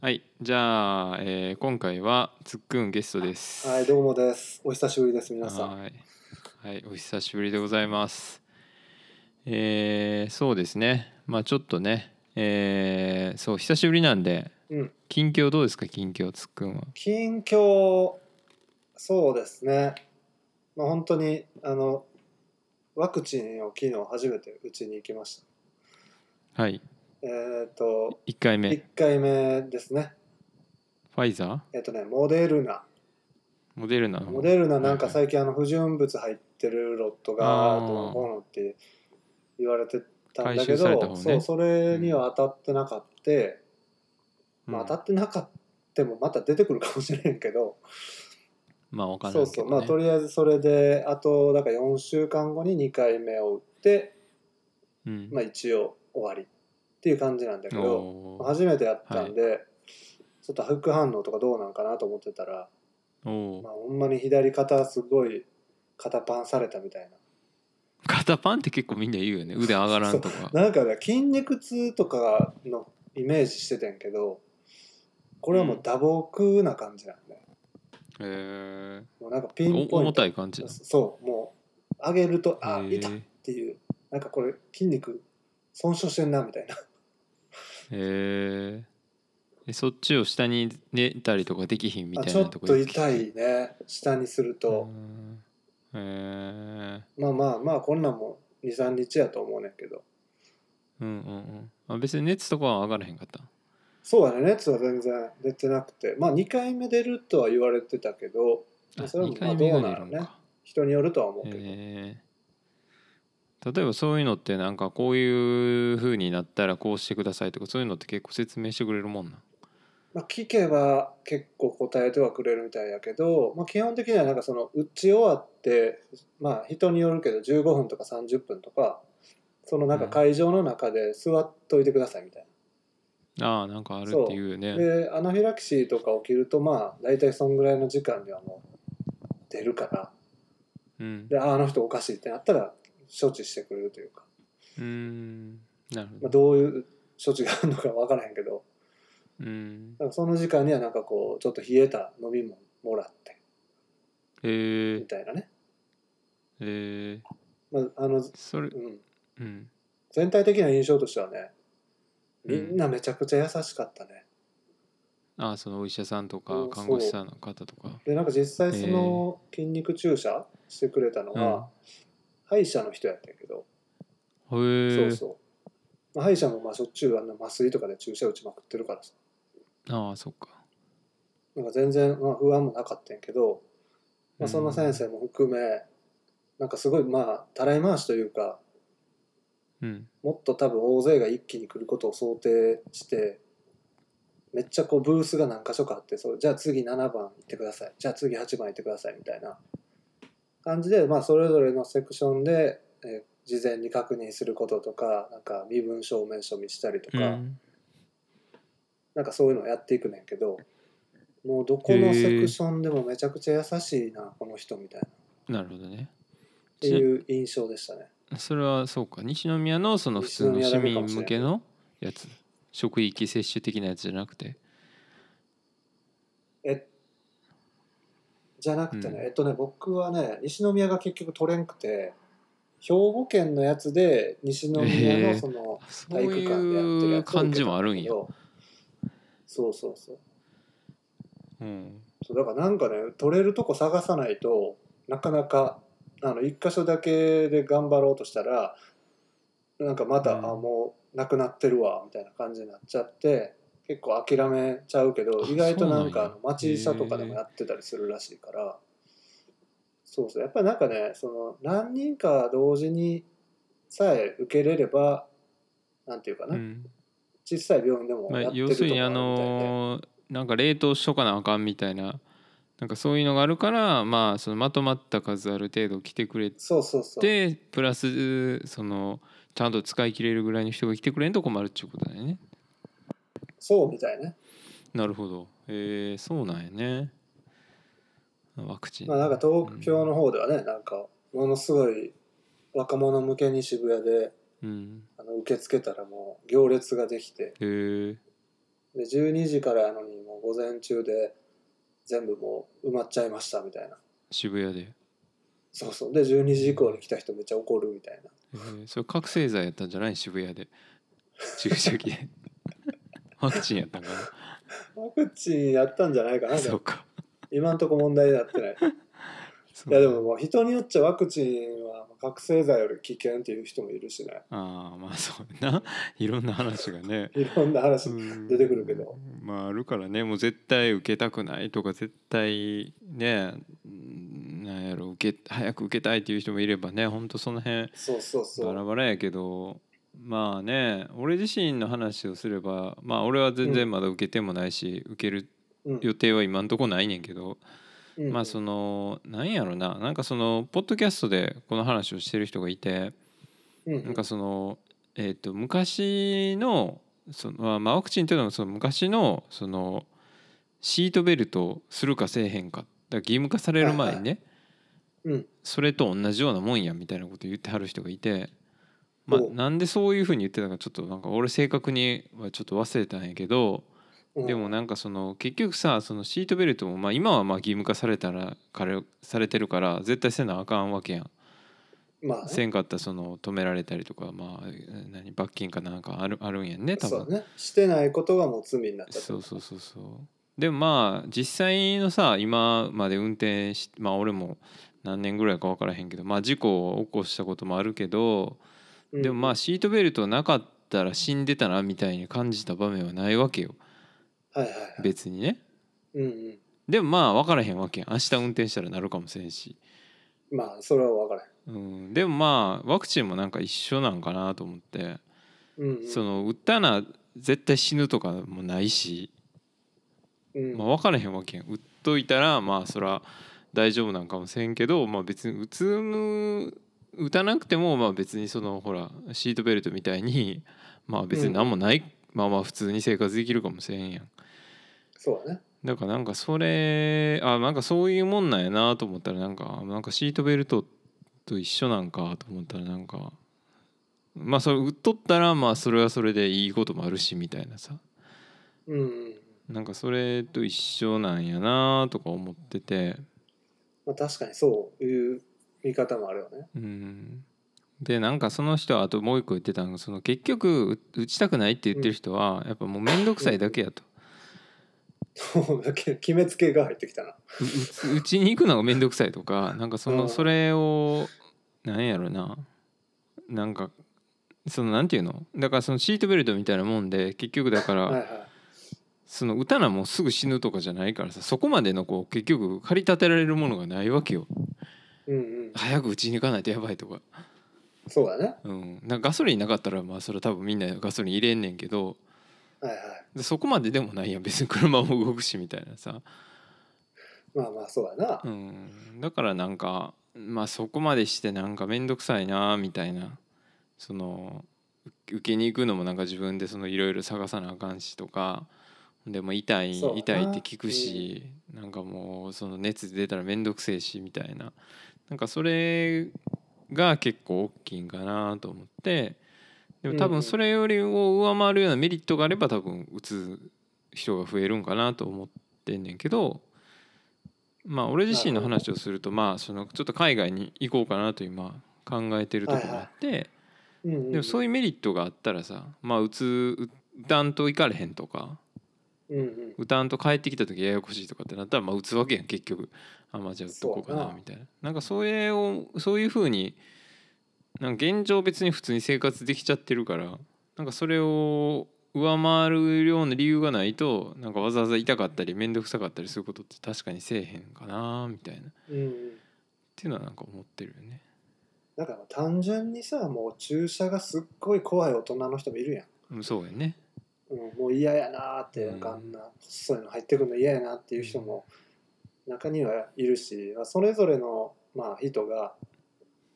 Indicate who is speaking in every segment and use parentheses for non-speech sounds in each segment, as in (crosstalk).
Speaker 1: はいじゃあ、えー今回はつっくんゲストです
Speaker 2: はい、どうもです。お久しぶりです、皆さん。
Speaker 1: はいはいお久しぶりでございますえーそうですねまあちょっとねえーそう久しぶりなんで
Speaker 2: うん、
Speaker 1: 近況どうですか近況つっくんは
Speaker 2: 近況、そうですね。まあ、本当に、あの、ワクチンを昨日初めて打ちに行きまし
Speaker 1: はい
Speaker 2: た。えっ、と、
Speaker 1: 1回目
Speaker 2: 1
Speaker 1: フ
Speaker 2: 回目ですね。
Speaker 1: ァイザー
Speaker 2: えっ、とね、モデルナ。
Speaker 1: モデルナ
Speaker 2: モデルナなんか
Speaker 1: はい
Speaker 2: 最近、あの、不純物入ってるロットが、どうものって言われてたんだけ
Speaker 1: 回収された
Speaker 2: ど、
Speaker 1: 方ね
Speaker 2: そう、それには当たってなかった。
Speaker 1: うん
Speaker 2: まあ、当たってなかったもまた出てくるかもしれんけど、
Speaker 1: まあわかんな
Speaker 2: そ
Speaker 1: いうけど、ね、
Speaker 2: そうまあとりあえずそれであとだから4週間後に2回目を打って、
Speaker 1: うん
Speaker 2: まあ、一応終わりっていう感じなんだけど
Speaker 1: おー
Speaker 2: 初めてやったんで、ちょっと副反応とかどうなんかなと思ってたら、
Speaker 1: おー
Speaker 2: まあ、ほんまに左肩すごい肩パンされたみたい
Speaker 1: 肩パンって結構みんな言うよね腕上がらんとか
Speaker 2: ななんかね筋肉痛とかのイメージしててんけどこれはもう打撲な感じなんで、
Speaker 1: へ
Speaker 2: もうなんか
Speaker 1: え
Speaker 2: ピンポ
Speaker 1: 重
Speaker 2: イント
Speaker 1: たい感じだ
Speaker 2: そうもう上げるとあ
Speaker 1: へえ
Speaker 2: 痛っっていうなんかこれ筋肉損傷してんなみたいな
Speaker 1: へえそっちを下に寝たりとかできひんみ
Speaker 2: あ
Speaker 1: たい
Speaker 2: ちょ
Speaker 1: な
Speaker 2: っ
Speaker 1: とことでき
Speaker 2: 痛いね下にすると、
Speaker 1: うーんへえ
Speaker 2: まあまあまあこんなんも23日やと思うねんけど
Speaker 1: うんうんうんあ別に熱とかは上がらへんかった
Speaker 2: そうだね熱は全然出てなくてまあ2回目出るとは言われてたけど
Speaker 1: あ
Speaker 2: それも
Speaker 1: 二
Speaker 2: まあ
Speaker 1: 回
Speaker 2: ど
Speaker 1: 目
Speaker 2: う
Speaker 1: が
Speaker 2: な
Speaker 1: 出
Speaker 2: の
Speaker 1: るん
Speaker 2: ね
Speaker 1: か
Speaker 2: 人によるとは思うけど、
Speaker 1: へえ例えばそういうのってなんかこういう風になったらこうしてくださいとかそういうのって結構説明してくれるもんなん
Speaker 2: まあ、聞けば結構答えてはくれるみたいやけど、まあ、基本的にはなんかその打ち終わってまあ人によるけど15分とか30分とかそのなんか会場の中で座っといてくださいみたい
Speaker 1: ああなんかあるって言うよ
Speaker 2: な、
Speaker 1: ね
Speaker 2: でアナフィラキシーとか起きるとまあ大体そんぐらいの時間にはもう出るから
Speaker 1: うん
Speaker 2: でああの人おかしいってなったら処置してくれるというか、
Speaker 1: うーんなるほ
Speaker 2: ま
Speaker 1: ど
Speaker 2: あ、どういう処置があるのか分からへんけど
Speaker 1: うん
Speaker 2: なんかその時間にはなんかこうちょっと冷えた飲み物もらって
Speaker 1: え
Speaker 2: み
Speaker 1: ー、
Speaker 2: たいなね、
Speaker 1: えー、
Speaker 2: まあ、あの
Speaker 1: それ
Speaker 2: うん
Speaker 1: うん
Speaker 2: 全体的な印象としてはね
Speaker 1: う
Speaker 2: み
Speaker 1: ん
Speaker 2: んなめちゃくちゃ優しかったね、
Speaker 1: あそのお医者さんと
Speaker 2: そ
Speaker 1: か
Speaker 2: う
Speaker 1: 看護師さんの方とか
Speaker 2: でなんか実際その筋肉注射してくれたの
Speaker 1: うん
Speaker 2: は歯医者の人やったんやけど、
Speaker 1: へえ
Speaker 2: そうそう、まあ、歯医者もまあしょっちゅうあんな麻酔とかで注射打ちまくってるからさ
Speaker 1: ああそっか
Speaker 2: なんか全然まあ不安もなかったんやけど、まあ、その先
Speaker 1: 生
Speaker 2: 生も含め、なんかすごいまあたらい回しというか
Speaker 1: うん
Speaker 2: もっと多分大勢が一気に来ることを想定してめっちゃこうブースが何箇所かあってそうじゃあ次7番行ってくださいじゃあ次8番行ってくださいみたいな感じで、まあ、それぞれのセクションで、えー事前に確認することとかなんか身分証明書見したりとか、
Speaker 1: うん
Speaker 2: なんかそういうのをやっていくねんけどもうどこのセクションでもめちゃくちゃ優しいなこの人みたいなっ
Speaker 1: なるほどね
Speaker 2: ていう印象でしたね。
Speaker 1: それはそうか西宮のその普通の市民向けのやつ職域接種的なやつじゃなくて
Speaker 2: えじゃなくてね、
Speaker 1: うん
Speaker 2: えっとね僕はね西宮が結局取れんくて兵庫県のやつで西宮
Speaker 1: へ
Speaker 2: の
Speaker 1: え
Speaker 2: その
Speaker 1: そう
Speaker 2: 体育館でやってる
Speaker 1: い
Speaker 2: や
Speaker 1: う
Speaker 2: つ
Speaker 1: 感じもあるんや、
Speaker 2: そうそうそう
Speaker 1: うん、
Speaker 2: そうだからなんかね取れるとこ探さないとなかなかあの一箇所だけで頑張ろうとしたらなんかまた、
Speaker 1: うん
Speaker 2: あもうなくなってるわみたいな感じになっちゃって結構諦めちゃうけど
Speaker 1: あ
Speaker 2: 意外となん
Speaker 1: そう
Speaker 2: か
Speaker 1: なんや
Speaker 2: あの町医者とかでもやってたりするらしいからそうそうやっぱりなんかねその何人か同時にさえ受けれればなんていうかな、
Speaker 1: うん
Speaker 2: 小さい病院でも
Speaker 1: まあ
Speaker 2: やってる
Speaker 1: 要
Speaker 2: とこ
Speaker 1: す
Speaker 2: あ
Speaker 1: る
Speaker 2: るみ
Speaker 1: に
Speaker 2: た
Speaker 1: あ
Speaker 2: いで、
Speaker 1: のーなんか冷凍しとかなあかんみたいななんかそういうのがあるからまあそのまとまった数ある程度来てくれて
Speaker 2: そうそうそう
Speaker 1: でプラスそのちゃんと使い切れるぐらいの人が来てくれんと困るっていうことだよね
Speaker 2: そうみたいね
Speaker 1: なるほどえー、そうなんやねワクチン、
Speaker 2: まあ、なんか東京の方ではね、なんかものすごい若者向けに渋谷で
Speaker 1: うん
Speaker 2: あの受け付けたらもう行列ができて
Speaker 1: へえ
Speaker 2: で12時からやのにもう午前中で全部もう埋まっちゃいましたみたいな
Speaker 1: 渋谷で、
Speaker 2: そうそうで12時以降に来た人めっちゃ怒るみたいな
Speaker 1: えーそれ覚醒剤やったんじゃない渋谷で注射器で (laughs) ワクチンやったんか
Speaker 2: ワクチンやったんじゃないかな
Speaker 1: な
Speaker 2: で
Speaker 1: そ
Speaker 2: も
Speaker 1: うか
Speaker 2: 今んとこ問題になって
Speaker 1: (laughs)
Speaker 2: ない
Speaker 1: そ
Speaker 2: いうやでももう人によっちゃワクチンは覚醒剤より危険っていう人もいるしね
Speaker 1: ああまあそうやないろんな話がね
Speaker 2: いろんな話
Speaker 1: 出
Speaker 2: 出てくるけど
Speaker 1: まああるからねもう絶対受けたくないとか絶対ねうんなんやろ受け早く受けたいっていう人もいればねほんとその辺
Speaker 2: そうそうそ
Speaker 1: バラ
Speaker 2: う
Speaker 1: バラやけどまあね俺自身の話をすればまあ俺は全然まだ受けてもないし、受ける
Speaker 2: うん
Speaker 1: 予定は今んとこないねんけど、
Speaker 2: うん
Speaker 1: まあそのなんやろななんかそのポッドキャストでこの話をしてる人がいて
Speaker 2: う
Speaker 1: なんかそのえっ、と昔のそのまあまあワクチンっていうのはその昔のそのシートベルトをするかせえへんかだから義務化される前にね、
Speaker 2: うん
Speaker 1: それと同じようなもんやみたいなこと言ってはる人がいて、まあ
Speaker 2: お、う
Speaker 1: なんでそういうふうに言ってたのかちょっとなんか俺正確にはちょっと忘れたんやけど、
Speaker 2: うん
Speaker 1: でもなんかその結局さそのシートベルトもまあ今はまあ義務化されたらからされてるから絶対せなあかんわけやん。
Speaker 2: まあね
Speaker 1: せんかったらその止められたりとか、まあ、え何罰金かなんかあるあるんやんね多
Speaker 2: そう
Speaker 1: 分。
Speaker 2: ねしてないことがもう罪になっちゃった
Speaker 1: そうそうそうそうでもまあ実際のさ今まで運転しまあ俺も何年ぐらいか分からへんけどまあ事故を起こしたこともあるけど
Speaker 2: うん
Speaker 1: でもまあシートベルトなかったら死んでたなみたいに感じた場面はないわけよ
Speaker 2: はいはいはい
Speaker 1: 別にね
Speaker 2: うんうん
Speaker 1: でもまあ分からへんわけやん明日運転したらなるかもしれんし、
Speaker 2: まあそれは分からへん
Speaker 1: うん、でもまあワクチンもなんか一緒なんかなと思って
Speaker 2: うんうん
Speaker 1: その打ったら絶対死ぬとかもないし
Speaker 2: うん
Speaker 1: まあ、分からへんわけやん打っといたらまあそら大丈夫なんかもせんけど、まあ、別に打つむ打たなくてもまあ別にそのほらシートベルトみたいにまあ別に何もない、まあまあ普通に生活できるかもしれんやん
Speaker 2: そうだね
Speaker 1: だからなんかそれあなんかそういうもんなんやなと思ったらなんかなんかシートベルトと一緒なんかと思ったらなんかまあそれ打っとったらまあそれはそれでいいこともあるしみたいなさ
Speaker 2: うんうん
Speaker 1: なんかそれと一緒なんやなとか思ってて
Speaker 2: まあ確かにそういう見方もあるよね (laughs)
Speaker 1: うんでなんかその人はあともう一個言ってたのがその結局う打ちたくないって言ってる人はやっぱもう面倒くさいだけやと
Speaker 2: もう決めつけが入ってきたな
Speaker 1: う打つ打ちに行くのが面倒くさいとかなんかその
Speaker 2: うん
Speaker 1: それをなんやろななんかそのなんていうのだからそのシートベルトみたいなもんで結局だか
Speaker 2: はい
Speaker 1: ら
Speaker 2: は
Speaker 1: その打たなもうすぐ死ぬとかじゃないからさそこまでのこう結局駆り立てられるものがないわけよ
Speaker 2: いうんうん
Speaker 1: 早く打ちに行かないとやばいとか
Speaker 2: そうだね
Speaker 1: うん、なんかガソリンなかったらまあそれ多分みんなガソリン入れんねんけど
Speaker 2: はいはい
Speaker 1: でそこまででもないやん別に車も動くしみたいなさ、
Speaker 2: まあまあそうだな
Speaker 1: うん、だからなんかまあそこまでしてなんか面倒くさいなみたいなそのう受けに行くのもなんか自分でいろいろ探さなあかんしとかでも痛い
Speaker 2: そうだな
Speaker 1: 痛いって聞くし、なんかもうその熱出たら面倒くせえしみたいななんかそれが結構大きいんかなと思ってでも多
Speaker 2: うんう
Speaker 1: 分
Speaker 2: ん
Speaker 1: それよりを上回るようなメリットがあれば多分打つ人が増えるんかなと思ってんねんけどまあ俺自身の話をするとまあそのちょっと海外に行こうかなと今考えてるところがあって、
Speaker 2: うんうん
Speaker 1: でもそういうメリットがあったらさまあ打つ打たんと行かれへんとか
Speaker 2: うんうん
Speaker 1: 歌わんと帰ってきた時ややこしいとかってなったらまあ打つわけやん結局あまあじゃあ打っとこうか
Speaker 2: そう
Speaker 1: な
Speaker 2: やな
Speaker 1: みたいななんかそれをそういうふうになんか現状別に普通に生活できちゃってるからなんかそれを上回るような理由がないとなんかわざわざ痛かったり面倒くさかったりすることって確かにせえへんかなみたいなっ
Speaker 2: うんうん
Speaker 1: ていうのはなんか思ってるよね。
Speaker 2: だから単純にさもう注射がすっごい怖い大人の人もいるやん、
Speaker 1: うんそうやね。
Speaker 2: うん、もう嫌やなーっ
Speaker 1: う
Speaker 2: て
Speaker 1: ん
Speaker 2: なんかあんな細いの入ってくるの嫌やなっていう人も中にはいるし、まあ、それぞれの、まあ、人が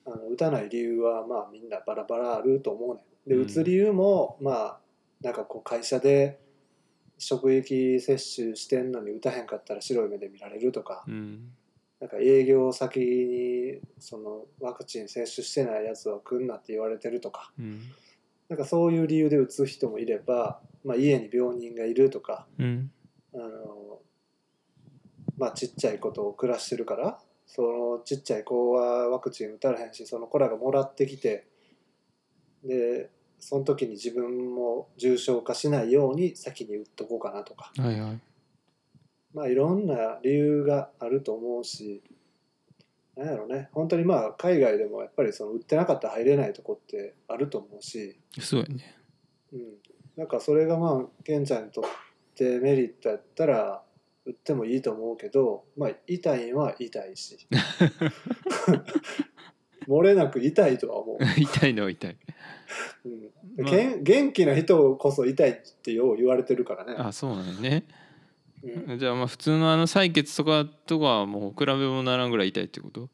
Speaker 2: あの打たない理由はまあみんなバラバラあると思うねん。で
Speaker 1: うん
Speaker 2: 打つ理由もまあなんかこう会社で職域接種してんのに打たへんかったら白い目で見られるとか、
Speaker 1: うん。
Speaker 2: なんか営業先にそのワクチン接種してないやつは来んなって言われてるとか
Speaker 1: うん。
Speaker 2: なんかそういう理由で打つ人もいればまあ、家に病人がいるとか
Speaker 1: うん
Speaker 2: あの、まあ、ちっちゃい子と暮らしてるからそのちっちゃい子はワクチン打たれへんしその子らがもらってきてでその時に自分も重症化しないように先に打っとこうかなとか、
Speaker 1: はいはい
Speaker 2: まあ、いろんな理由があると思うしなんやろね本当にまあ海外でもやっぱりその打ってなかったら入れないとこってあると思うし。
Speaker 1: そうやね
Speaker 2: うん、なんかそれがまあケンちゃんにとってメリットやったら売ってもいいと思うけどまあ痛いんは痛い
Speaker 1: (laughs)
Speaker 2: し漏れなく痛いとは思、
Speaker 1: (laughs) 痛いのは痛いう
Speaker 2: うん
Speaker 1: まあ
Speaker 2: けん元気な人こそ痛いってよう言われてるからね、
Speaker 1: あそうなんやね
Speaker 2: うん
Speaker 1: じゃあまあ普通のあの採血とかとかはもう比べもならんぐらい痛いってこと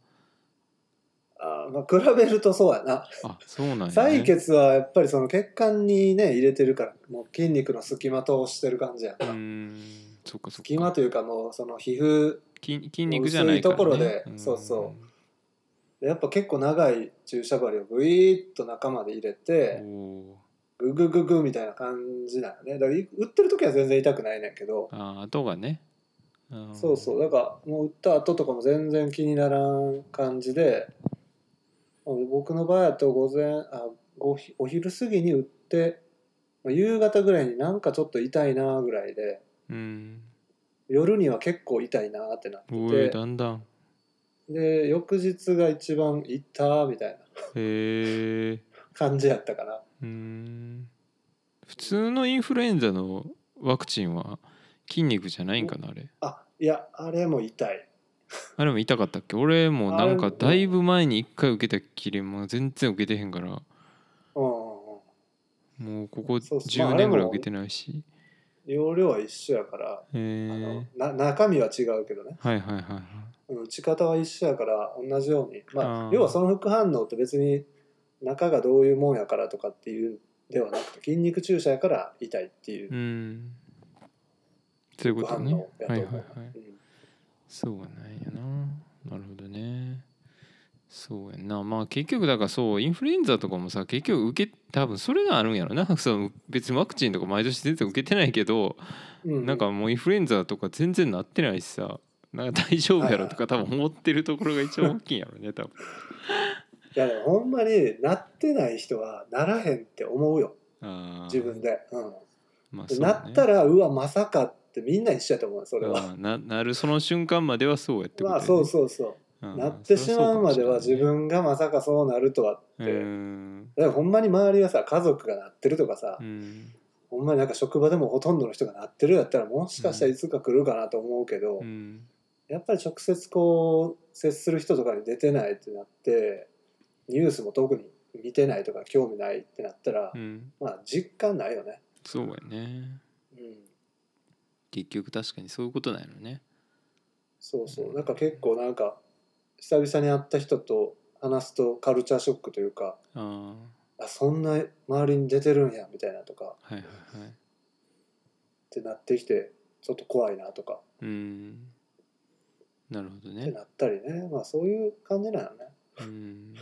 Speaker 2: あまあ、比べるとそうやな
Speaker 1: あそうなんや、ね、
Speaker 2: 採血はやっぱりその血管にね入れてるからもう筋肉の隙間通してる感じや
Speaker 1: う
Speaker 2: な、
Speaker 1: ーんそっかそっ
Speaker 2: 隙間
Speaker 1: か
Speaker 2: というかもうその皮膚
Speaker 1: 筋筋肉じゃないから、ね、
Speaker 2: 薄いところで
Speaker 1: ん
Speaker 2: そうそでやっぱ結構長い注射針をグイーッと中まで入れて、
Speaker 1: おー
Speaker 2: ググググみたいな感じなのねだからい打ってる時は全然痛くないねんけど、
Speaker 1: あー後がねあー
Speaker 2: そうそうだからもう打った後とかも全然気にならん感じで僕の場合だと午前あごひお昼過ぎに打ってまあ夕方ぐらいになんかちょっと痛いなぐらいで
Speaker 1: うん
Speaker 2: 夜には結構痛いなってなっ
Speaker 1: おー
Speaker 2: てて
Speaker 1: だんだん
Speaker 2: で翌日が一番痛ーみたいな
Speaker 1: へえ
Speaker 2: 感じやったかな
Speaker 1: うーん普通のインフルエンザのワクチンは筋肉じゃないんかなあれ
Speaker 2: あいやあれも痛い
Speaker 1: あれも痛かったっけ俺もなんか
Speaker 2: あれも
Speaker 1: だいぶ前に一回受けたっきりもう全然受けてへんから
Speaker 2: うんうんうん
Speaker 1: もうここ
Speaker 2: そうそう
Speaker 1: 10
Speaker 2: まああれ
Speaker 1: 年
Speaker 2: も
Speaker 1: ぐらい受けてないし
Speaker 2: 容量は一緒やから
Speaker 1: へ
Speaker 2: あの
Speaker 1: え
Speaker 2: な中身は違うけどね、
Speaker 1: はいはいはいはい
Speaker 2: うん、打ち方は一緒やから同じようにまあ
Speaker 1: あー
Speaker 2: 要はその副反応って別に中がどういうもんやからとかっていうんではなくて筋肉注射やから痛いっていうう、
Speaker 1: んそういうこと
Speaker 2: 副
Speaker 1: ね
Speaker 2: 反応やと
Speaker 1: はい
Speaker 2: 思う
Speaker 1: はいはい
Speaker 2: うん
Speaker 1: そうはないやななるほどねそうやんなまあ結局だからそうインフルエンザとかもさ結局受け多分それがあるんやろな (laughs) その別にワクチンとか毎年全然受けてないけど、
Speaker 2: う
Speaker 1: なんかもうインフルエンザとか全然なってないしさなんか大丈夫やろとか多分思ってるところが一番大きいんやろね多分
Speaker 2: いやでもほんまになってない人はならへんって思うよ
Speaker 1: あー
Speaker 2: 自分で、うん
Speaker 1: まあ
Speaker 2: で
Speaker 1: そうね
Speaker 2: なったらうわまさかってみんな一緒やと思うそれは、
Speaker 1: あーななるその瞬間まではそうやってこと
Speaker 2: ま
Speaker 1: や
Speaker 2: あ
Speaker 1: ね
Speaker 2: そうそうそう
Speaker 1: うん
Speaker 2: なってしまうまでは
Speaker 1: そり
Speaker 2: 自
Speaker 1: ゃそうかも
Speaker 2: 分がまさかそうなるとはって、
Speaker 1: しれないねうん
Speaker 2: だからほんまに周りがさ家族がなってるとかさ、
Speaker 1: うん
Speaker 2: ほんまになんか職場でもほとんどの人がなってるやったらもしかしたらいつか来るかなと思うけど、
Speaker 1: うん
Speaker 2: やっぱり直接こう接する人とかに出てないってなってニュースも特に見てないとか興味ないってなったら、
Speaker 1: うん
Speaker 2: まあ実感ないよね。
Speaker 1: そうやね
Speaker 2: うん、
Speaker 1: 結局確かにそういうことなのね
Speaker 2: そうそうなんか結構なんか久々に会った人と話すとカルチャーショックというか
Speaker 1: あ
Speaker 2: あそんな周りに出てるんやみたいなとか
Speaker 1: あはいはいはい
Speaker 2: ってなってきてちょっと怖いなとか
Speaker 1: うんなるほど
Speaker 2: って
Speaker 1: ね
Speaker 2: なったりねまあそういう感じなのね。
Speaker 1: うん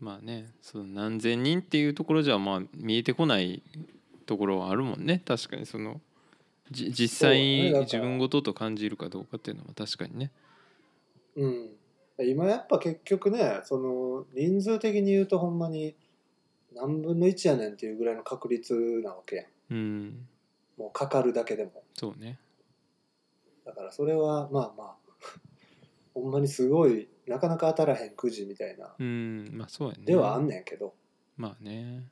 Speaker 1: まあねその何千人っていうところじゃまあ見えてこないところはあるもんね確かにそのじ実際
Speaker 2: そう
Speaker 1: に
Speaker 2: だねだか
Speaker 1: 自
Speaker 2: ら
Speaker 1: 分ごとと感じるかどうかっていうのは確かにね
Speaker 2: うん、今やっぱ結局ねその人数的に言うとほんまに何分の1やねんっていうぐらいの確率なわけやん
Speaker 1: うん
Speaker 2: もうかかるだけでも
Speaker 1: そうね
Speaker 2: だからそれはまあまあ (laughs) ほんまにすごいなかなか当たらへんくじみたいな
Speaker 1: うんまあそうやね
Speaker 2: ではあんねんけど、
Speaker 1: まあね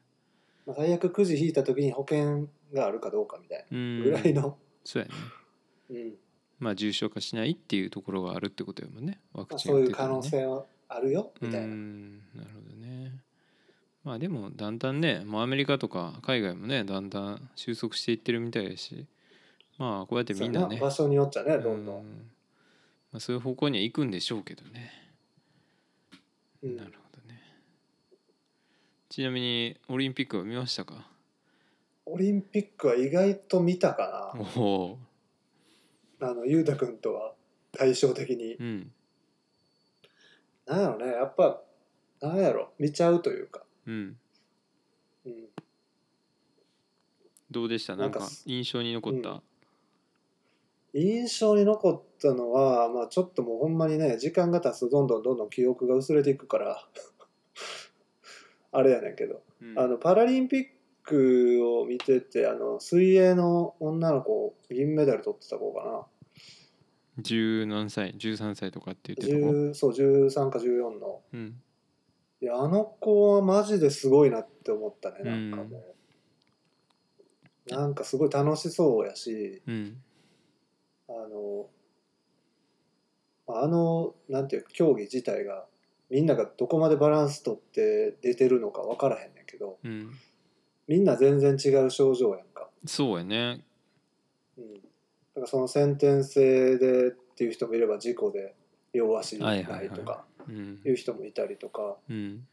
Speaker 2: まあ、最悪くじ引いた時に保険があるかどうかみたい
Speaker 1: うん
Speaker 2: なぐらいの、
Speaker 1: そうやね
Speaker 2: うん
Speaker 1: まあ重症化しないっていうところがあるってことやもんねワ
Speaker 2: ま
Speaker 1: ク
Speaker 2: あ、
Speaker 1: チン
Speaker 2: そう
Speaker 1: 打っ
Speaker 2: い
Speaker 1: て
Speaker 2: う
Speaker 1: た
Speaker 2: 可
Speaker 1: らね
Speaker 2: 能性はあるよみたいうな、
Speaker 1: んなるほどねまあでもだんだんねもうアメリカとか海外もねだんだん収束していってるみたいやしまあこうやって
Speaker 2: そう
Speaker 1: み
Speaker 2: や
Speaker 1: ん
Speaker 2: な
Speaker 1: なね
Speaker 2: 場所によっちゃねど
Speaker 1: うん
Speaker 2: どん、
Speaker 1: まあ、そういう方向には行くんでしょうけどね、
Speaker 2: うん
Speaker 1: なるほどねちなみにオリンピックは見ましたか
Speaker 2: オリンピックは意外と見たかな、
Speaker 1: おお
Speaker 2: あの裕太君とは対照的に、
Speaker 1: うん
Speaker 2: なんやろねやっぱなんやろ見ちゃうというか、
Speaker 1: うん
Speaker 2: うん、
Speaker 1: どうでしたなん
Speaker 2: な
Speaker 1: か
Speaker 2: んかす
Speaker 1: 印象に残った、
Speaker 2: 印象に残ったのは、まあ、ちょっともうほんまにね時間が経つとどんどんどんどん記憶が薄れていくから (laughs) あれやねんけど、
Speaker 1: うん
Speaker 2: あのパラリンピックを見ててあの水泳の女の子銀メダル取ってた子かな
Speaker 1: 十何歳13歳とかって言ってた子
Speaker 2: 10そう13か14の
Speaker 1: うん
Speaker 2: いやあの子はマジですごいなって思ったねなんかもう、なんかすごい楽しそうやし
Speaker 1: うん
Speaker 2: あのあのなんていうか競技自体がみんながどこまでバランス取って出てるのか分からへんねんけど
Speaker 1: うん
Speaker 2: みんな全然違う症状やんか、
Speaker 1: そうやね
Speaker 2: うん、だからその先天性でっていう人もいれば事故で両足ない
Speaker 1: はいはい
Speaker 2: とか
Speaker 1: はうん
Speaker 2: いう人もいたりとか
Speaker 1: うん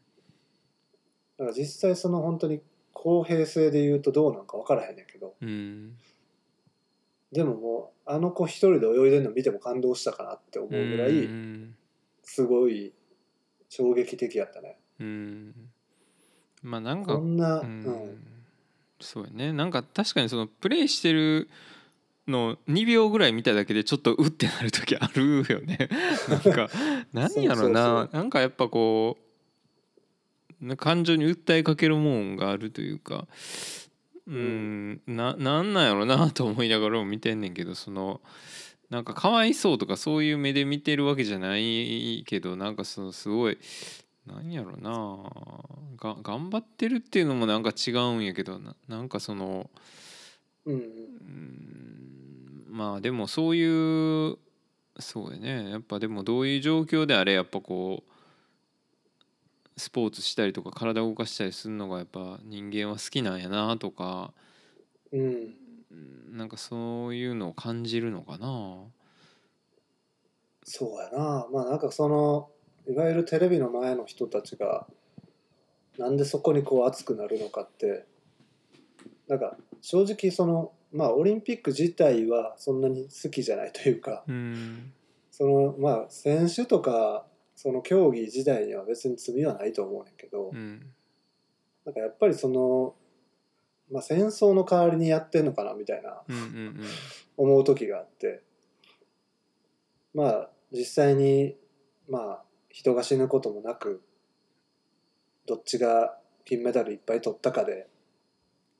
Speaker 2: だから実際その本当に公平性で言うとどうなんか分からへんねんけど
Speaker 1: うん
Speaker 2: でももうあの子一人で泳いでるの見ても感動したかなって思うぐら
Speaker 1: う
Speaker 2: い
Speaker 1: ん
Speaker 2: すごい衝撃的やったね。
Speaker 1: うんまあなんか
Speaker 2: こんな、う
Speaker 1: うん
Speaker 2: ん
Speaker 1: そうやねなんか確かにそのプレイしてるの2秒ぐらい見ただけでちょっとうってなる時あるよね (laughs) なん
Speaker 2: (laughs)
Speaker 1: か何やろ
Speaker 2: そうそう
Speaker 1: ななんかやっぱこうな感情に訴えかけるもんがあるというかうんななんなんやろなと思いながらも見てんねんけどそのなんかかわいそうとかそういう目で見てるわけじゃないけどなんかそのすごいなんやろなが頑張ってるっていうのもなんか違うんやけどななんかその
Speaker 2: う
Speaker 1: う
Speaker 2: ん
Speaker 1: ーんまあでもそういうそうやねやっぱでもどういう状況であれやっぱこうスポーツしたりとか体を動かしたりするのがやっぱ人間は好きなんやなとか
Speaker 2: うん、
Speaker 1: うんなんかそういうのを感じるのかな
Speaker 2: そうやなまあなんかそのいわゆるテレビの前の人たちがなんでそこにこう熱くなるのかってなんか正直そのまあオリンピック自体はそんなに好きじゃないというか
Speaker 1: うん
Speaker 2: そのまあ選手とかその競技自体には別に罪はないと思うねんけど、
Speaker 1: うん
Speaker 2: なんかやっぱりその、まあ、戦争の代わりにやってんのかなみたいな
Speaker 1: うんうん
Speaker 2: 思う時があってまあ実際にまあ人が死ぬこともなくどっちが金メダルいっぱい取ったかで、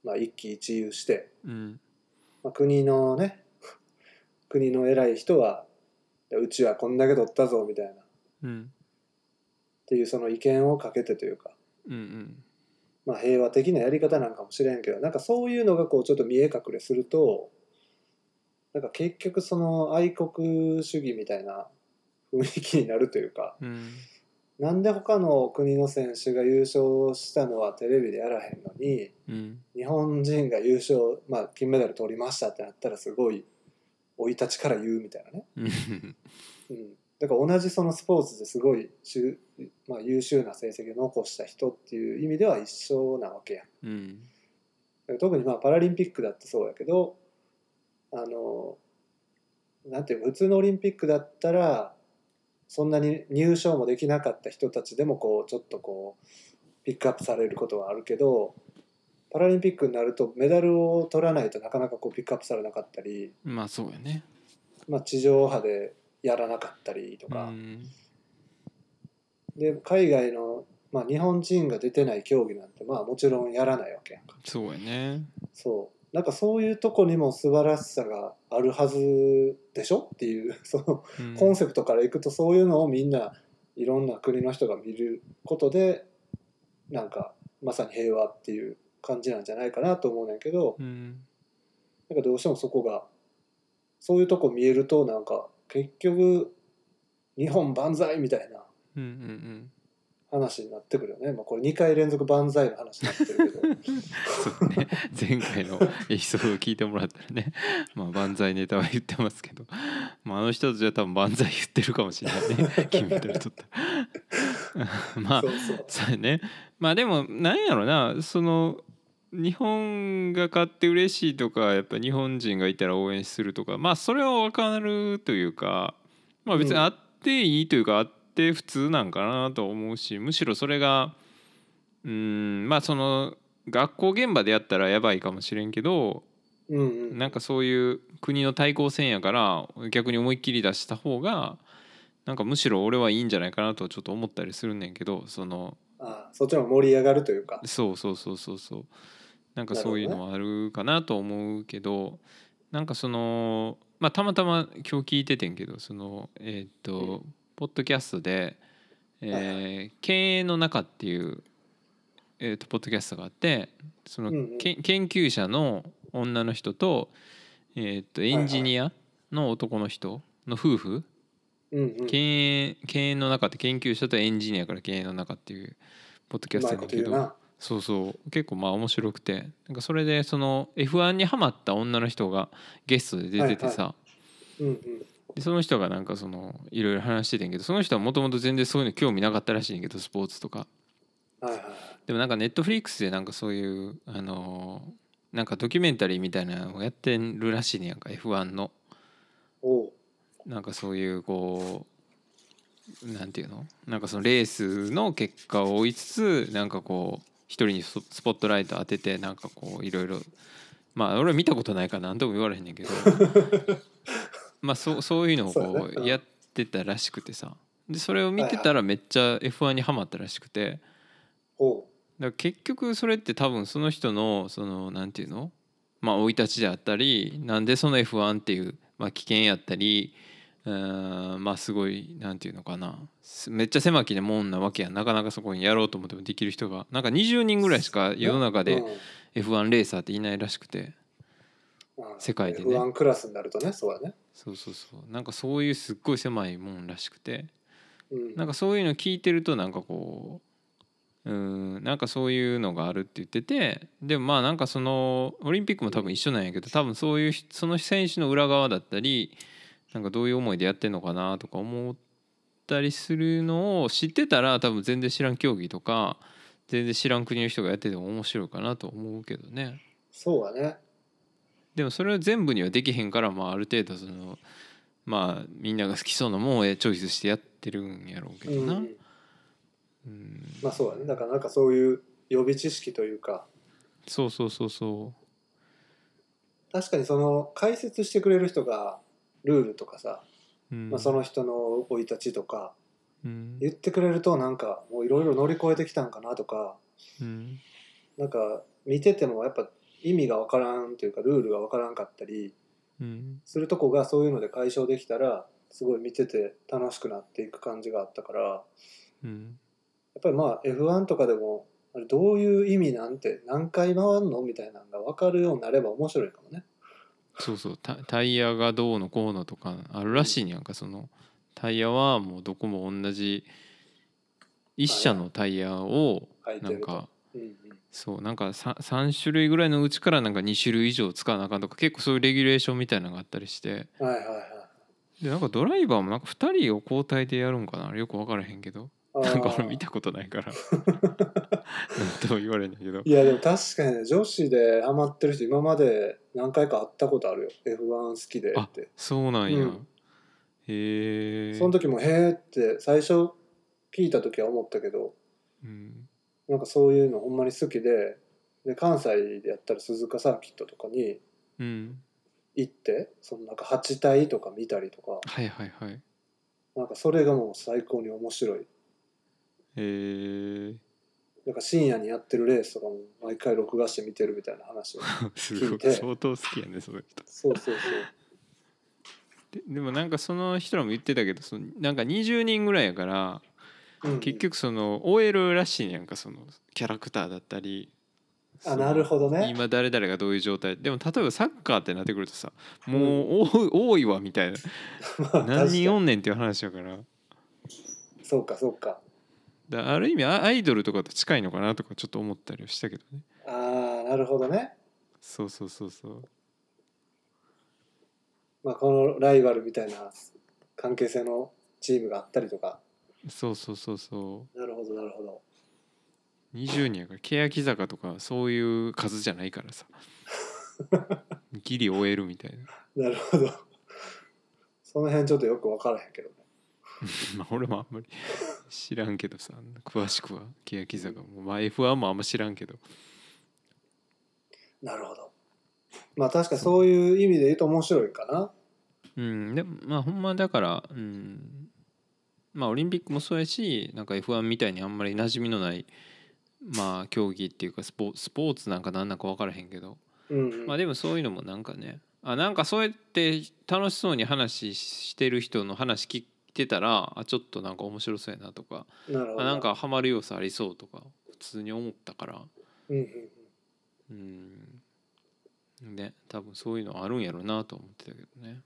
Speaker 2: まあ、一喜一憂して、
Speaker 1: うんうん
Speaker 2: まあ、国のね (laughs) 国の偉い人はうちはこんだけ取ったぞみたいなっ
Speaker 1: うん
Speaker 2: ていうその意見をかけてというか、
Speaker 1: うんうん
Speaker 2: まあ、平和的なやり方なんかもしれんけどなんかそういうのがこうちょっと見え隠れするとなんか結局その愛国主義みたいな雰囲気になるというか
Speaker 1: うん
Speaker 2: なんで他の国の選手が優勝したのはテレビでやらへんのに
Speaker 1: うん
Speaker 2: 日本人が優勝、まあ、金メダル取りましたってなったらすごい生い立ちから言うみたいなね。
Speaker 1: うん
Speaker 2: うん、だから同じそのスポーツですごいしゅ、まあ、優秀な成績を残した人っていう意味では一緒なわけやん
Speaker 1: うん
Speaker 2: 特にまあパラリンピックだってそうやけどあのなんていうか普通のオリンピックだったらそんなに入賞もできなかった人たちでもこうちょっとこうピックアップされることはあるけどパラリンピックになるとメダルを取らないとなかなかこうピックアップされなかったり、
Speaker 1: まあそうやね
Speaker 2: まあ、地上波でやらなかったりと
Speaker 1: う
Speaker 2: か、
Speaker 1: ん
Speaker 2: で海外の、まあ、日本人が出てない競技なんてまあもちろんやらないわけやんか。
Speaker 1: そうやね
Speaker 2: そうなんかそういうとこにも素晴らしさがあるはずでしょっていう (laughs) その
Speaker 1: うん
Speaker 2: コンセプトからいくとそういうのをみんないろんな国の人が見ることでなんかまさに平和っていう感じなんじゃないかなと思うねんけど
Speaker 1: うん
Speaker 2: なんかどうしてもそこがそういうとこ見えるとなんか結局日本万歳みたいな
Speaker 1: うんうん
Speaker 2: 話になってくるよね、まあ、これ2回連続万歳の話になってるけど。
Speaker 1: うんね前回のエピソードを聞いてもらったらねまあ万歳ネタは言ってますけど、まあ、あの人たちは多分万歳言ってるかもしれないね金メダル取ったら (laughs) まあ
Speaker 2: そうそう
Speaker 1: そうやねまあでもなんやろなその日本が勝って嬉しいとかやっぱ日本人がいたら応援するとかまあそれは分かるというかまあ別に
Speaker 2: うん
Speaker 1: あっていいというか、あって普通なんかなと思うしむしろそれがうんまあその学校現場でやったらやばいかもしれんけど
Speaker 2: うんうん
Speaker 1: なんかそういう国の対抗戦やから逆に思いっきり出した方がなんかむしろ俺はいいんじゃないかなとちょっと思ったりするねんけどその
Speaker 2: ああそっちの方が盛り上がるというか
Speaker 1: そうそうそうそうそうなんかそういうのはあるかなと思うけどなんかそのまあたまたま今日聞いててんけどそのえーっとポッドキャストで「
Speaker 2: はい
Speaker 1: えー経営の中」っていうえーっとポッドキャストがあってその
Speaker 2: うんうん
Speaker 1: けん研究者の女の人とえーっとエンジニアの男の人の夫婦
Speaker 2: うんうん
Speaker 1: 経営経営の中って研究者とエンジニアから経営の中っていうポッドキ
Speaker 2: う
Speaker 1: ャストやね
Speaker 2: まいこ
Speaker 1: ん
Speaker 2: と
Speaker 1: け
Speaker 2: 言う
Speaker 1: ど。
Speaker 2: な
Speaker 1: そうそう結構まあ面白くてなんかそれでその F1 にハマった女の人がゲストで出ててさ、
Speaker 2: うんうん
Speaker 1: でその人がなんかそのいろいろ話しててんけどその人はもともと全然そういうの興味なかったらしいんやけどスポーツとか
Speaker 2: はいはいはい
Speaker 1: でもなんかネットフリックスでなんかそういうあのーなんかドキュメンタリーみたいなのをやってるらしいねんやんか F1 の
Speaker 2: おう
Speaker 1: なんかそういうこうなんていうのなんかそのレースの結果を追いつつなんかこう一人にススポットライト当ててなんかこういろいろまあ俺は見たことないから何とも言われへんねんけどまあそうそういうのをこ
Speaker 2: そうだ
Speaker 1: う
Speaker 2: ね
Speaker 1: やってたらしくてさでそれを見てたらめっちゃ F1 にハマったらしくて。
Speaker 2: おう
Speaker 1: だから結局それって多分その人のそのなんていうのまあ生い立ちであったりなんでその F1 っていう、まあ、危険やったりうーんまあすごいなんていうのかなすめっちゃ狭きなもんなわけやんなかなかそこにやろうと思ってもできる人がなんか20人ぐらいしか世の中
Speaker 2: う
Speaker 1: で
Speaker 2: ん
Speaker 1: F1 レーサーっていないらしくて
Speaker 2: うん
Speaker 1: 世界でね
Speaker 2: F1 クラスになるとねそうだね
Speaker 1: そうそうそうなんかそういうすっごい狭いもんらしくて
Speaker 2: うん
Speaker 1: なんかそういうの聞いてるとなんかこううーんなんかそういうのがあるって言っててでもまあなんかそのオリンピックも多分一緒なんやけど多分そういうひその選手の裏側だったりなんかどういう思いでやってんのかなとか思ったりするのを知ってたら多分全然知らん競技とか全然知らん国の人がやってても面白いかなと思うけどね
Speaker 2: そうだね
Speaker 1: でもそれを全部にはできへんからまあある程度そのまあみんなが好きそうなもんをチョイスしてやってるんやろうけど
Speaker 2: う
Speaker 1: な。
Speaker 2: ん
Speaker 1: うん
Speaker 2: まあそうだねだからなんかそういう予備知識というか
Speaker 1: そうそうそうそ
Speaker 2: 確かにその解説してくれる人がルールとかさ、
Speaker 1: う。うん
Speaker 2: まあ、その人の生い立ちとか
Speaker 1: うん
Speaker 2: 言ってくれるとなんかもういろいろ乗り越えてきたんかなとか
Speaker 1: うん
Speaker 2: なんか見ててもやっぱ意味がわからんというかルールがわからんかったり
Speaker 1: うん
Speaker 2: するとこがそういうので解消できたらすごい見てて楽しくなっていく感じがあったからや
Speaker 1: うん
Speaker 2: っぱりまあ F1 とかでもあれどういう意味なんて何回回んのみたいなのが分かるようになれば面白いかもね。
Speaker 1: そうそうタタイヤがどうのこうのとかあるらしいねやんかそのタイヤはもうどこも同じ一社のタイヤを
Speaker 2: 履いて
Speaker 1: なん
Speaker 2: ると
Speaker 1: か
Speaker 2: うんうん
Speaker 1: そうなんか 3, 三種類ぐらいのうちからなんか2種類以上使わなあかんとか結構そういうレギュレーションみたいなのがあったりして
Speaker 2: はいはいはい
Speaker 1: でなんかドライバーもなんか2人を交代でやるんかなあれよく分からへんけど
Speaker 2: あー
Speaker 1: なんか俺見たことないから
Speaker 2: (laughs)
Speaker 1: (laughs) なんとも言われへんだけど
Speaker 2: いやでも確かにね女子でハマってる人今まで何回か会ったことあるよ F1 好きでって
Speaker 1: そうなんや、
Speaker 2: うん
Speaker 1: へえ
Speaker 2: その時も「へえ」って最初聞いた時は思ったけど
Speaker 1: うん
Speaker 2: なんかそういうのほんまに好きでで関西でやったら鈴鹿サーキットとかに
Speaker 1: うん
Speaker 2: 行ってそのなんか8体とか見たりとか
Speaker 1: はいはいはいへ
Speaker 2: なんかそれがもう最高に面白い
Speaker 1: え (laughs)
Speaker 2: なんか深夜にやってるレースとかも毎回録画して見てるみたいな話を
Speaker 1: すご
Speaker 2: 聞い
Speaker 1: い
Speaker 2: て
Speaker 1: 相当好きやねその人
Speaker 2: そうそうそう
Speaker 1: (laughs) ででもなんかその人らも言ってたけどそのなんか20人ぐらいやから、
Speaker 2: うんうん
Speaker 1: 結局その OL らしいねやんかそのキャラクターだったり
Speaker 2: あなるほど
Speaker 1: ど
Speaker 2: ね
Speaker 1: 今誰々がどういう状態でも例えばサッカーってなってくるとさ
Speaker 2: ん
Speaker 1: もう多い多いわみたいな
Speaker 2: まあ (laughs) 確か
Speaker 1: 何人お
Speaker 2: に
Speaker 1: んねんっていう話やから
Speaker 2: そうかそうか
Speaker 1: だある意味アアイドルとかと近いのかなとかちょっと思ったりはしたけどね
Speaker 2: ああなるほどね
Speaker 1: そうそうそうそう
Speaker 2: まあ、このライバルみたいな関係性のチームがあったりとか
Speaker 1: そうそうそうそ
Speaker 2: なるほどなるほど
Speaker 1: う20人やから欅坂とかそういう数じゃないからさ (laughs) ギリ終えるみたいな
Speaker 2: なるほどその辺ちょっとよく分からへんけどね
Speaker 1: まあ俺もあんまり知らんけどさ詳しくは欅坂もまあ F1 もあんま知らんけど
Speaker 2: なるほどまあ確かそういう意味で言うと面白いかな
Speaker 1: うんでもまあほんまだから、うん、まあオリンピックもそうやしなんか F1 みたいにあんまり馴染みのないまあ競技っていうかスポスポーツなんかなんなんか分からへんけど
Speaker 2: うんうん、
Speaker 1: まあでもそういうのもなんかねあなんかそうやって楽しそうに話してる人の話聞いてたらあちょっとなんか面白そうやなとか
Speaker 2: なるほど
Speaker 1: あなん、かハマる要素ありそうとか普通に思ったから
Speaker 2: うんうん
Speaker 1: うんね多分そういうのあるんやろうなと思ってたけどね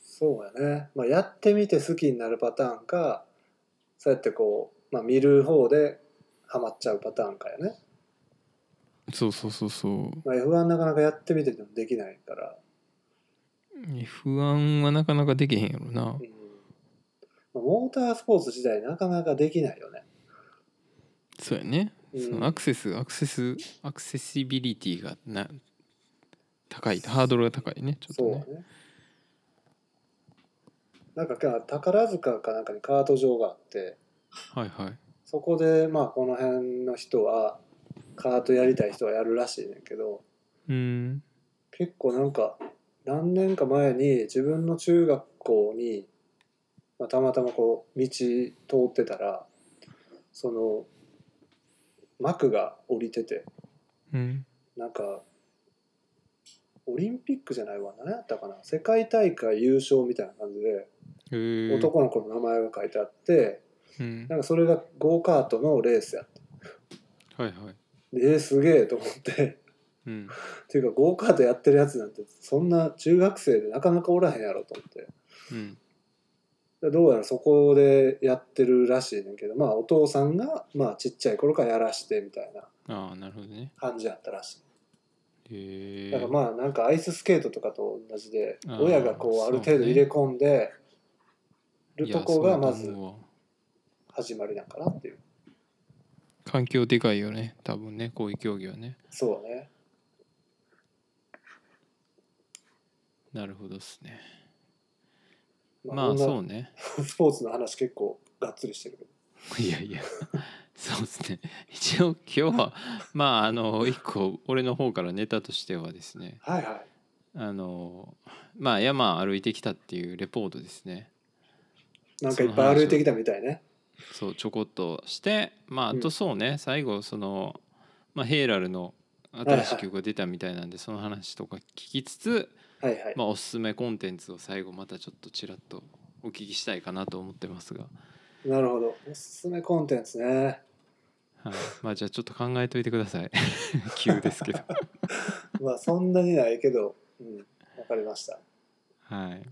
Speaker 2: そうやね、まあ、やってみて好きになるパターンかそうやってこう、まあ、見る方でハマっちゃうパターンかやね、
Speaker 1: そうそうそうそう
Speaker 2: まあ、F1 なかなかやってみててもできないから、
Speaker 1: F1 はなかなかできへんやろな
Speaker 2: うんまあ、モータースポーツ自体なかなかできないよね、
Speaker 1: そうやね
Speaker 2: うん
Speaker 1: そのアクセスアクセスアクセシビリティがな高いハードルが高いねちょっと
Speaker 2: そう
Speaker 1: ね
Speaker 2: ねなんかか宝塚かなんかにカート場があって
Speaker 1: はいはい
Speaker 2: そこでまあこの辺の人はカートやりたい人はやるらしいねんけど
Speaker 1: うん
Speaker 2: 結構なんか何年か前に自分の中学校に、まあ、たまたまこう道通ってたらその幕が降りてて
Speaker 1: うん
Speaker 2: なんかオリンピックじゃないわ何やったかな世界大会優勝みたいな感じで
Speaker 1: へー
Speaker 2: 男の子の名前が書いてあって
Speaker 1: うん
Speaker 2: なんかそれがゴーカートのレースやって
Speaker 1: はいはい
Speaker 2: でえーすげえと思って。
Speaker 1: うん
Speaker 2: っていうかゴーカートやってるやつなんてそんな中学生でなかなかおらへんやろと思って
Speaker 1: うん
Speaker 2: でどうやらそこでやってるらしいねんけどまあお父さんがまあちっちゃい頃からやらしてみたいな
Speaker 1: ああなるほどね
Speaker 2: 感じやったらし
Speaker 1: へ
Speaker 2: い
Speaker 1: え
Speaker 2: だからまあなんかアイススケートとかと同じで
Speaker 1: あー
Speaker 2: 親がこうある程度入れ込んでるとこがま
Speaker 1: いや
Speaker 2: ず
Speaker 1: そうだと思うわ
Speaker 2: 始まりなんかなっていう
Speaker 1: 環境でかいよね多分ねこういう競技はね
Speaker 2: そうね
Speaker 1: なるほどっすね
Speaker 2: ま
Speaker 1: まあ
Speaker 2: こんな
Speaker 1: そうね (laughs)
Speaker 2: スポーツの話結構がっつりしてるけど
Speaker 1: いやい (laughs) やそうですね (laughs) 一応今日は (laughs) まああの一個俺の方からネタとしてはですね
Speaker 2: はいはい
Speaker 1: あのまあ山歩いてきたっていうレポートですね
Speaker 2: なんかいっぱい歩いてきたみたいね
Speaker 1: そうちょこっとしてまああ
Speaker 2: う
Speaker 1: と
Speaker 2: ん
Speaker 1: そうね最後その、まあ、ヘイラルの新しい曲が出たみたいなんでその話とか聞きつつ、
Speaker 2: はいはい、
Speaker 1: まあ、おすすめコンテンツを最後またちょっとちらっとお聞きしたいかなと思ってますが、
Speaker 2: なるほどおすすめコンテンツね
Speaker 1: はい、まあじゃあちょっと考えといてください (laughs) 急ですけど (laughs)
Speaker 2: まあそんなにないけど、うん、わかりました。
Speaker 1: はい。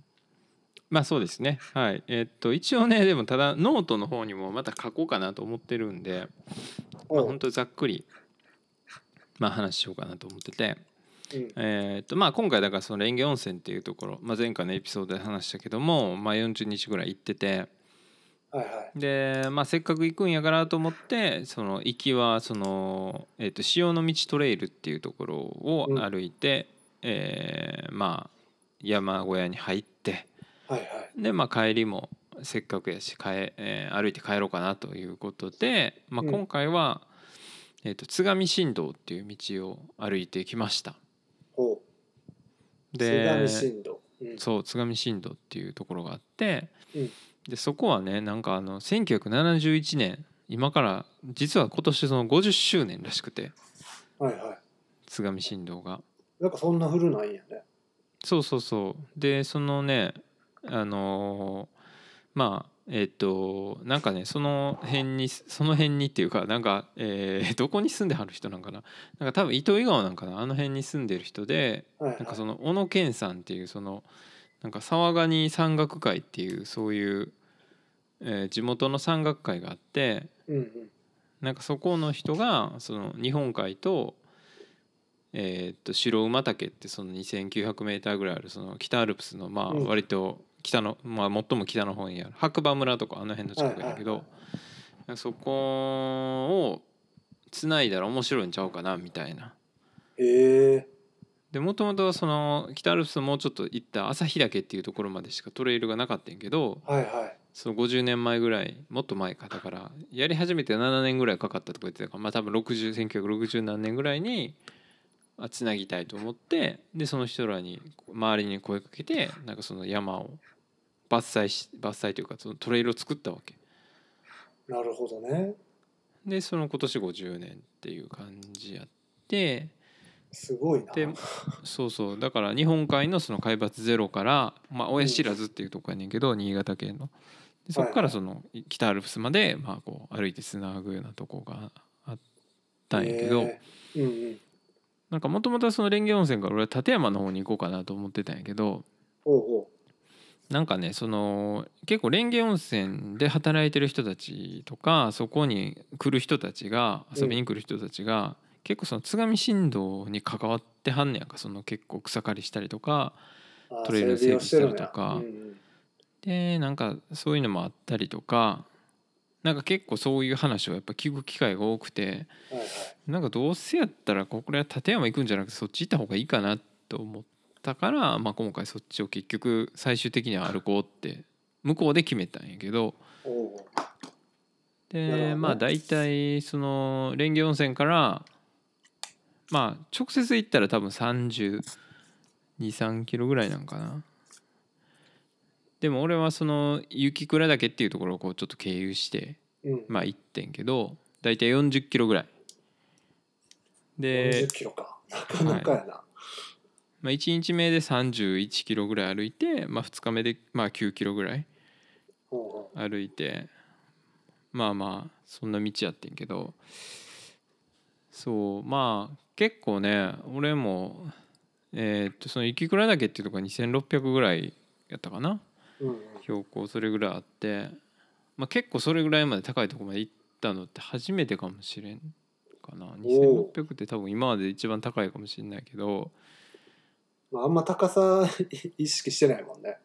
Speaker 1: まあそうですね。はい。えっと一応ねでもただノートの方にもまた書こうかなと思ってるんで、まあ
Speaker 2: う
Speaker 1: 本
Speaker 2: ん、
Speaker 1: 当ざっくりまあ話しようかなと思ってて、
Speaker 2: うん
Speaker 1: えっとまあ今回だからその蓮華温泉っていうところ、まあ前回のエピソードで話したけども、まあ40日ぐらい行ってて、
Speaker 2: はいはい。
Speaker 1: でまあせっかく行くんやからと思ってその行きはそのえっと潮の道トレイルっていうところを
Speaker 2: うん
Speaker 1: 歩いて、えーまあ山小屋に入って。
Speaker 2: はいはい。
Speaker 1: でまあ帰りもせっかくやし帰、えー歩いて帰ろうかなということで、まあ、
Speaker 2: うん
Speaker 1: 今回は、えー、と津上新道っていう道を歩いてきました。
Speaker 2: ほう。津
Speaker 1: で
Speaker 2: 波振動。うん。
Speaker 1: そう津上新道っていうところがあって、
Speaker 2: うん
Speaker 1: でそこはねなんかあの1971年今から実は今年その50周年らしくて
Speaker 2: はいは
Speaker 1: 津上新道が。
Speaker 2: い。なんかそんな古ないんやね。
Speaker 1: そうそうそうでそのねあのーまあえっ、となんかねその辺にその辺にっていうかなんか、えーどこに住んではる人なんかななんか多分糸魚川なんかなあの辺に住んでる人で
Speaker 2: はいはい。
Speaker 1: なんかその小野健さんっていうそのなんか沢蟹山岳会っていうそういう、えー地元の山岳会があって
Speaker 2: うんうん。
Speaker 1: なんかそこの人がその日本海と,、えーっと白馬岳ってその 2,900m ぐらいあるその北アルプスのまあ
Speaker 2: うん
Speaker 1: 割と北の、まあ、最も北の方にある白馬村とかあの辺の近くだけど、
Speaker 2: はい
Speaker 1: そこをつないだら面白いんちゃうかなみたいな。
Speaker 2: へえ
Speaker 1: でもともとはその北アルプスのもうちょっと行った旭岳っていうところまでしかトレイルがなかったんやけど
Speaker 2: はいはい。
Speaker 1: その50年前ぐらいもっと前かだからやり始めて7年ぐらいかかったとか言ってたからまあ多分60 1960何年ぐらいにあつなぎたいと思ってでその人らに周りに声かけてなんかその山を伐採し伐採というかそのトレイルを作ったわけ
Speaker 2: なるほどね
Speaker 1: でその今年50年っていう感じやって
Speaker 2: すごいな
Speaker 1: で (laughs) そうそうだから日本海のその海抜ゼロから、まあ、親知らずっていうとこやねんけど新潟県のでそこからその北アルプスまで、まあ、こう歩いてつなぐようなとこがあったんやけど、
Speaker 2: えーうんうん
Speaker 1: なんかもともとはその蓮華温泉から俺は立山の方に行こうかなと思ってたんやけど
Speaker 2: おうおう
Speaker 1: なんかねその結構蓮華温泉で働いてる人たちとかそこに来る人たちが遊びに来る人たちが、結構その津上振動に関わってはんねやんかその結構草刈りしたりとか
Speaker 2: あー
Speaker 1: トレイル整備したりとか
Speaker 2: 整備をしてるんや
Speaker 1: でなんかそういうのもあったりとかなんか結構そういう話をやっぱ聞く機会が多くて
Speaker 2: うんうんはい
Speaker 1: なんかどうせやったらここれは立山行くんじゃなくてそっち行った方がいいかなと思ったから、まあ、今回そっちを結局最終的には歩こうって向こうで決めたんやけど
Speaker 2: はい、おうおうなるほ
Speaker 1: で
Speaker 2: ど
Speaker 1: まあ大体その蓮華温泉からまあ直接行ったら多分3 2 3キロぐらいなんかなでも俺はその雪倉岳っていうところをこうちょっと経由して
Speaker 2: うん、
Speaker 1: まあ行ってんけど大体4 0キロぐらい
Speaker 2: 40
Speaker 1: で、
Speaker 2: キロかなかなかやな、
Speaker 1: まあ、1日目で3 1キロぐらい歩いて、まあ、2日目でまあ9キロぐらい
Speaker 2: おうお
Speaker 1: 歩いてまあまあそんな道やってんけどそうまあ結構ね俺もえーっとその雪倉岳っていうとこが2600ぐらいやったかな
Speaker 2: ううんうん
Speaker 1: 標高それぐらいあって、まあ、結構それぐらいまで高いとこまで行ったのって初めてかもしれんかな
Speaker 2: おう
Speaker 1: 2600って多分今までで一番高いかもしれないけど
Speaker 2: まあ、あんま高さ (laughs) 意識してないもんね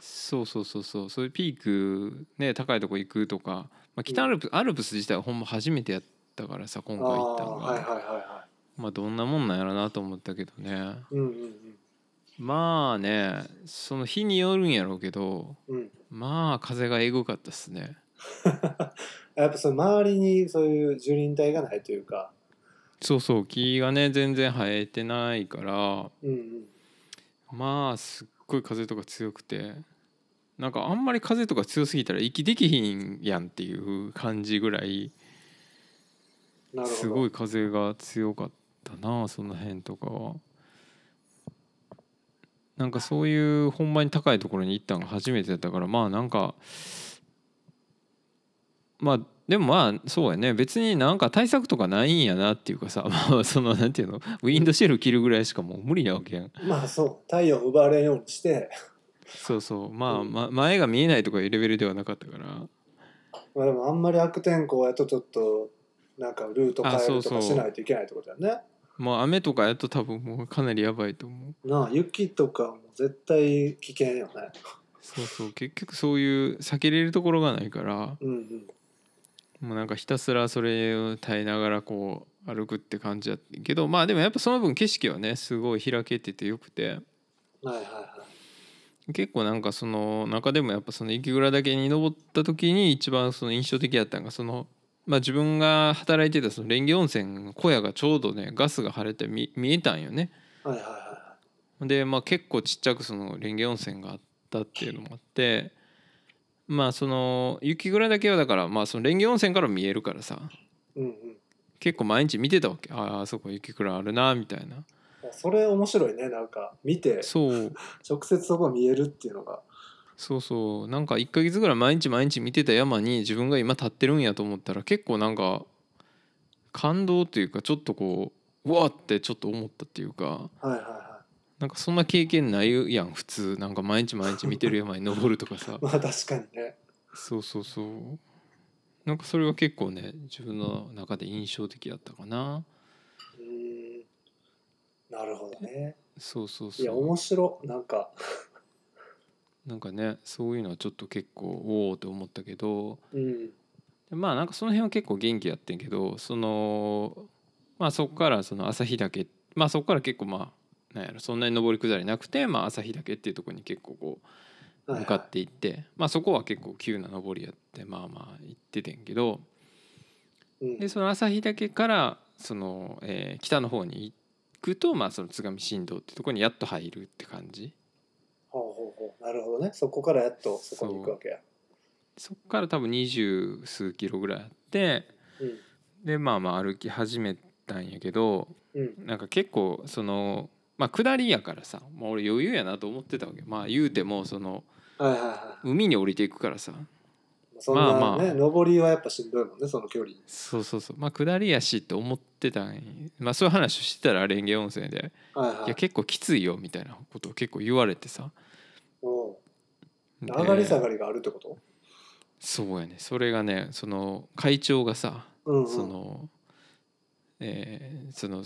Speaker 1: そうそうそうそうそういうピークね高いとこ行くとか、まあ、北アルプス、アルプス自体はほんま初めてやったからさ今
Speaker 2: あ
Speaker 1: 回行った
Speaker 2: あ
Speaker 1: のが、
Speaker 2: はいはいはいは
Speaker 1: まあどんなもんなんやろなと思ったけどね
Speaker 2: いうんうん
Speaker 1: まあねその日によるんやろうけど
Speaker 2: うんうん
Speaker 1: まあ風がえぐかったっすね
Speaker 2: やっぱその周りにそういう樹林帯がないというか
Speaker 1: そうそう木がね全然生えてないから
Speaker 2: うんうん
Speaker 1: まあすっごい風とか強くてなんかあんまり風とか強すぎたら息できひんやんっていう感じぐらい
Speaker 2: なるほど
Speaker 1: すごい風が強かったなその辺とかはなんかそういう本番に高いところに行ったのが初めてだったからまあなんかまあでもまあそうやね別になんか対策とかないんやなっていうかさ (laughs) まあそのなんていうのウィンドシェル切るぐらいしかもう無理なわけやん
Speaker 2: まあそう体温奪われんようにして
Speaker 1: そうそうまあ
Speaker 2: うん
Speaker 1: ま前が見えないとかいうレベルではなかったから
Speaker 2: まあでもあんまり悪天候やとちょっとなんかルート変えると
Speaker 1: あそうそ
Speaker 2: か
Speaker 1: う
Speaker 2: しないといけないってことだよね
Speaker 1: まあ雨とかやと多分もうかなりやばいと思う
Speaker 2: なあ雪とかも絶対危険よね
Speaker 1: そうそう結局そういう避けれるところがないから
Speaker 2: うんうん
Speaker 1: もうなんかひたすらそれを耐えながらこう歩くって感じやったけどまあでもやっぱその分景色はねすごい開けててよくて
Speaker 2: はいはいはい
Speaker 1: 結構なんかその中でもやっぱその雪倉岳に登った時に一番その印象的やったのがその。まあ、自分が働いてたその蓮華温泉の小屋がちょうどねガスが腫れて見見えたんよね
Speaker 2: はいはいは
Speaker 1: で、まあ、結構ちっちゃくその蓮華温泉があったっていうのもあってまあその雪倉岳はだからまあその蓮華温泉から見えるからさ
Speaker 2: いうんうん
Speaker 1: 結構毎日見てたわけあーあそこ雪倉あるなみたいな
Speaker 2: それ面白いねなんか見て
Speaker 1: そう
Speaker 2: 直接そこが見えるっていうのが
Speaker 1: そうそうなんか1ヶ月ぐらい毎日毎日見てた山に自分が今立ってるんやと思ったら結構なんか感動というかちょっとこううわーってちょっと思ったっていうか
Speaker 2: はいはいは
Speaker 1: なんかそんな経験ないやん普通なんか毎日毎日見てる山に登るとかさ
Speaker 2: いまあ確かにね
Speaker 1: そうそうそうなんかそれは結構ね自分の中で印象的だったかな
Speaker 2: うーんなるほどね
Speaker 1: そうそう
Speaker 2: いや
Speaker 1: そう
Speaker 2: 面白なんか
Speaker 1: なんかねそういうのはちょっと結構おおって思ったけど
Speaker 2: うん
Speaker 1: でまあなんかその辺は結構元気やってんけどそのまあそこからその朝日岳まあそこから結構まあなんやろそんなに上り下りなくて、まあ、朝日岳っていうところに結構こう
Speaker 2: はい
Speaker 1: 向
Speaker 2: はい
Speaker 1: かっていって、まあそこは結構急な上りやってまあまあ行っててんけど
Speaker 2: うん
Speaker 1: でその朝日岳からその、えー北の方にくとまあその津上振動ってところにやっと入るって感じ
Speaker 2: ほうほうほうなるほどねそこからやっとそこに行くわけや
Speaker 1: そっから多分二十数キロぐらいあって
Speaker 2: うん
Speaker 1: でまあまあ歩き始めたんやけど
Speaker 2: うん
Speaker 1: なんか結構そのまあ下りやからさもう俺余裕やなと思ってたわけまあ言うてもその
Speaker 2: はいはいはい
Speaker 1: 海に降りていくからさ
Speaker 2: そんなね、
Speaker 1: まあまあ
Speaker 2: 上りはやっぱしんどいもんねその距離
Speaker 1: そうそうそうまあ下りやしって思ってたんやまあそういう話をしてたら蓮華温泉で
Speaker 2: はいはい
Speaker 1: いや結構きついよみたいなことを結構言われてさ
Speaker 2: おう
Speaker 1: で
Speaker 2: 上がり下がりがあるってこと、
Speaker 1: そうやねそれがねその会長がさ
Speaker 2: うんうん、
Speaker 1: そのえーその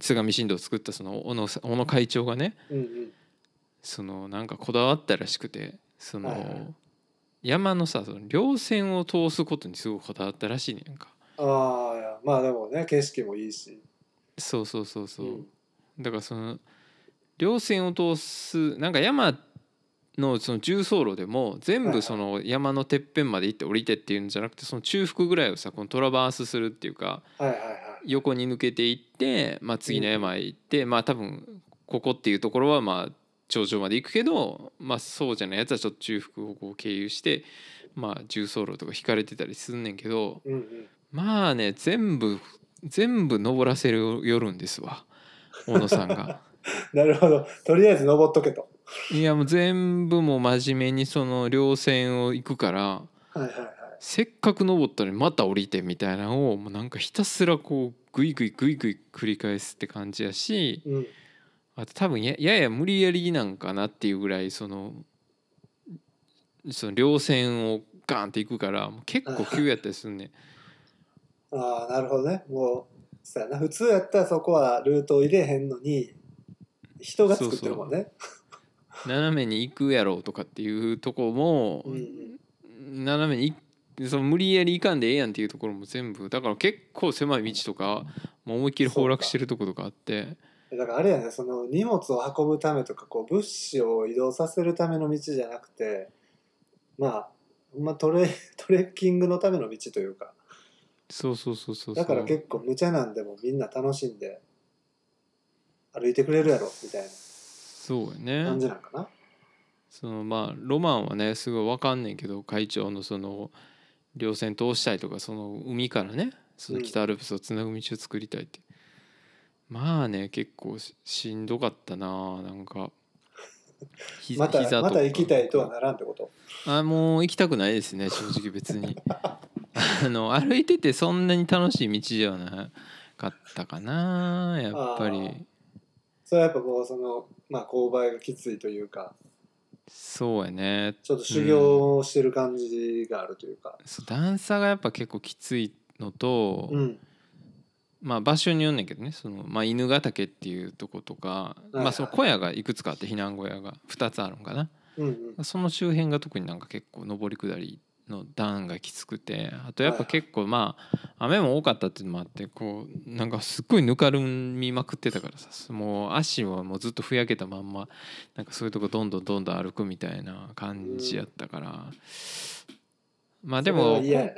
Speaker 1: 津上振動を作ったその小野さん小野会長がね
Speaker 2: うんうん
Speaker 1: そのなんかこだわったらしくてそ
Speaker 2: はいはい
Speaker 1: の山のさその稜線を通すことにすごくこだわったらしいねんか
Speaker 2: ああいやまあでもね景色もいいし
Speaker 1: そうそうそうそう、
Speaker 2: うん
Speaker 1: だからその稜線を通すなんか山のその重走路でも全
Speaker 2: はいは
Speaker 1: 部
Speaker 2: い
Speaker 1: その山のてっぺんまで行って降りてっていうんじゃなくてその中腹ぐらいをさこのトラバースするっていうか
Speaker 2: はいはいはい
Speaker 1: 横に抜けていって、まあ、次の山へ行って、まあ多分ここっていうところはまあ頂上まで行くけど、まあ、そうじゃないやつはちょっと中腹をこう経由して、まあ、重走路とか引かれてたりすんねんけど
Speaker 2: うんうん (laughs)
Speaker 1: まあね全部全部登らせるよるんですわ小野さんが。
Speaker 2: なるほどとりあえず登っとけと
Speaker 1: いやもう全部もう真面目にその稜線を行くから
Speaker 2: はいはいはい
Speaker 1: せっかく登ったのにまた降りてみたいなのをもうなんかひたすらこうグイグイグイグイ繰り返すって感じやし
Speaker 2: うん
Speaker 1: あと多分ややや無理やりなんかなっていうぐらいそのその稜線をガーンって行くからもう結構急やったりす
Speaker 2: (laughs)
Speaker 1: んねん
Speaker 2: ああなるほどねもうそうやな普通やったらそこはルートを入れへんのに人が作ってるもんね
Speaker 1: 斜めに行くやろうとかっていうとこも
Speaker 2: うんうん
Speaker 1: 斜めにいその無理やり行かんでええやんっていうところも全部だから結構狭い道とかもう思いっきり崩落してるとことかあって
Speaker 2: だからあれやねその荷物を運ぶためとかこう物資を移動させるための道じゃなくてまあほんまトレ (laughs) トレッキングのための道というか
Speaker 1: そうそうそうそうそう
Speaker 2: だから結構無茶なんでもみんな楽しんで歩いてくれるやろみたい
Speaker 1: そう
Speaker 2: な
Speaker 1: や
Speaker 2: 感
Speaker 1: ね
Speaker 2: じなんかな、
Speaker 1: そのまあロマンはねすごいわかんねんけど会長のその稜線通したいとかその海からねその北アルプスをつなぐ道を作りたいって、まあね結構ししんどかったななんかひ
Speaker 2: また
Speaker 1: 膝
Speaker 2: また行きたいとは
Speaker 1: か
Speaker 2: ならんってこと
Speaker 1: あもう行きたくないですね正直別に (laughs) あの歩いててそんなに楽しい道ではなかったかなやっぱ
Speaker 2: あー
Speaker 1: り
Speaker 2: それはやっぱもうそのまあ勾配がきついというか
Speaker 1: そうやね
Speaker 2: ちょっと修行をしてる感じがあるというか
Speaker 1: そう段差がやっぱ結構きついのと、
Speaker 2: うん
Speaker 1: まあ場所によんねんけどねその、まあ、犬ヶ岳っていうとことか、
Speaker 2: いはい
Speaker 1: まあ、その小屋がいくつかあって避難小屋が2つあるんかな
Speaker 2: うんうん
Speaker 1: その周辺が特になんか結構上り下りの段がきつくてあとやっぱ結構まあ雨も多かったっていうのもあってこうなんかすっごいぬかるみまくってたからさもう足はもうずっとふやけたまんまなんかそういうとこどんどんどんどん歩くみたいな感じやったからまあで
Speaker 2: それ
Speaker 1: も
Speaker 2: は嫌やね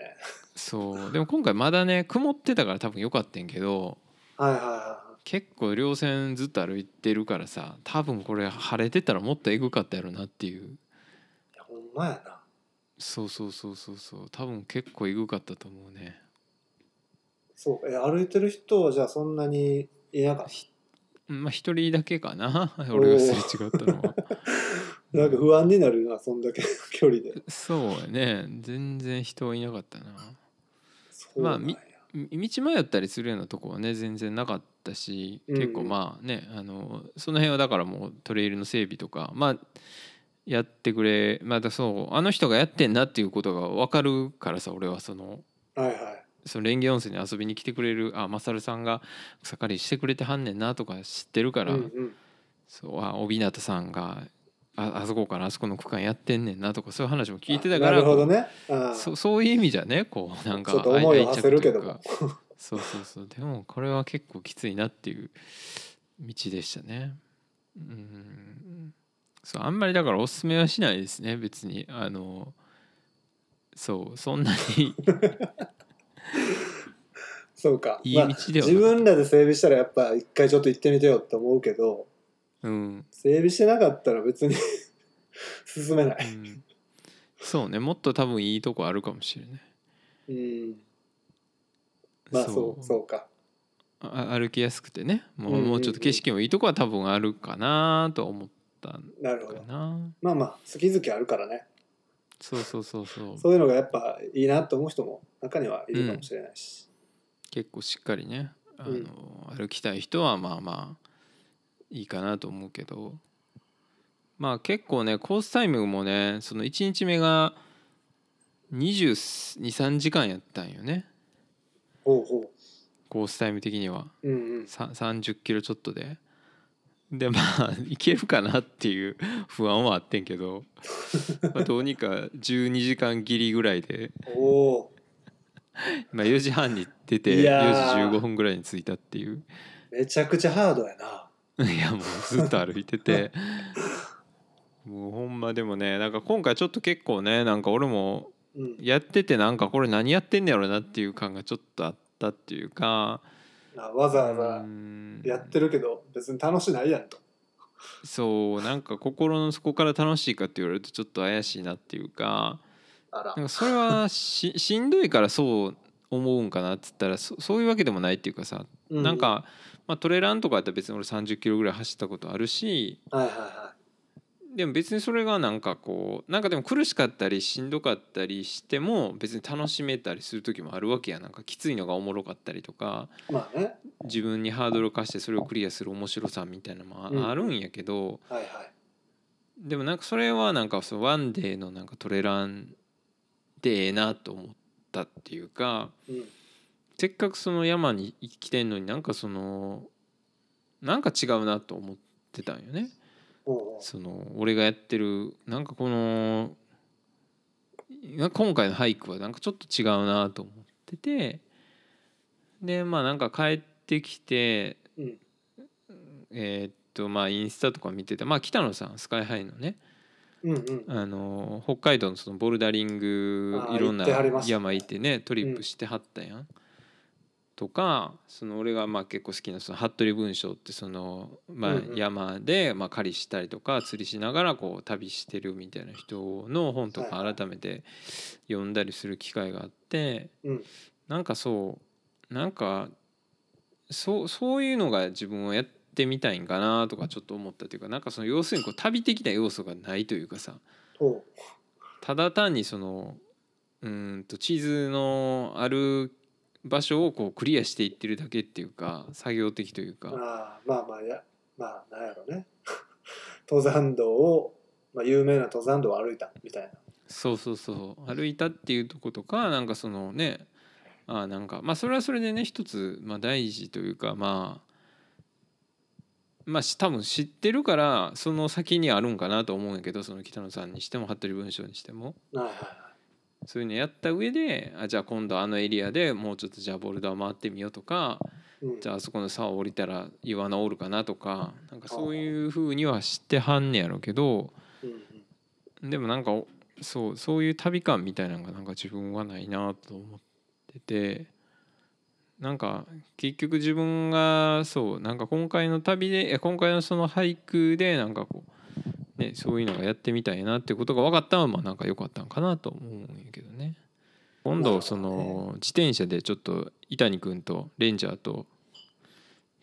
Speaker 1: そうでも今回まだね曇ってたから多分良かったんやけど
Speaker 2: はいはいは
Speaker 1: 結構稜線ずっと歩いてるからさ多分これ晴れてたらもっとエグかったやろなっていう
Speaker 2: いいやほんまやな
Speaker 1: そうそうそうそうそう多分結構エグかったと思うね
Speaker 2: そうかえ歩いてる人はじゃあそんなにいなかっ
Speaker 1: まあ一人だけか (laughs) な俺がすれ違ったのは
Speaker 2: たなんか不安になるなそんだけ (laughs) の距離で
Speaker 1: そうやね全然人いなかったな
Speaker 2: そうなん
Speaker 1: ま
Speaker 2: や、
Speaker 1: あみみ道迷ったりするようなとこはね全然なかったし
Speaker 2: うんうん
Speaker 1: 結構まあね、あのその辺はだからもうトレイルの整備とかまあやってくれまたそうあの人がやってんなっていうことが分かるからさ俺はその
Speaker 2: はいはい
Speaker 1: そのレンゲ温泉に遊びに来てくれるあマサルさんが草刈りしてくれてはんねんなとか知ってるから、
Speaker 2: うんうん
Speaker 1: そうあ帯名さんがああそこからあそこの区間やってんねんなとかそういう話も聞いてたから
Speaker 2: なるほどねあ
Speaker 1: そ
Speaker 2: ー
Speaker 1: そういう意味じゃねこ
Speaker 2: (laughs)
Speaker 1: うなんか
Speaker 2: ちょっと思いを馳せるけども
Speaker 1: 愛着というかそうそうそうでもこれは結構きついなっていう道でしたねうんそうあんまりだからおすすめはしないですね別にあのそうそんなに
Speaker 2: そうか
Speaker 1: いい
Speaker 2: まあ
Speaker 1: 道ではな
Speaker 2: 自分らで整備したらやっぱ一回ちょっと行ってみてよって思うけど
Speaker 1: うん、
Speaker 2: 整備してなかったら別に (laughs) 進め
Speaker 1: う
Speaker 2: ない、
Speaker 1: ん、そうねもっと多分いいとこあるかもしれない
Speaker 2: うん、まあそうそうか
Speaker 1: あ歩きやすくてねもう,、
Speaker 2: うんうんうん
Speaker 1: もうちょっと景色もいいとこは多分あるかなと思ったん
Speaker 2: なるほ
Speaker 1: か
Speaker 2: ど
Speaker 1: な
Speaker 2: まあまあ好き好きあるからね
Speaker 1: そうそうそうそう
Speaker 2: そういうのがやっぱいいなと思う人も中にはいるかもしれないし、
Speaker 1: 結構しっかりねあの、
Speaker 2: うん
Speaker 1: 歩きたい人はまあまあいいかなと思うけどまあ結構ねコースタイムもねその1日目が223時間やったんよね
Speaker 2: ほうほ
Speaker 1: コースタイム的には
Speaker 2: ううんうん
Speaker 1: さ30キロちょっとででまあ (laughs) いけるかなっていう不安はあってんけど、まあ、どうにか12時間切りぐらいで、
Speaker 2: おお
Speaker 1: まあ、4時半に出て
Speaker 2: いやー
Speaker 1: 4時15分ぐらいに着いたっていう
Speaker 2: めちゃくちゃハードやない
Speaker 1: やもうずっと歩いててもうほんまでもねなんか今回ちょっと結構ねなんか俺も
Speaker 2: うん
Speaker 1: やっててなんかこれ何やってんねやろなっていう感がちょっとあったっていうか
Speaker 2: あわざわざや
Speaker 1: や
Speaker 2: ってるけど別に楽しないやんと
Speaker 1: そうなんか心の底から楽しいかって言われるとちょっと怪しいなっていうか
Speaker 2: あら
Speaker 1: なんかそれはししんどいからそう思うんかなっつったらそそういうわけでもないっていうかさ
Speaker 2: う
Speaker 1: なんか、まあ、トレランとかやったら別に俺30キロぐらい走ったことあるし
Speaker 2: はいはいは
Speaker 1: でも別にそれがなんかこうなんかでも苦しかったりしんどかったりしても別に楽しめたりする時もあるわけやなんかきついのがおもろかったりとか
Speaker 2: いまあね
Speaker 1: 自分にハードルを課してそれをクリアする面白さみたいなの
Speaker 2: うん
Speaker 1: もああるんやけど、
Speaker 2: はいはい
Speaker 1: でもなんかそれはなんかそのワンデーのなんかトレランでええなと思ったっていうか
Speaker 2: うん
Speaker 1: せっかくその山に来てんのになんかそのなんか違うなと思ってたんよね。
Speaker 2: おうおう
Speaker 1: その俺がやってるなんかこのなんか今回の俳句はなんかちょっと違うなと思っててでまあなんか帰ってきて
Speaker 2: うん
Speaker 1: えーっとまあインスタとか見ててまあ北野さんスカイハイのね
Speaker 2: うんうん
Speaker 1: あの北海道のそのボルダリング
Speaker 2: あー
Speaker 1: いろんな
Speaker 2: 行ってはりましたね
Speaker 1: 山行ってねトリップしてはったやん。とかその俺がまあ結構好きなその服部文章ってそのまあ
Speaker 2: うんうん
Speaker 1: 山でまあ狩りしたりとか釣りしながらこう旅してるみたいな人の本と
Speaker 2: は
Speaker 1: か
Speaker 2: いはい
Speaker 1: 改めて読んだりする機会があって
Speaker 2: うん
Speaker 1: なんかそうなんかそうそういうのが自分をやってみたいんかなとかちょっと思ったというかなんかその要するにこう旅的な要素がないというかさ
Speaker 2: おう
Speaker 1: ただ単にそのうーんと地図のある場所をこうクリアしていってるだけっていうか作業的というか
Speaker 2: ああまあまあやまあなんやろね (laughs) 登山道を、まあ、有名な登山道を歩いたみたいな
Speaker 1: そうそうそう歩いたっていうとことかなんかそのねあーなんかまあそれはそれでね一つまあ大事というかまあまあし多分知ってるからその先にあるんかなと思うんやけどその北野さんにしても服部文章にしても。
Speaker 2: はいはいは
Speaker 1: そういうのやった上であじゃあ今度あのエリアでもうちょっとじゃあボルダー回ってみようとか
Speaker 2: い、うん、
Speaker 1: じゃああそこの沢降りたら岩のおるかなとかなんかそういうふうには知ってはんねやろうけど
Speaker 2: うんうん
Speaker 1: でもなんかおそうそういう旅感みたいなのがなんか自分はないなと思っててなんか結局自分がそうなんか今回の旅でいや今回のその俳句でなんかこう、ね、そういうのがやってみたいなってことが分かったのはまあなんか良かったんかなと思うんやけどね。今度そ
Speaker 2: なるほ
Speaker 1: の自転車でちょっと伊谷君とレンジャーと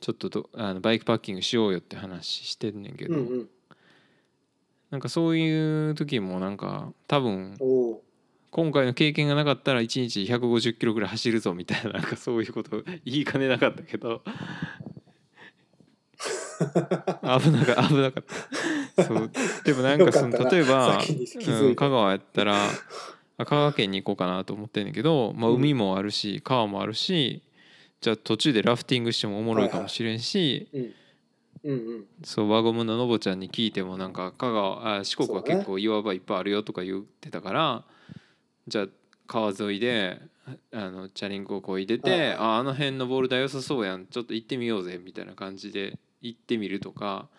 Speaker 1: ちょっとどあのバイクパッキングしようよって話してんねんけど、
Speaker 2: うんうん
Speaker 1: なんかそういう時もなんか多分
Speaker 2: おお
Speaker 1: 今回の経験がなかったら1日150キロぐらい走るぞみたいななんかそういうこと言いかねなかったけど危なか危なかったそうでもなんかその
Speaker 2: よかったな
Speaker 1: 例えば、
Speaker 2: 先に気づいて
Speaker 1: うん香川やったらあ香川県に行こうかなと思ってんだけど、まあ、
Speaker 2: うん
Speaker 1: 海もあるし川もあるしじゃあ途中でラフティングしてもおもろいかもしれんし、
Speaker 2: (laughs) うんうんうん
Speaker 1: そう輪ゴムののぼちゃんに聞いてもなんか香川あ四国は
Speaker 2: そうね
Speaker 1: 結構岩場いっぱいあるよとか言ってたから、じゃあ川沿いであのチャリンコをこいで
Speaker 2: はいはい
Speaker 1: て、ああの辺のボルダー良さそうやんちょっと行ってみようぜみたいな感じで行ってみるとか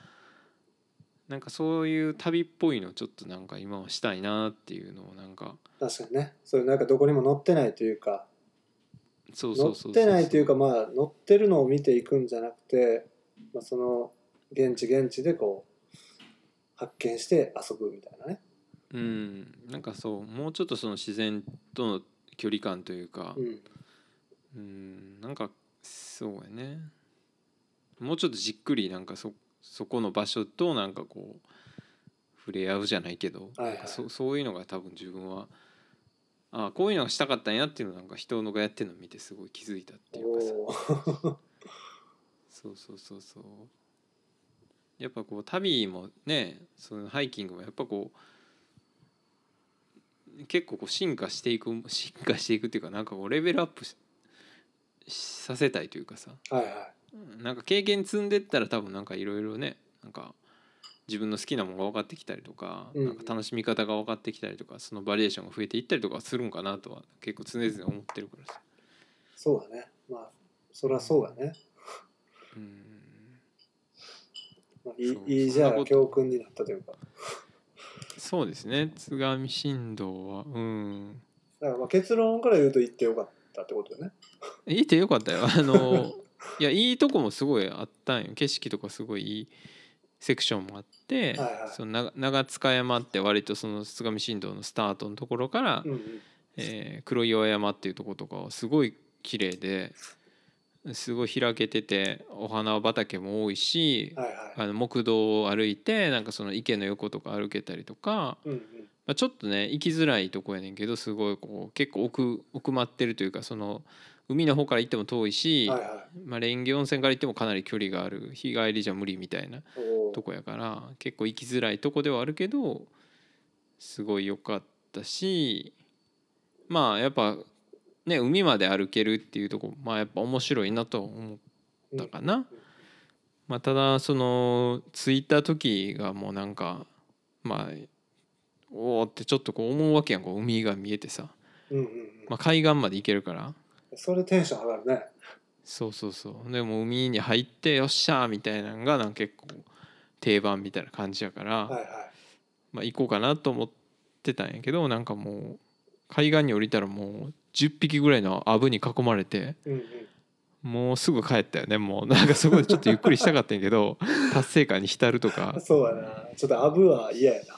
Speaker 1: なんかそういう旅っぽいのちょっとなんか今はしたいなっていうのをなんか
Speaker 2: 確かにねそういうなんかどこにも載ってないというか
Speaker 1: そうそ
Speaker 2: 乗
Speaker 1: うそうそ
Speaker 2: っ
Speaker 1: う
Speaker 2: てないというかまあ乗ってるのを見ていくんじゃなくて、まあ、その現地現地でこう発見して遊ぶみたいなね、
Speaker 1: うんなんかそうもうちょっとその自然との距離感というか
Speaker 2: うん、
Speaker 1: うんなんかそうやねもうちょっとじっくりなんかそそこの場所となんかこう触れ合うじゃないけど、
Speaker 2: はいはい
Speaker 1: なんかそそういうのが多分自分はあこういうのがしたかったんやっていうのをなんか人のがやってるのを見てすごい気づいたっていうかさ
Speaker 2: おー
Speaker 1: そうそうそうそうやっぱこう旅もねそのハイキングもやっぱこう結構こう進化していく進化していくっていうかなんかこうレベルアップししさせたいというかさ
Speaker 2: はいはい
Speaker 1: なんか経験積んでったら多分なんかいろいろねなんか自分の好きなものが分かってきたりとか,、
Speaker 2: うん
Speaker 1: なんか楽しみ方が分かってきたりとかそのバリエーションが増えていったりとかするんかなとは結構常々思ってるからさ。
Speaker 2: そうだねまあそりゃそうだね、
Speaker 1: うん
Speaker 2: まあ、いい
Speaker 1: そう
Speaker 2: いいじゃ
Speaker 1: そんなこ
Speaker 2: あ
Speaker 1: と
Speaker 2: 教訓になったというか
Speaker 1: そうですね津上振動はうん
Speaker 2: だからまあ結論から言うと言ってよかったってことだね
Speaker 1: いいってよかったよあ
Speaker 2: (laughs)
Speaker 1: のいやいいとこもすごいあったんよ景色とかすごいいいセクションもあって、
Speaker 2: はいはい
Speaker 1: その長長塚山って割とその津上振動のスタートのところから、
Speaker 2: うんうん
Speaker 1: えー黒岩山っていうところとかはすごい綺麗ですごい開けててお花畑も多いし、
Speaker 2: はいはい
Speaker 1: あの木道を歩いてなんかその池の横とか歩けたりとか、
Speaker 2: うんうん
Speaker 1: まあ、ちょっとね行きづらいとこやねんけどすごいこう結構奥奥まってるというかその海の方から行っても遠いし、
Speaker 2: はいは
Speaker 1: まあ、蓮華温泉から行ってもかなり距離がある日帰りじゃ無理みたいない
Speaker 2: おー
Speaker 1: とこやから結構行きづらいとこではあるけどすごい良かったしまあやっぱね海まで歩けるっていうとこまあやっぱ面白いなとは思ったかな。まあ、ただその着いた時がもうなんかまあおおってちょっとこう思うわけやんこう海が見えてさ、
Speaker 2: うんうんうん
Speaker 1: まあ、海岸まで行けるから
Speaker 2: それテンション上がるね
Speaker 1: そうそうそうでもう海に入ってよっしゃーみたいなのがなんか結構定番みたいな感じやから、
Speaker 2: はいはい
Speaker 1: まあ、行こうかなと思ってたんやけどなんかもう海岸に降りたらもう10匹ぐらいのアブに囲まれて
Speaker 2: うんうん
Speaker 1: もうすぐ帰ったよねもうなんかそこでちょっとゆっくりしたかったんやけど (laughs) 達成感に浸るとか
Speaker 2: そうやなちょっとアブは嫌やな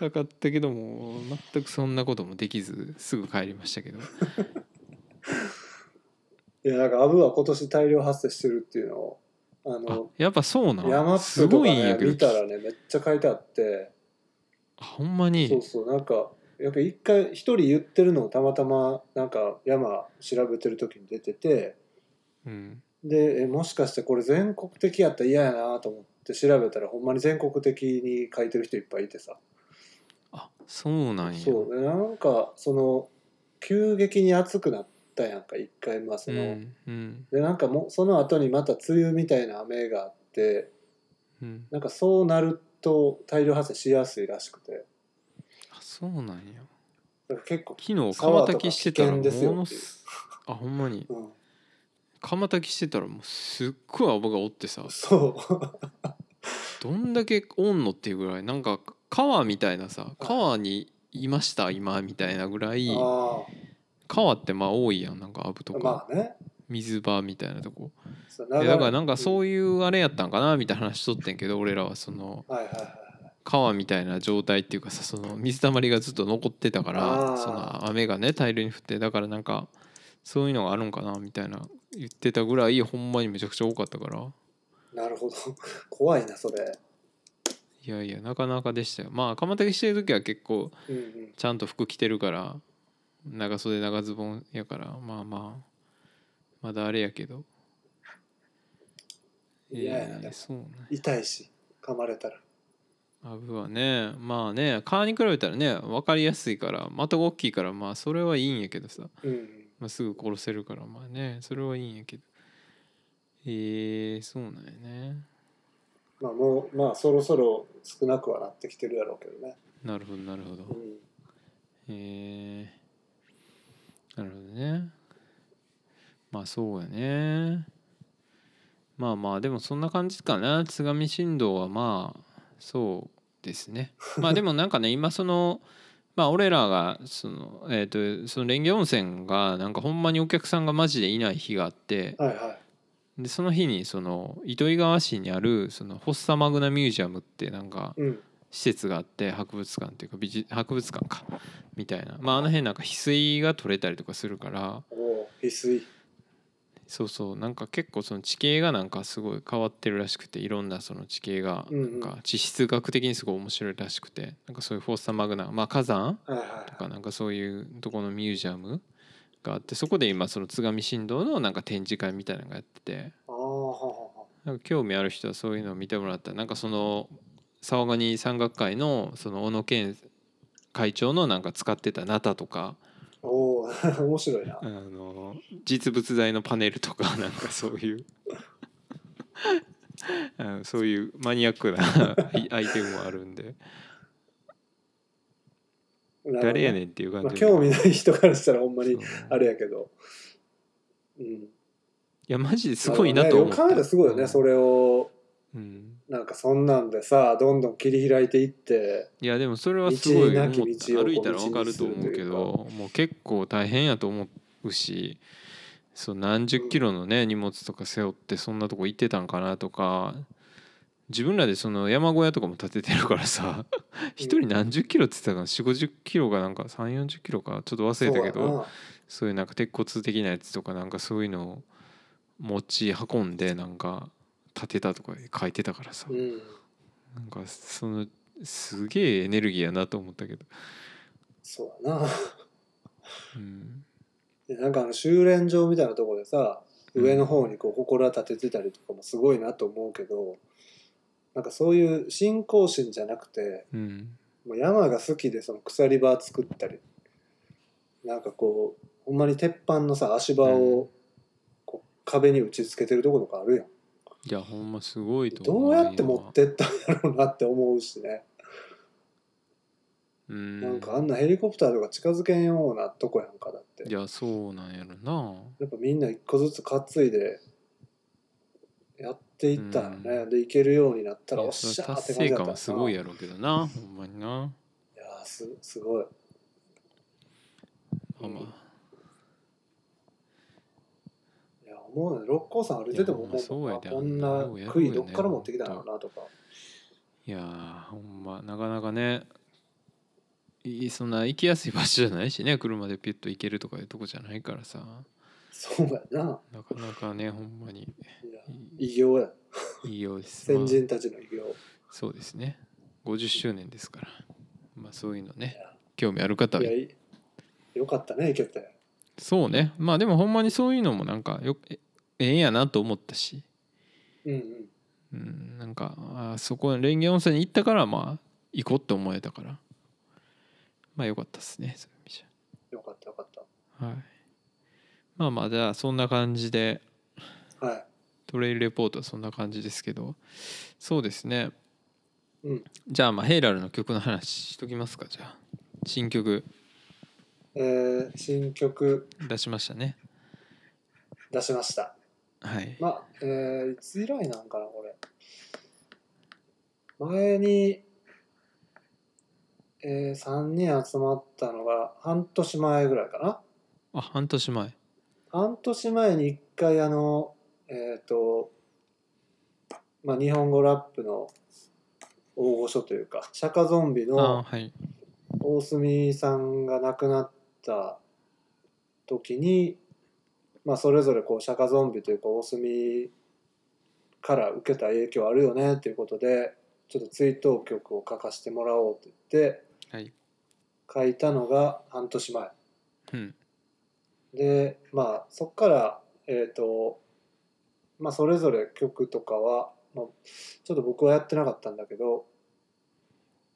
Speaker 1: たかったけども全くそんなこともできずすぐ帰りましたけど
Speaker 2: いやなんかアブは今年大量発生してるっていうのをあ
Speaker 1: あ
Speaker 2: の
Speaker 1: やっぱそうな
Speaker 2: 山
Speaker 1: ん
Speaker 2: っ
Speaker 1: す
Speaker 2: ぷと
Speaker 1: ご
Speaker 2: か、
Speaker 1: いんや
Speaker 2: ね、
Speaker 1: け
Speaker 2: 見た
Speaker 1: ど
Speaker 2: らねめっちゃ書いてあって
Speaker 1: あほんま
Speaker 2: そう
Speaker 1: に
Speaker 2: そうなんかやっぱ一回一人言ってるのをたまたまなんか山調べてる時に出てて
Speaker 1: うん
Speaker 2: でえもしかしてこれ全国的やったら嫌やなと思って調べたらほんまに全国的に書いてる人いっぱいいてさ
Speaker 1: あそうなんや
Speaker 2: そうでなんかその急激に暑くなったやんか一回まあその、
Speaker 1: んうん
Speaker 2: でなんかもうその後にまた梅雨みたいな雨があって
Speaker 1: うん
Speaker 2: なんかそうなると大量発生しやすいらしくて
Speaker 1: あそうなんや
Speaker 2: だから結構、
Speaker 1: 昨日釜炊きしてたら
Speaker 2: 沢
Speaker 1: も
Speaker 2: とか危険ですよ
Speaker 1: のすあほんまに
Speaker 2: うん、
Speaker 1: 釜炊きしてたらもうすっごい泡がおってさ
Speaker 2: そう
Speaker 1: どんだけおんのっていうぐらいなんか川みたいなさ川にいました今みたいなぐらい
Speaker 2: あ
Speaker 1: 川ってまあ多いやんなんかアブと
Speaker 2: あ
Speaker 1: か、
Speaker 2: まあね
Speaker 1: 水場みたいなとこ
Speaker 2: そう
Speaker 1: いやだからなんか
Speaker 2: う、
Speaker 1: そういうあれやったんかなみたいな話しとってんけど俺らはその
Speaker 2: はいはいはい
Speaker 1: 川みたいな状態っていうかさその水たまりがずっと残ってたか
Speaker 2: あー
Speaker 1: らその雨がね大量に降ってだからなんかそういうのがあるんかなみたいな言ってたぐらいほんまにめちゃくちゃ多かったから
Speaker 2: なるほど (laughs) 怖いなそれ
Speaker 1: いやいやなかなかでしたよまあ釜炊きしてる時は結構
Speaker 2: うんうん
Speaker 1: ちゃんと服着てるから長袖長ズボンやからまあまあまだあれやけど
Speaker 2: 嫌やな
Speaker 1: えー
Speaker 2: でも
Speaker 1: そうね
Speaker 2: 痛いし噛まれたら
Speaker 1: アブはねまあね川に比べたらね分かりやすいから的が大きいからまあそれはいいんやけどさ、
Speaker 2: うんうん
Speaker 1: まあ、すぐ殺せるからまあねそれはいいんやけどえー、そうなんやね
Speaker 2: まあもうまあそろそろ少なくはなってきてるやろうけどね、
Speaker 1: なるほどなるほ
Speaker 2: う
Speaker 1: ど
Speaker 2: ん、
Speaker 1: えー、なるほどねまあそうやねまあまあでもそんな感じかな津上振動はまあそうですねまあでもなんかね今そのまあ俺らがそのえっ、とその蓮華温泉がなんかほんまにお客さんがマジでいない日があって
Speaker 2: はいはい
Speaker 1: でその日にその糸魚川市にあるそのホッサマグナミュージアムってなんか
Speaker 2: うん
Speaker 1: 施設があって博物館っていうか美術博物館かみたいなまああの辺なんか翡翠が取れたりとかするから
Speaker 2: おお翡翠
Speaker 1: そうそうなんか結構その地形がなんかすごい変わってるらしくていろんなその地形が
Speaker 2: うん
Speaker 1: な
Speaker 2: うん
Speaker 1: んか地質学的にすごい面白いらしくてなんかそういうフォッサマグナまあ火山
Speaker 2: はいはい
Speaker 1: とかなんかそういうとこのミュージアムがあってそこで今その津上新道のなんか展示会みたいなのがやってて
Speaker 2: ああははは
Speaker 1: なんか興味ある人はそういうのを見てもらったらなんかその沢ガニ山岳会のその小野健会長のなんか使ってたナタとか
Speaker 2: おお (laughs) 面白いな
Speaker 1: あの実物大のパネルとか (laughs) なんかそういう
Speaker 2: (laughs)
Speaker 1: あのそういうマニアック
Speaker 2: (laughs)
Speaker 1: なアイテムもあるんで誰や
Speaker 2: ん、
Speaker 1: ねんっていう感
Speaker 2: まあ、
Speaker 1: じ
Speaker 2: 興味ない人からしたらほんま
Speaker 1: そう
Speaker 2: にあれやけどうん
Speaker 1: いやマジですごいなと思っ
Speaker 2: ね、
Speaker 1: た
Speaker 2: よく考えたらすごいよね、
Speaker 1: うん
Speaker 2: それを
Speaker 1: うん
Speaker 2: なんかそんなんでさどんどん切り開いていって
Speaker 1: いやでもそれはすごい
Speaker 2: 道な
Speaker 1: 思っ
Speaker 2: き道を
Speaker 1: た
Speaker 2: こう
Speaker 1: 歩いたらわかると思うけ
Speaker 2: 道
Speaker 1: どもう結構大変やと思うしそう何十キロのね荷物とか背負ってそんなとこ行ってたんかなとか自分らでその山小屋とかも建ててるからさ一人何十キロって言ってたかな4 5 0キロかなんか3 4 0キロかちょっと忘れたけ
Speaker 2: そうや
Speaker 1: ど
Speaker 2: な
Speaker 1: そういうなんか鉄骨的なやつとかなんかそういうのを持ち運んでなんか建てたとか書いてたからさ。
Speaker 2: うん、
Speaker 1: なんかそのすげえエネルギーやなと思ったけど、
Speaker 2: そうやな (laughs)
Speaker 1: うん、
Speaker 2: でなんかあの修練場みたいなところでさ
Speaker 1: うん
Speaker 2: 上の方にこう祠立ててたりとかもすごいなと思うけどなんかそういう信仰心じゃなくて
Speaker 1: うん、
Speaker 2: もう山が好きでその鎖場作ったりなんかこうほんまに鉄板のさ足場
Speaker 1: う
Speaker 2: をこう壁に打ち付けてるところとかあるやん
Speaker 1: いやほんますごいと
Speaker 2: ど
Speaker 1: 思
Speaker 2: う
Speaker 1: う
Speaker 2: やって持ってったんやろうなって思うしね
Speaker 1: うん
Speaker 2: なんかあんなヘリコプターとか近づけんようなとこやんかだって
Speaker 1: いやそうなんやろな
Speaker 2: やっぱみんな一個ずつ担いでやっていったらね、
Speaker 1: う
Speaker 2: で行けるようになったら
Speaker 1: い
Speaker 2: おっ
Speaker 1: や
Speaker 2: し
Speaker 1: そ
Speaker 2: ゃ
Speaker 1: れ
Speaker 2: ーっ
Speaker 1: 達
Speaker 2: て感
Speaker 1: 成
Speaker 2: じだった
Speaker 1: 感はすごいやろうけどなほんまにな、
Speaker 2: いやーすすごい
Speaker 1: まあまあ
Speaker 2: うんいや思うね六甲山歩いてても
Speaker 1: いやまあ
Speaker 2: 思うもんな
Speaker 1: そうやで
Speaker 2: こんな杭どっから持ってきたのかなとか
Speaker 1: いやーほんまなかなかねいそんな行きやすい場所じゃないしね車でピュッと行けるとかいうとこじゃないからさ
Speaker 2: そうやな
Speaker 1: なかなかねほんまに
Speaker 2: いや
Speaker 1: い
Speaker 2: 偉業や
Speaker 1: いいようです
Speaker 2: 先人たちの偉業、
Speaker 1: そうですね50周年ですからまあそういうのね
Speaker 2: いや
Speaker 1: 興味ある方はい
Speaker 2: やいよかったね行けて
Speaker 1: そうねまあでもほんまにそういうのもなんかよえええんやなと思ったし、
Speaker 2: うんうん
Speaker 1: うん、なんかあそこ蓮華温泉に行ったからまあ行こうって思えたからまあよかったですねそういう意味じ
Speaker 2: よかったよかっ
Speaker 1: ゃはいまあまあじゃあそんな感じで
Speaker 2: たはい
Speaker 1: トレイルレポートはそんな感じですけどそうですね
Speaker 2: うん
Speaker 1: じゃあまあヘイラルの曲の話しときますかじゃあ新曲
Speaker 2: えー新曲
Speaker 1: 出しましたね
Speaker 2: 出しました
Speaker 1: はい、
Speaker 2: まあ、えーいつ以来なんかな、これ。前に、えー、3人集まったのが半年前ぐらいかな。
Speaker 1: あ半年前
Speaker 2: 半年前に一回あの、えっ、と、まあ、日本語ラップの大御所というか、釈迦ゾンビ
Speaker 1: あ
Speaker 2: の
Speaker 1: はい
Speaker 2: 大隅さんが亡くなった時に、まあ、それぞれこう釈迦ゾンビというか大隅から受けた影響あるよねっていうことでちょっと追悼曲を書かせてもらおうって言って
Speaker 1: はい
Speaker 2: 書いたのが半年前
Speaker 1: うん
Speaker 2: でまあそっからえっ、とまあそれぞれ曲とかは、まあ、ちょっと僕はやってなかったんだけど、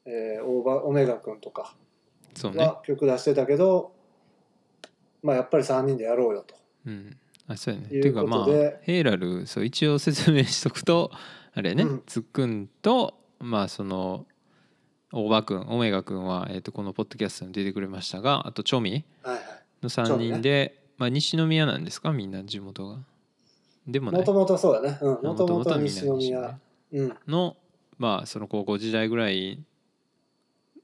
Speaker 2: えー、オーバーオメガ君とか
Speaker 1: そうね
Speaker 2: は曲出してたけど、まあやっぱり3人でやろうよと。
Speaker 1: うん、あそうやね。て
Speaker 2: いう
Speaker 1: いうかまあ
Speaker 2: ことで
Speaker 1: ヘイラルそう一応説明しとくと (laughs) あれやね、
Speaker 2: うん
Speaker 1: つっくんとまあその大場くんオメガくんは、えー、とこのポッドキャストに出てくれましたがあとチョミ
Speaker 2: はいはい
Speaker 1: の3人で、まあ、西宮なんですかみんな地元が。でもな
Speaker 2: も
Speaker 1: い
Speaker 2: ともとそうだね。うん。
Speaker 1: あ
Speaker 2: もと
Speaker 1: 元
Speaker 2: も
Speaker 1: 々
Speaker 2: と
Speaker 1: はみんな
Speaker 2: 西宮。うん。
Speaker 1: のまあその高校時代ぐらい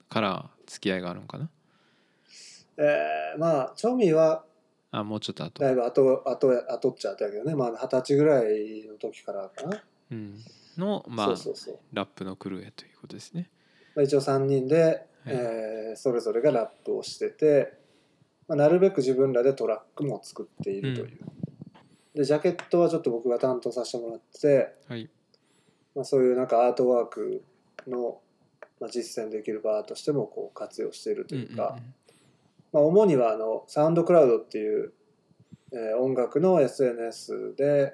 Speaker 1: から付き合いがあるのかな
Speaker 2: えーまあチョミは
Speaker 1: あもうちょっと後
Speaker 2: だいぶ後後後っちゃ後やけどねまあ二十歳ぐらいの時からかな、
Speaker 1: うん、の、まあ
Speaker 2: そうそうそう、
Speaker 1: ラップのクルーやということですね。
Speaker 2: まあ、一応3人で、
Speaker 1: はい
Speaker 2: えーそれぞれがラップをしてて、まあ、なるべく自分らでトラックも作っているという、でジャケットはちょっと僕が担当させてもらって、
Speaker 1: はい。
Speaker 2: まあ、そういうなんかアートワークの、まあ、実践できる場としてもこう活用しているというか、まあ、主にはあのサウンドクラウドっていう、えー音楽の SNS で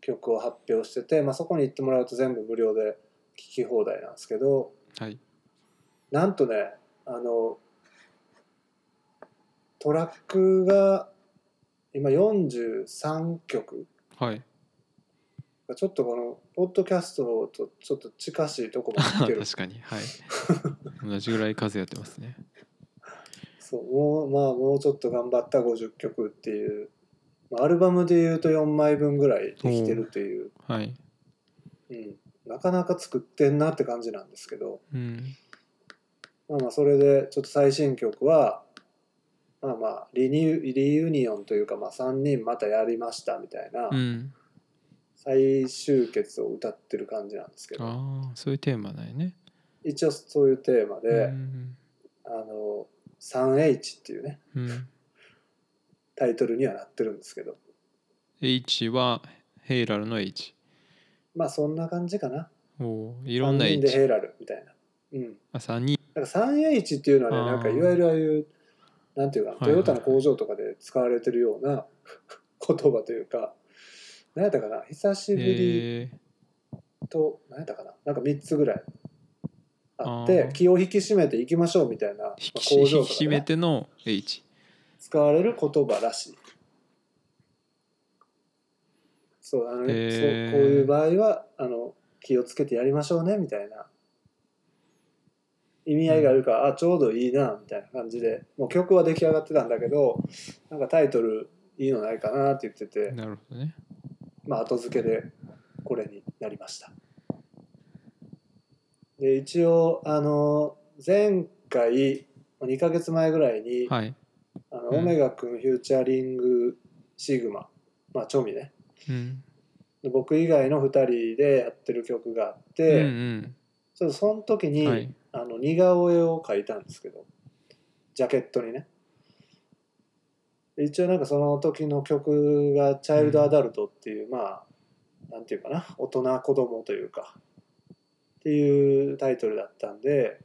Speaker 2: 曲を発表してて、まあ、そこに行ってもらうと全部無料で聴き放題なんですけど
Speaker 1: はい。
Speaker 2: なんとねあのトラックが今43曲 (laughs)
Speaker 1: はい。
Speaker 2: ちょっとこのポッドキャストとちょっと近しい
Speaker 1: (laughs)
Speaker 2: とこまで来てる
Speaker 1: 確かに。はい。同じぐらい数やってますね。
Speaker 2: そうもう,、まあ、もうちょっと頑張った50曲っていう、まあ、アルバムでいうと4枚分ぐらいできてるっていう
Speaker 1: はい。
Speaker 2: うん、なかなか作ってんなって感じなんですけど、
Speaker 1: うん。
Speaker 2: まあ、まあそれでちょっと最新曲はまあまあリニューリユニオンというかまあ3人またやりましたみたいな
Speaker 1: うん。
Speaker 2: 最終決を歌ってる感じなんですけど、
Speaker 1: ああ、そういうテーマだよね。
Speaker 2: 一応そういうテーマ
Speaker 1: う
Speaker 2: で
Speaker 1: ん。
Speaker 2: 「あの 3H」っていうね
Speaker 1: うん。
Speaker 2: タイトルにはなってるんですけど
Speaker 1: H はヘイラルの H。
Speaker 2: まあそんな感じかな
Speaker 1: おお、い
Speaker 2: い
Speaker 1: ろんな
Speaker 2: 人で
Speaker 1: H。
Speaker 2: ヘラルみたいな。うん
Speaker 1: あ、3人。
Speaker 2: なんか 3H っていうのはね
Speaker 1: あー
Speaker 2: なんかいわゆるああいうなんていうか
Speaker 1: いは
Speaker 2: ト
Speaker 1: い
Speaker 2: ヨタの工場とかで使われてるような (laughs) 言葉というか何やったかな久しぶり
Speaker 1: え
Speaker 2: と何やったかななんか3つぐらいあっ
Speaker 1: あ
Speaker 2: て
Speaker 1: ー
Speaker 2: 気を引き締めていきましょうみたいなまあ
Speaker 1: ー、引き
Speaker 2: 工場
Speaker 1: 引
Speaker 2: とか
Speaker 1: き
Speaker 2: で
Speaker 1: 締め
Speaker 2: ね
Speaker 1: ての H。
Speaker 2: 使われる言葉らしい。そうあのねそう
Speaker 1: へー
Speaker 2: こういう場合はあの気をつけてやりましょうねみたいな意味合いがあるから、あちょうどいいなみたいな感じでもう曲は出来上がってたんだけどなんかタイトルいいのないかなって言ってて、
Speaker 1: なるほどね。
Speaker 2: まあ、後付けでこれになりました。で一応あの前回2ヶ月前ぐらいに、
Speaker 1: はい。
Speaker 2: あの、
Speaker 1: うん
Speaker 2: オメガ君フューチャリングシグマまあチョミね
Speaker 1: うん。
Speaker 2: で僕以外の2人でやってる曲があっ
Speaker 1: うん
Speaker 2: て、
Speaker 1: うん。
Speaker 2: ちょっとその時に、
Speaker 1: はい
Speaker 2: あの似顔絵を描いたんですけどジャケットにねで一応なんかその時の曲が「チャイルド・アダルト」っていう、まあなんていうかな大人子供というかっていうタイトルだったんで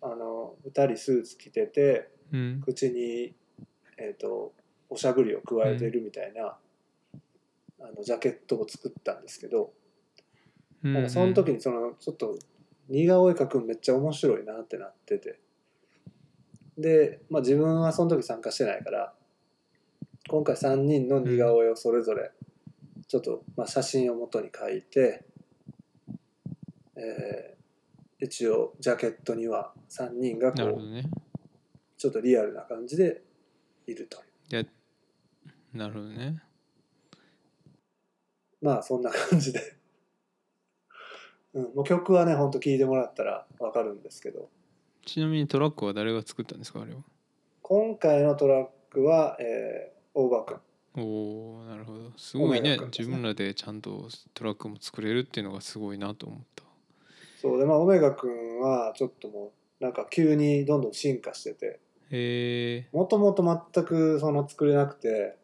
Speaker 2: あの2人スーツ着てて
Speaker 1: うん。
Speaker 2: 口に、えー、とおしゃぶりを加えてるみたいな、あのジャケットを作ったんですけど、
Speaker 1: うん
Speaker 2: なんかその時にそのちょっと似顔絵描くのめっちゃ面白いなってなっててで、まあ、自分はその時参加してないから今回3人の似顔絵をそれぞれちょっと、まあ、写真を元に描いて、えー一応ジャケットには3人がこ
Speaker 1: なるほ
Speaker 2: う
Speaker 1: どね。
Speaker 2: ちょっとリアルな感じでいるという
Speaker 1: いや、なるほどね。
Speaker 2: まあそんな感じで、うん、もう曲はねほんと聴いてもらったらわかるんですけど
Speaker 1: ちなみにトラックは誰が作ったんですかあれは。
Speaker 2: 今回のトラックは、えー、大場君
Speaker 1: おおなるほど。すごい
Speaker 2: お前
Speaker 1: ね
Speaker 2: が作ったんですね
Speaker 1: 自分らでちゃんとトラックも作れるっていうのがすごいなと思った。
Speaker 2: そうでまあオメガ君はちょっともうなんか急にどんどん進化してて
Speaker 1: へえ
Speaker 2: もともと全くその作れなくて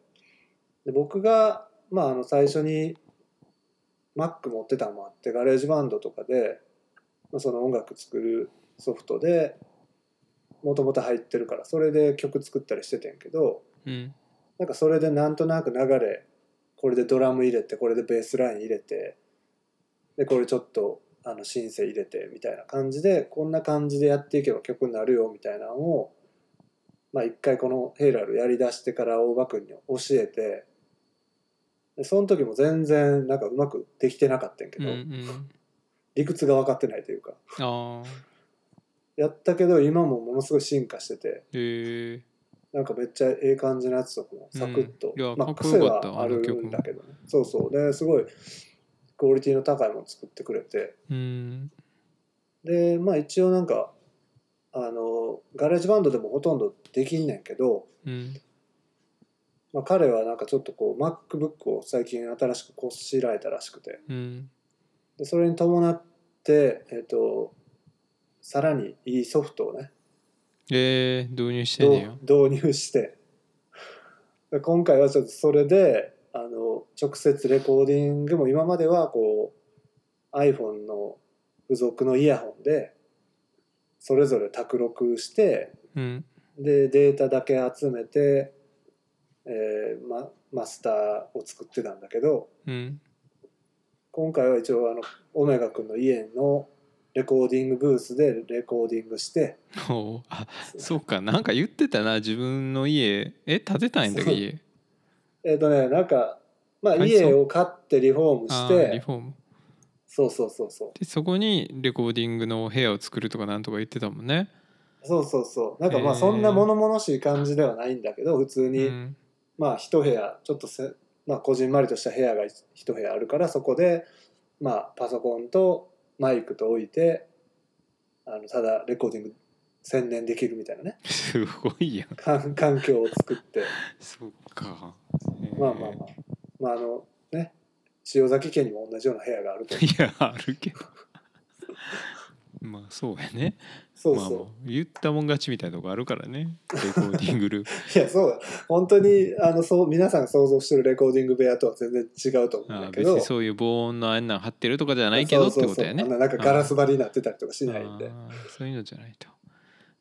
Speaker 2: で僕が、まあ、あの最初に Mac 持ってたのもあってガレージバンドとかでまあその音楽作るソフトでもともと入ってるからそれで曲作ったりしててんけど
Speaker 1: うん
Speaker 2: なんかそれでなんとなく流れこれでドラム入れてこれでベースライン入れてでこれちょっとあのシンセ入れてみたいな感じでこんな感じでやっていけば曲になるよみたいなのをまあ、一回このヘイラルやりだしてから大場君に教えてでその時も全然なんかうまくできてなかったんやけ
Speaker 1: うん
Speaker 2: ど、
Speaker 1: うん。
Speaker 2: 理屈が分かってないというか
Speaker 1: ああ
Speaker 2: やったけど今もものすごい進化してて
Speaker 1: へえ
Speaker 2: なんかめっちゃええ感じのやつとかもサクッと、
Speaker 1: うんいや
Speaker 2: まあ、
Speaker 1: かっこ
Speaker 2: 癖
Speaker 1: よかった
Speaker 2: はあるんだ
Speaker 1: あの
Speaker 2: けどねそうそうですごいクオリティの高いもの作ってくれて
Speaker 1: うん
Speaker 2: でまあ一応なんかあのガレージバンドでもほとんどできんねんけど、
Speaker 1: うん
Speaker 2: まあ、彼はなんかちょっとこう MacBook を最近新しくこしらえたらしくて
Speaker 1: うん
Speaker 2: でそれに伴って、えっとさらにいいソフトをね
Speaker 1: えー、導入してんねや
Speaker 2: 導導入してで今回はちょっとそれであの直接レコーディングも今まではこう iPhone の付属のイヤホンでそれぞれ卓録して
Speaker 1: うん
Speaker 2: でデータだけ集めて、えーま、マスターを作ってたんだけど
Speaker 1: うん
Speaker 2: 今回は一応あのオメガ君の家のレコーディングブースでレコーディングして
Speaker 1: おうあそうかなんか言ってたな自分の家え建てたんやったっけ
Speaker 2: そう
Speaker 1: 家
Speaker 2: えっ、とねなんか、まあ、
Speaker 1: 改装
Speaker 2: 家を買ってリフォーム
Speaker 1: あ
Speaker 2: し
Speaker 1: ーリ
Speaker 2: て
Speaker 1: フォーム
Speaker 2: そうそうそうそう
Speaker 1: でそこにレコーディングの部屋を作るとかなんとか言ってたもんね
Speaker 2: そうそうそうなんかまあ
Speaker 1: へー
Speaker 2: そんな物々しい感じではないんだけど普通
Speaker 1: う
Speaker 2: に、
Speaker 1: ん (laughs)
Speaker 2: まあ一部屋ちょっとせ、まあ、こじんまりとした部屋が一部屋あるからそこで、まあ、パソコンとマイクと置いてあのただレコーディング専念できるみたいなね
Speaker 1: すごいやん
Speaker 2: 環環境を作って。
Speaker 1: そうか
Speaker 2: まあまあまあ、まああのね、塩崎家にも同じような部屋が
Speaker 1: (laughs)
Speaker 2: あると
Speaker 1: え。ーいやあるけどまあそうやね
Speaker 2: そうそう。
Speaker 1: まあまあ、言ったもん勝ちみたいなとこあるからねレコーディングループ
Speaker 2: いや、 (laughs) そうだ。本当に、あの、そう、皆さんが想像してるレコーディング部屋とは全然違うと思うん
Speaker 1: あ
Speaker 2: だけ
Speaker 1: 別
Speaker 2: ど。
Speaker 1: にそういう防音のあんなん貼ってるとかじゃないけどってことやね
Speaker 2: そうそうそうあんななんかガラス張りになってたりとかしないんで。
Speaker 1: あーそういうのじゃないと
Speaker 2: そうそう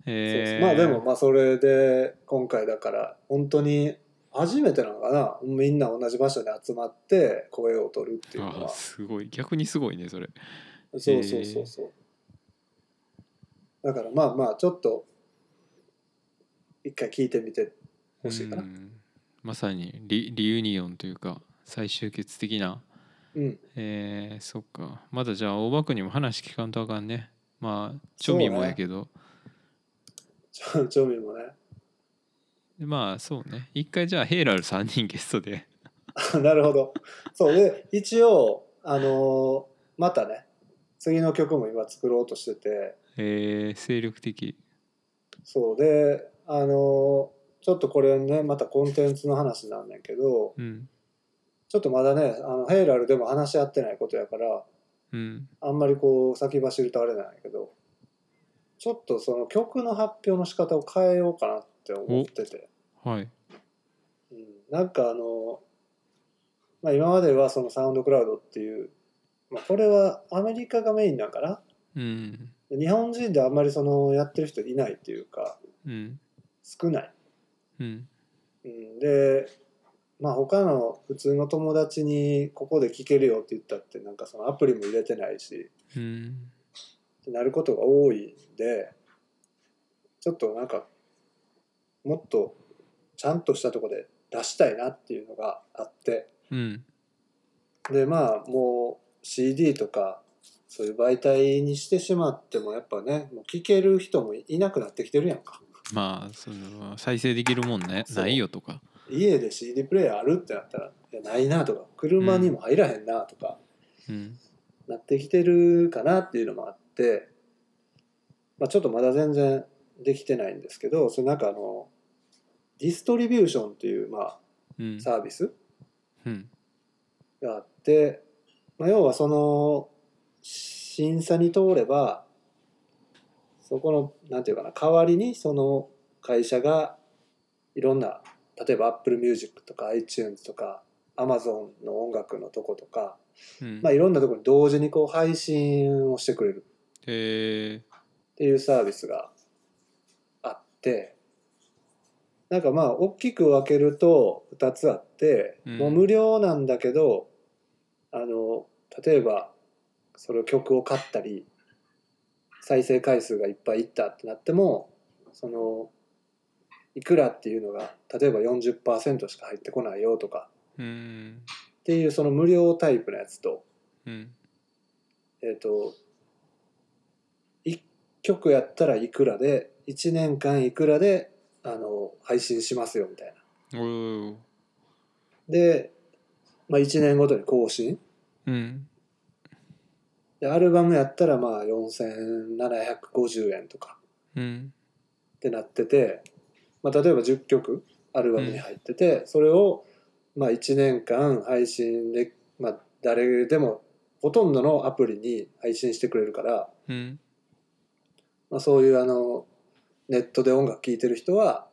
Speaker 1: えー、
Speaker 2: まあでも、まあそれで、今回だから、本当に、初めてなのかなみんな同じ場所に集まって声を取るっていうの
Speaker 1: あー
Speaker 2: は
Speaker 1: すごい逆にすごいねそれ
Speaker 2: そうそうそうそう。だからまあまあちょっと一回聞いてみてほしいかな
Speaker 1: う。んまさにリリユニオンというか最終決的な
Speaker 2: うん。
Speaker 1: えー、そっかまだじゃあ大場君にも話聞かんとあかんねまあチョミもやけど、
Speaker 2: ちょ (laughs) 調味もね。
Speaker 1: でまあそうね一回じゃあヘイラル3人ゲストで (laughs)
Speaker 2: あなるほど。そうで一応あのーまたね次の曲も今作ろうとしてて
Speaker 1: えー、精力的
Speaker 2: そうであのーちょっとこれねまたコンテンツの話なんだけど
Speaker 1: うん
Speaker 2: ちょっとまだねあのヘイラルでも話し合ってないことやから
Speaker 1: うん
Speaker 2: あんまりこう先走るとあれなんやけどちょっとその曲の発表の仕方を変えようかなって思ってて、
Speaker 1: はい
Speaker 2: うん、なんかあの、まあ、今まではそのサウンドクラウドっていう、まあ、これはアメリカがメインなんかな
Speaker 1: うん
Speaker 2: で日本人であんまりそのやってる人いないっていうか
Speaker 1: うん
Speaker 2: 少ない、
Speaker 1: うん
Speaker 2: うん、でまあ他の普通の友達にここで聴けるよって言ったってなんかそのアプリも入れてないし
Speaker 1: うん
Speaker 2: ってなることが多いんでちょっとなんかもっとちゃんとしたとこで出したいなっていうのがあって
Speaker 1: うん
Speaker 2: でまあもう CD とかそういう媒体にしてしまってもやっぱねもう聴ける人もいなくなってきてるやんか
Speaker 1: まあその再生できるもんね
Speaker 2: そう
Speaker 1: ないよとか
Speaker 2: 家で CD プレイヤーあるってなったらいやないなとか車にも入らへんなとか、
Speaker 1: うん
Speaker 2: なってきてるかなっていうのもあって、まあ、ちょっとまだ全然できてないんですけどそのなんかあのディストリビューションっていうまあ
Speaker 1: うん
Speaker 2: サービス
Speaker 1: うん
Speaker 2: があって、まあ、要はその審査に通ればそこのなんていうかな代わりにその会社がいろんな例えば Apple Music とか iTunes とか Amazon の音楽のとことか、
Speaker 1: うん
Speaker 2: まあ、いろんなところに同時にこう配信をしてくれる
Speaker 1: え
Speaker 2: っていうサービスがあってなんかまあ大きく分けると2つあって、
Speaker 1: うん
Speaker 2: もう無料なんだけどあの例えばそれを曲を買ったり再生回数がいっぱいいったってなってもそのいくらっていうのが例えば40%しか入ってこないよとか
Speaker 1: ー、うん
Speaker 2: っていうその無料タイプのやつと
Speaker 1: うん
Speaker 2: えっ、と1曲やったらいくらで1年間いくらであの配信しますよみたいな
Speaker 1: おー
Speaker 2: で、まあ、1年ごとに更新
Speaker 1: うん
Speaker 2: でアルバムやったらまあ4750円とか
Speaker 1: うん
Speaker 2: でってなってて、まあ、例えば10曲アルバムに入ってて、それをまあ1年間配信で、まあ、誰でもほとんどのアプリに配信してくれるから、
Speaker 1: うん
Speaker 2: まあ、そういうあのネットで音楽聴いてる人は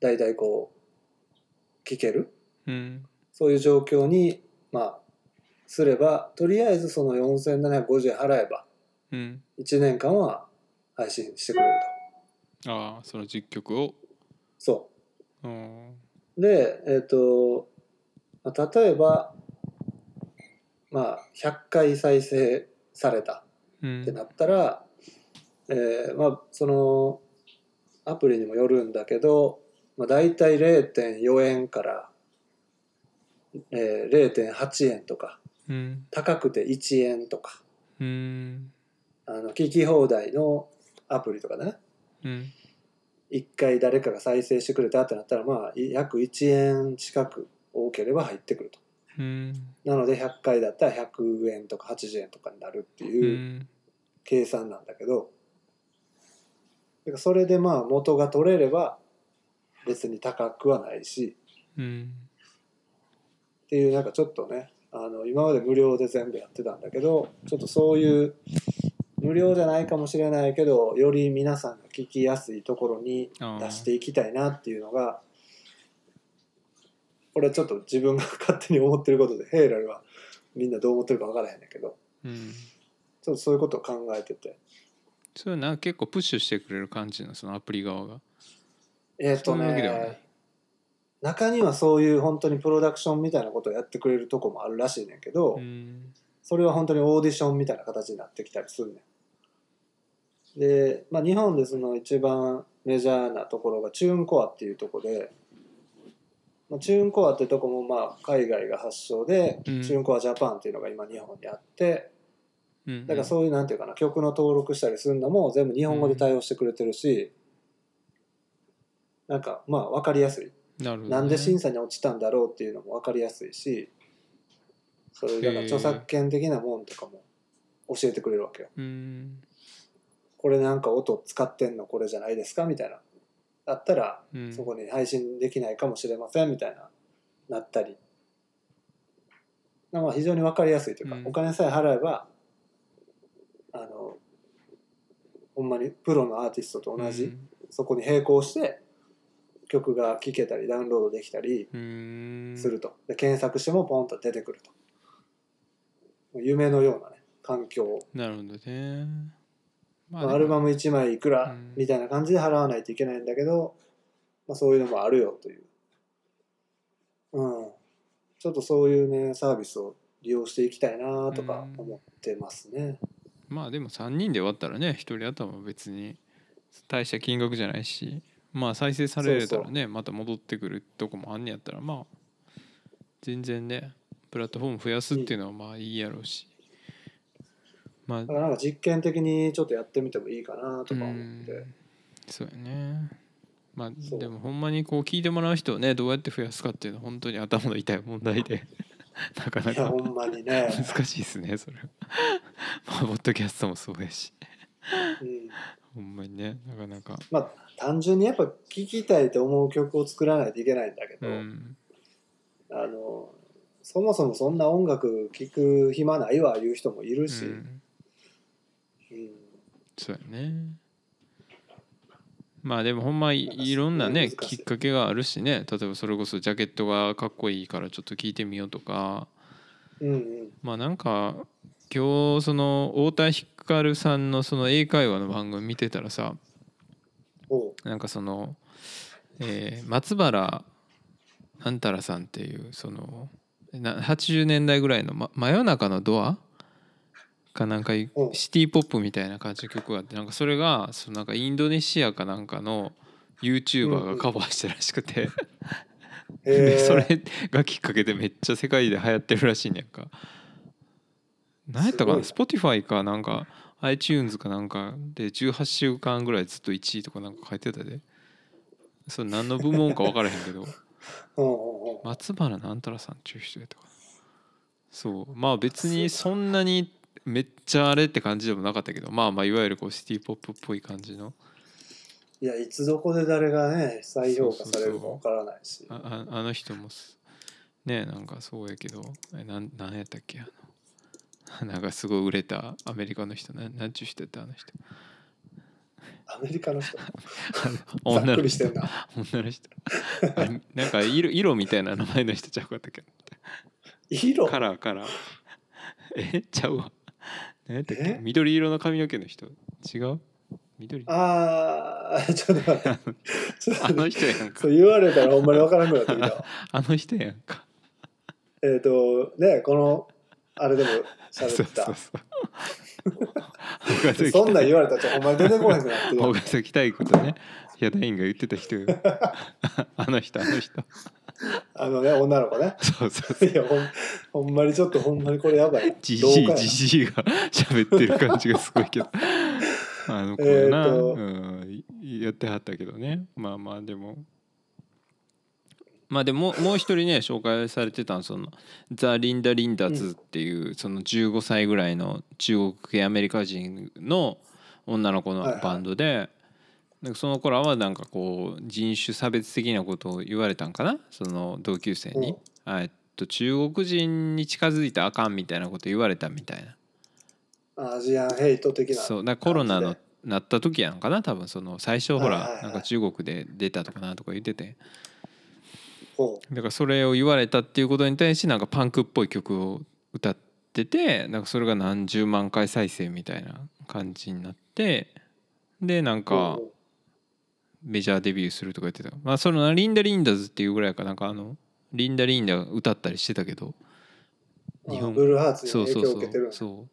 Speaker 2: 大体こう聴ける
Speaker 1: うん
Speaker 2: そういう状況にまあすればとりあえずその4750円払えば
Speaker 1: うん
Speaker 2: 1年間は配信してくれると。
Speaker 1: ああその10曲を
Speaker 2: そう
Speaker 1: うん
Speaker 2: で、えっとまあ例えば、まあ、100回再生された
Speaker 1: う
Speaker 2: って
Speaker 1: ん
Speaker 2: なったら、えーまあ、そのアプリにもよるんだけど、まあ、大体0.4円から、えー0.8円とか
Speaker 1: うん
Speaker 2: 高くて1円とか
Speaker 1: うん
Speaker 2: あの聞き放題のアプリとかね
Speaker 1: うん
Speaker 2: 1回誰かが再生してくれたってなったら、まあ、約1円近く多ければ入ってくると。
Speaker 1: うん
Speaker 2: なので100回だったら100円とか80円とかになるって
Speaker 1: う
Speaker 2: いうん計算なんだけど、だからそれでまあ元が取れれば別に高くはないし
Speaker 1: うん
Speaker 2: っていうなんかちょっとねあの今まで無料で全部やってたんだけどちょっとそういう無料じゃないかもしれないけどより皆さんが聞きやすいところに
Speaker 1: あ
Speaker 2: 出し
Speaker 1: ー
Speaker 2: ていきたいなっていうのがこれちょっと自分が勝手に思ってることでヘイラルはみんなどう思ってるか分からへんねんけど。
Speaker 1: うん
Speaker 2: ちょっとそういうことを考えてて。
Speaker 1: それなんか結構プッシュしてくれる感じなのそのアプリ側が
Speaker 2: えっ、
Speaker 1: そ
Speaker 2: と
Speaker 1: ういうわけではな
Speaker 2: ね
Speaker 1: い、
Speaker 2: 中にはそういう本当にプロダクションみたいなことをやってくれるとこもあるらしいねんけど、
Speaker 1: うん
Speaker 2: それは本当にオーディションみたいな形になってきたりするねん。で、まあ、日本でその一番メジャーなところがチューンコアっていうとこで、まあ、チューンコアってとこもまあ海外が発祥で、
Speaker 1: うん
Speaker 2: チューンコアジャパンっていうのが今日本にあって
Speaker 1: うん
Speaker 2: だからそういうなんていうかな曲の登録したりするのも全部日本語で対応してくれてるし、なんかまあ分かりやすい、
Speaker 1: なるほどね
Speaker 2: なんで審査に落ちたんだろうっていうのも分かりやすいしそういうなんか著作権的なもんとかも教えてくれるわけよ。
Speaker 1: うん
Speaker 2: これなんか音使ってんのこれじゃないですかみたいなだったら
Speaker 1: うん
Speaker 2: そこに配信できないかもしれませんみたいななったりまあ非常に分かりやすいというか、
Speaker 1: うん
Speaker 2: お金さえ払えばあのほんまにプロのアーティストと同じ、そこに並行して曲が聴けたりダウンロードできたり
Speaker 1: うん
Speaker 2: すると、で検索してもポンと出てくるともう夢のようなね環境
Speaker 1: なるほどねま
Speaker 2: まあアルバム1枚いく
Speaker 1: う
Speaker 2: ら
Speaker 1: ん
Speaker 2: みたいな感じで払わないといけないんだけど、まあ、そういうのもあるよという、うん、ちょっとそういうねサービスを利用していきたいなとか
Speaker 1: うん
Speaker 2: 思ってますね、
Speaker 1: まあでも3人で割ったらね1人頭は別に大した金額じゃないしまあ再生されたらねまた戻ってくるとこもあんねやったらまあ全然ねプラットフォーム増やすっていうのはまあいいやろうし、まあ
Speaker 2: だからなんか実験的にちょっとやってみてもいいかなとか
Speaker 1: う
Speaker 2: 思っ
Speaker 1: ん
Speaker 2: て、
Speaker 1: そうやねまあ
Speaker 2: そう
Speaker 1: でもほんまにこう聞いてもらう人をねどうやって増やすかっていうのは本当に頭の痛い問題で (laughs) なかない
Speaker 2: や
Speaker 1: か
Speaker 2: ほんまにね、
Speaker 1: 難しいですねそれは (laughs) まあポッドキャストもそうやし
Speaker 2: う
Speaker 1: ほ
Speaker 2: ん、
Speaker 1: んまにねなかなか
Speaker 2: まあ単純にやっぱ聴きたいと思う曲を作らないといけないんだけ
Speaker 1: う
Speaker 2: ど、
Speaker 1: ん
Speaker 2: あのそもそもそんな音楽聴く暇ないわいう人もいるし、
Speaker 1: うん
Speaker 2: うん
Speaker 1: そうやねまあでもほんまいいろんなね
Speaker 2: なんかすごい難し
Speaker 1: き
Speaker 2: い
Speaker 1: っかけがあるしね例えばそれこそジャケットがかっこいいからちょっと聞いてみようとか
Speaker 2: うんうん
Speaker 1: まあなんか今日その太田光さんのその英会話の番組見てたらさ
Speaker 2: おう
Speaker 1: なんかその、えー松原なんたらさんっていうそのな80年代ぐらいの、ま「真夜中のドア」かなんかい
Speaker 2: うん
Speaker 1: シティ・ポップみたいな感じの曲があってなんかそれがそのなんかインドネシアかなんかの YouTuber がカバーしたらしくて、
Speaker 2: へー
Speaker 1: (laughs) でそれがきっかけでめっちゃ世界で流行ってるらしいねんか。なんやったかな
Speaker 2: す
Speaker 1: Spotify かなんか iTunes かなんかで18週間ぐらいずっと1位とかなんか書いてたでそれ何の部門か分からへん
Speaker 2: (laughs)
Speaker 1: けど
Speaker 2: うんうんうん
Speaker 1: 松原なんたらさんっちゅう人やったかなそうまあ別にそんなにめっちゃあれって感じでもなかったけどまあまあいわゆるこうシティ・ポップっぽい感じの
Speaker 2: いやいつどこで誰がね再評価されるかわからないし
Speaker 1: あああの人もすねなんかそうやけどえなんなんやったっけあの (laughs) なんかすごい売れたアメリカの人なんなんちゅう人やったあの人 (laughs)
Speaker 2: アメリカの人
Speaker 1: あの (laughs) 女
Speaker 2: ざっく
Speaker 1: の
Speaker 2: りして
Speaker 1: 人
Speaker 2: んな
Speaker 1: 女の人あれなんか色色みたいな名前の人ちゃうかったっけ
Speaker 2: 色
Speaker 1: カラーカラーえちゃうわ何やったっけ
Speaker 2: え
Speaker 1: 緑色の髪の毛の人違う緑 (laughs) あ
Speaker 2: あーちょっと待ってちょっと待っ
Speaker 1: の
Speaker 2: て
Speaker 1: 人やんか
Speaker 2: そう言われたらほんまにわからなくなってきた
Speaker 1: (laughs)
Speaker 2: わ
Speaker 1: あの人やんか
Speaker 2: えっとねこのあれでも
Speaker 1: そ
Speaker 2: 喋
Speaker 1: う
Speaker 2: った
Speaker 1: そうそう (laughs) 岡崎
Speaker 2: そんなん
Speaker 1: 体
Speaker 2: 言われたらちょお前出てこへんくなってるわ
Speaker 1: 岡崎体育とねヒ田ダインが言ってた
Speaker 2: (laughs)
Speaker 1: 人よあの人あの人
Speaker 2: あのね女の子ね
Speaker 1: そうそうそう
Speaker 2: いやほんほんまにちょっとほんまにこれやばい
Speaker 1: じ
Speaker 2: 老
Speaker 1: じ
Speaker 2: 化
Speaker 1: い
Speaker 2: やな
Speaker 1: じじいが喋ってる感じがすごいけどあの子
Speaker 2: えー
Speaker 1: な、
Speaker 2: と
Speaker 1: うん、やってはったけどねまあまあでもまあでももう一人ね紹介されてたのそのザ・リンダ・リンダズっていう、その15歳ぐらいの中国系アメリカ人の女の子の
Speaker 2: はいはい
Speaker 1: バンドで、なんかその頃はなんかこう人種差別的なことを言われたんかなその同級生に、あえっと中国人に近づいたらあかんみたいなこと言われたみたいな
Speaker 2: アジアンヘイト的な
Speaker 1: そうだからコロナ
Speaker 2: 感
Speaker 1: の
Speaker 2: じ
Speaker 1: なった時やんかな多分その最初ほ
Speaker 2: はいはいは
Speaker 1: ら
Speaker 2: い
Speaker 1: なんか中国で出たとかなとか言ってて
Speaker 2: ほ
Speaker 1: だからそれを言われたっていうことに対してなんかパンクっぽい曲を歌っててなんかそれが何十万回再生みたいな感じになってでなん
Speaker 2: う
Speaker 1: か
Speaker 2: ほう
Speaker 1: メジャーデビューするとか言ってたまあそのリンダ・リンダズっていうぐらいかなんかあのリンダ・リンダが歌ったりしてたけど
Speaker 2: あ
Speaker 1: 日本
Speaker 2: ブルーハーツ
Speaker 1: そ
Speaker 2: に
Speaker 1: うそ
Speaker 2: 影
Speaker 1: う
Speaker 2: 響を
Speaker 1: そ
Speaker 2: 受けてる
Speaker 1: う
Speaker 2: んや
Speaker 1: そう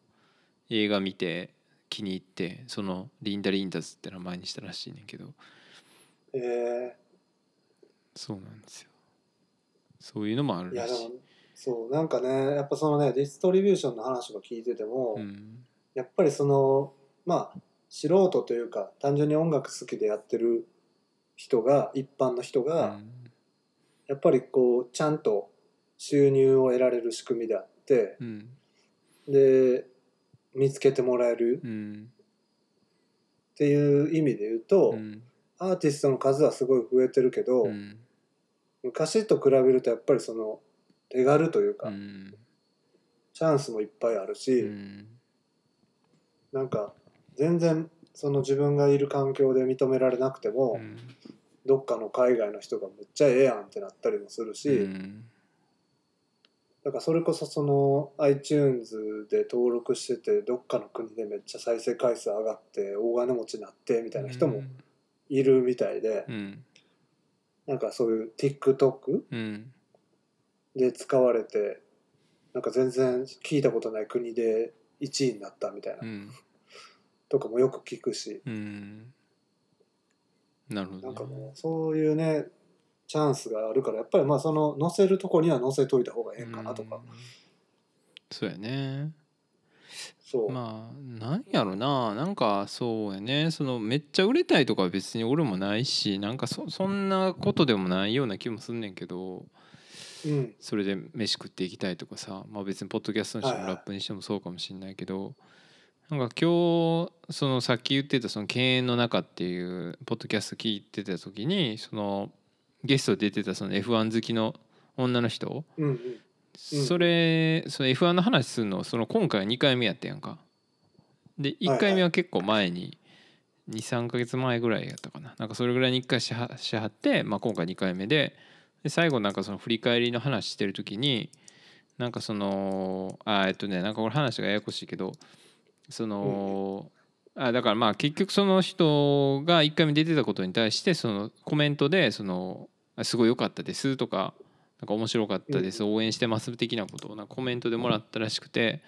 Speaker 1: 映画見て気に入ってそのリンダ・リンダズって名前にしたらしいねんけど
Speaker 2: え
Speaker 1: そうなんですよそういうのもある
Speaker 2: ーいや
Speaker 1: ら
Speaker 2: で
Speaker 1: し
Speaker 2: も
Speaker 1: い
Speaker 2: そうなんかねやっぱそのねディストリビューションの話とか聞いてても、
Speaker 1: うん
Speaker 2: やっぱりそのまあ素人というか単純に音楽好きでやってる人が一般の人
Speaker 1: う
Speaker 2: が、
Speaker 1: ん
Speaker 2: やっぱりこうちゃんと収入を得られる仕組みであって
Speaker 1: うん
Speaker 2: で見つけてもらえる
Speaker 1: うん
Speaker 2: っていう意味で言うと、
Speaker 1: うん
Speaker 2: アーティストの数はすごい増えてるけど、
Speaker 1: うん
Speaker 2: 昔と比べるとやっぱりその手軽というか、
Speaker 1: うん
Speaker 2: チャンスもいっぱいあるし、
Speaker 1: うん
Speaker 2: なんか全然その自分がいる環境で認められなくても、
Speaker 1: うん
Speaker 2: どっかの海外の人がむっちゃええやんってなったりもするし、
Speaker 1: うん
Speaker 2: だからそれこそその iTunes で登録しててどっかの国でめっちゃ再生回数上がって大金持ちになってみたいな人もいるみたいで、
Speaker 1: うん
Speaker 2: なんかそういう TikTok
Speaker 1: うん
Speaker 2: で使われてなんか全然聞いたことない国で1位になったみたいな、
Speaker 1: うん
Speaker 2: とかもよく聞くし
Speaker 1: うんなるほ
Speaker 2: なんか
Speaker 1: ど
Speaker 2: も
Speaker 1: ね
Speaker 2: うそういうねチャンスがあるからやっぱりまあその載せるとこには載せといた方がええんかなとか、
Speaker 1: うんそうやね
Speaker 2: そう、
Speaker 1: まあなんやろななんかそうやねそのめっちゃ売れたいとかは別に俺もないしなんかそそんなことでもないような気もすんねんけど
Speaker 2: うん
Speaker 1: それで飯食っていきたいとかさ、まあ、別にポッドキャストにして
Speaker 2: は
Speaker 1: も
Speaker 2: いは
Speaker 1: ラ
Speaker 2: い
Speaker 1: ップにしてもそうかもしれないけど、なんか今日そのさっき言ってたその経営の中っていうポッドキャスト聞いてた時にそのゲストで出てたその F1 好きの女の人
Speaker 2: うんうんうん
Speaker 1: それその F1 の話するのその今回2回目やったやんかで1回目は結構前に23ヶ月前ぐらいやったかななんかそれぐらいに1回しはしはって、まあ、今回2回目でで最後なんかその振り返りの話してる時になんかそのあえっとねなんかこれ話がややこしいけどその、あだからまあ結局その人が1回目出てたことに対してそのコメントでそのあ「すごい良かったです」とか「なんか面白かったです応援してます」的なことをなんかコメントでもらったらしくて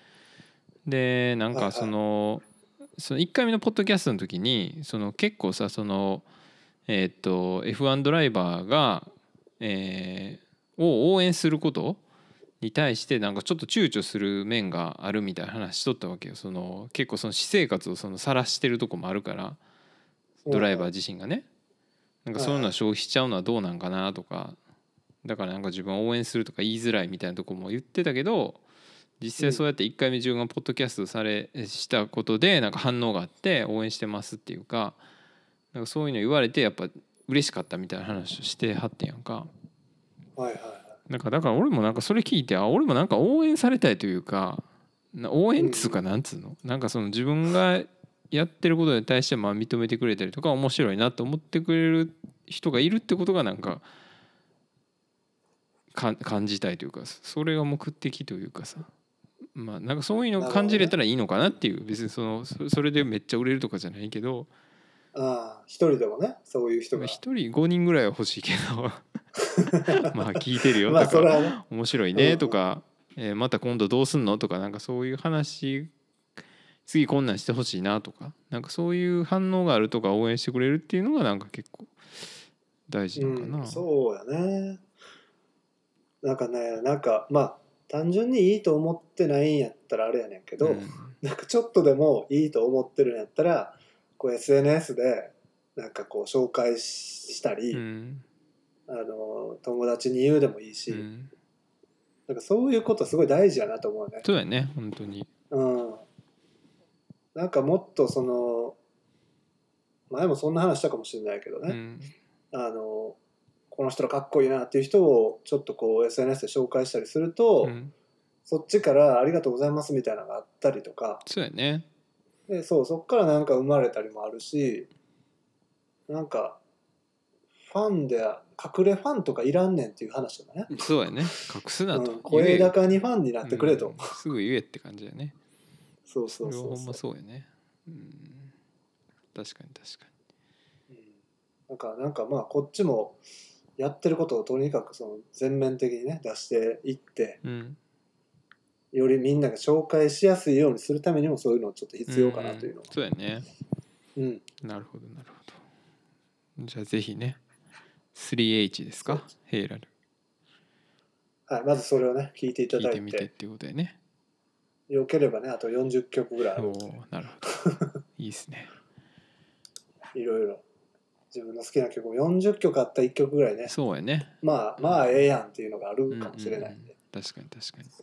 Speaker 1: でなん
Speaker 2: はいは
Speaker 1: か
Speaker 2: い
Speaker 1: そのその1回目のポッドキャストの時にその結構さそのえーっと F1 ドライバーが、えーを応援することに対してなんかちょっと躊躇する面があるみたいな話しとったわけよその結構その私生活をその晒してるとこもあるからドライバー自身がねなんかそういうのは消費しちゃうのはどうなんかなとかだからなんか自分を応援するとか言いづらいみたいなとこも言ってたけど実際そうやって1回目自分がポッドキャストされしたことでなんか反応があって応援してますっていうかなんかそういうの言われてやっぱ嬉しかったみたいな話をしてはってんやんか
Speaker 2: はいはいは
Speaker 1: なんかだから俺もなんかそれ聞いてあ俺もなんか応援されたいというかな応援っつうかなんつうの、なんかその自分がやってることに対してまあ認めてくれたりとか面白いなと思ってくれる人がいるってことがなんかか感じたいというかそれが目的というかさまあなんかそういうのを感じれたらいいのかなっていう別にそのそそれでめっちゃ売れるとかじゃないけど
Speaker 2: いああ一人でもねそういう人
Speaker 1: まあ
Speaker 2: が
Speaker 1: 一人5人ぐらいは欲しいけど (laughs) まあ聞いてるよ
Speaker 2: まあ
Speaker 1: とか
Speaker 2: それはね
Speaker 1: 面白い
Speaker 2: うんう
Speaker 1: ね
Speaker 2: ん
Speaker 1: とか、えーまた今度どうすんのとかなんかそういう話次こんなんしてほしいなとかなんかそういう反応があるとか応援してくれるっていうのがなんか結構大事なのかな、
Speaker 2: うん、そうやねなんかねなんかまあ単純にいいと思ってないんやったらあれやねんけど、
Speaker 1: うん
Speaker 2: なんかちょっとでもいいと思ってるんやったらこう SNS でなんかこう紹介ししたり、
Speaker 1: うん
Speaker 2: あの友達に言うでもいいし、
Speaker 1: うん
Speaker 2: なんかそういうことすごい大事やなと思うね。
Speaker 1: そうやね本当に
Speaker 2: うん、なんかもっとその前もそんな話したかもしれないけど
Speaker 1: う
Speaker 2: ね、
Speaker 1: ん
Speaker 2: あのこの人らかっこいいなっていう人をちょっとこう SNS で紹介したりすると、
Speaker 1: うん
Speaker 2: そっちから「ありがとうございます」みたいなのがあったりとか
Speaker 1: そうやね
Speaker 2: でそうそっからなんか生まれたりもあるしなんかファンで隠れファンとかいらんねんっていう話だね。
Speaker 1: そうやね隠すなと、
Speaker 2: うん、声
Speaker 1: 言え
Speaker 2: 高にファンになってくれと、
Speaker 1: うんすぐ言えって感じやね
Speaker 2: そうそう
Speaker 1: れは
Speaker 2: そう
Speaker 1: ほんま
Speaker 2: そ
Speaker 1: そうやね、うん、確かに確かに
Speaker 2: う、うん、なんかなんかまあこっちもやってることをとにかくその全面的にね出していって
Speaker 1: うん
Speaker 2: よりみんなが紹介しやすいようにするためにもそういうのちょっと必要かなというのは
Speaker 1: んそうやね
Speaker 2: うん、
Speaker 1: なるほどなるほどじゃあぜひね 3H ですかヘイラル
Speaker 2: はい、まずそれをね聞いていた
Speaker 1: 聞い
Speaker 2: だい
Speaker 1: て
Speaker 2: て
Speaker 1: みてっていうことでね
Speaker 2: よければねあと40曲ぐらいあ
Speaker 1: お
Speaker 2: る
Speaker 1: お
Speaker 2: んで
Speaker 1: ーなる
Speaker 2: (laughs)
Speaker 1: ほどいいですね
Speaker 2: いろいろ自分の好きな曲を40曲あった1曲ぐらいね
Speaker 1: そうやね
Speaker 2: まあまあええやんっていうのがあるかもしれないんで、
Speaker 1: 確かに確か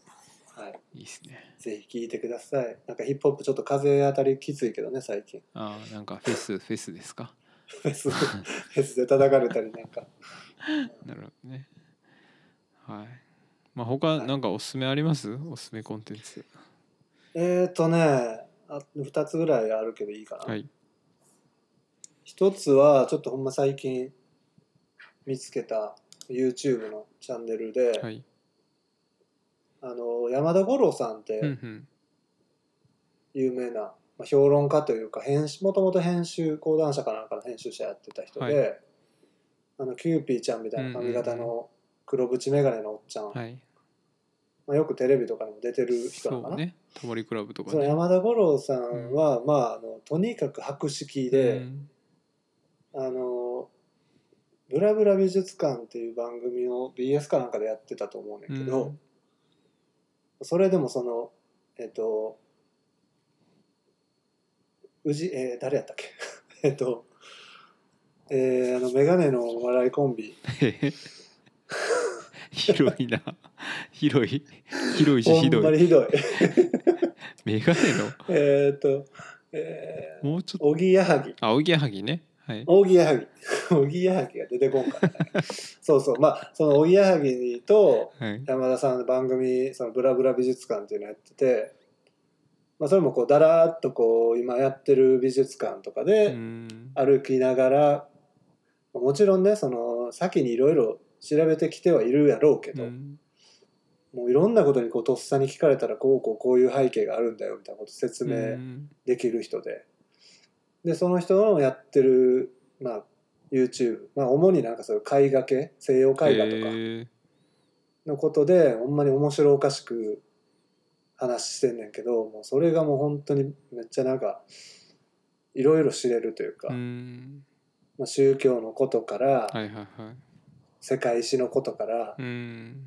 Speaker 2: はい、
Speaker 1: にいいですね
Speaker 2: ぜひ聴いてくださいなんかヒップホップちょっと風当たりきついけどね最近
Speaker 1: ああなんかフェスフェスですか
Speaker 2: フェスフェスで叩かれたりなんか
Speaker 1: なるほどねはいまあ他なんかおすすめありますおすすめコンテンツ
Speaker 2: えーとねあ2つぐらいあるけどいいかな、
Speaker 1: はい
Speaker 2: 一つはちょっとほんま最近見つけた YouTube のチャンネルで、
Speaker 1: はい
Speaker 2: あの山田五郎さんっ
Speaker 1: うんう
Speaker 2: て
Speaker 1: ん
Speaker 2: 有名な、まあ、評論家というか編集もともと編集講談社かなんかの編集者やってた人で、
Speaker 1: は
Speaker 2: あのキューピーちゃんみたいな髪型の黒縁眼鏡のおっちゃん、
Speaker 1: はい
Speaker 2: まあ、よくテレビとかにも出てる人なの
Speaker 1: そ
Speaker 2: か
Speaker 1: う
Speaker 2: な。
Speaker 1: ね泊まりクラブとか
Speaker 2: その山田五郎さんは、まあ、あのとにかく博識で、
Speaker 1: うん
Speaker 2: あの「ブラブラ美術館」っていう番組を BS かなんかでやってたと思うねんだけど、
Speaker 1: うん
Speaker 2: それでもそのえっと宇治えー誰やったっけ (laughs) えっとえー、あの眼鏡のお笑いコンビ
Speaker 1: へへ広いな広い広いし
Speaker 2: ほ
Speaker 1: ひ
Speaker 2: ん
Speaker 1: ど
Speaker 2: ま
Speaker 1: い
Speaker 2: にひどい (laughs)
Speaker 1: メガネ
Speaker 2: えっとえー
Speaker 1: のもうちょっと
Speaker 2: おぎやはぎ
Speaker 1: あおぎやはぎねはい
Speaker 2: おぎやはぎ (laughs) おぎやはぎが出てこんかったね (laughs) そうそうまあそのおぎやはぎと
Speaker 1: はい
Speaker 2: 山田さんの番組「そのブラブラ美術館」っていうのやってて、まあ、それもこうだらーっとこう今やってる美術館とか
Speaker 1: う
Speaker 2: で
Speaker 1: ん
Speaker 2: 歩きながら、もちろんねその先にいろいろ調べてきてはいるやろうけ
Speaker 1: う
Speaker 2: ど、
Speaker 1: ん
Speaker 2: もういろんなことにこうとっさに聞かれたらこうこうこういう背景があるんだよみたいなこと説
Speaker 1: う
Speaker 2: 明
Speaker 1: ん
Speaker 2: できる人で、でその人のやってる、まあ、YouTube、まあ、主になんかそういう絵画系西洋絵画とか。
Speaker 1: へ
Speaker 2: のことでほんまに面白おかしく話してんねんけどもうそれがもう本当にめっちゃなんかいろいろ知れるというか、
Speaker 1: ーうん
Speaker 2: まあ、宗教のことから、
Speaker 1: はいはいはい
Speaker 2: 世界史のことから、
Speaker 1: うん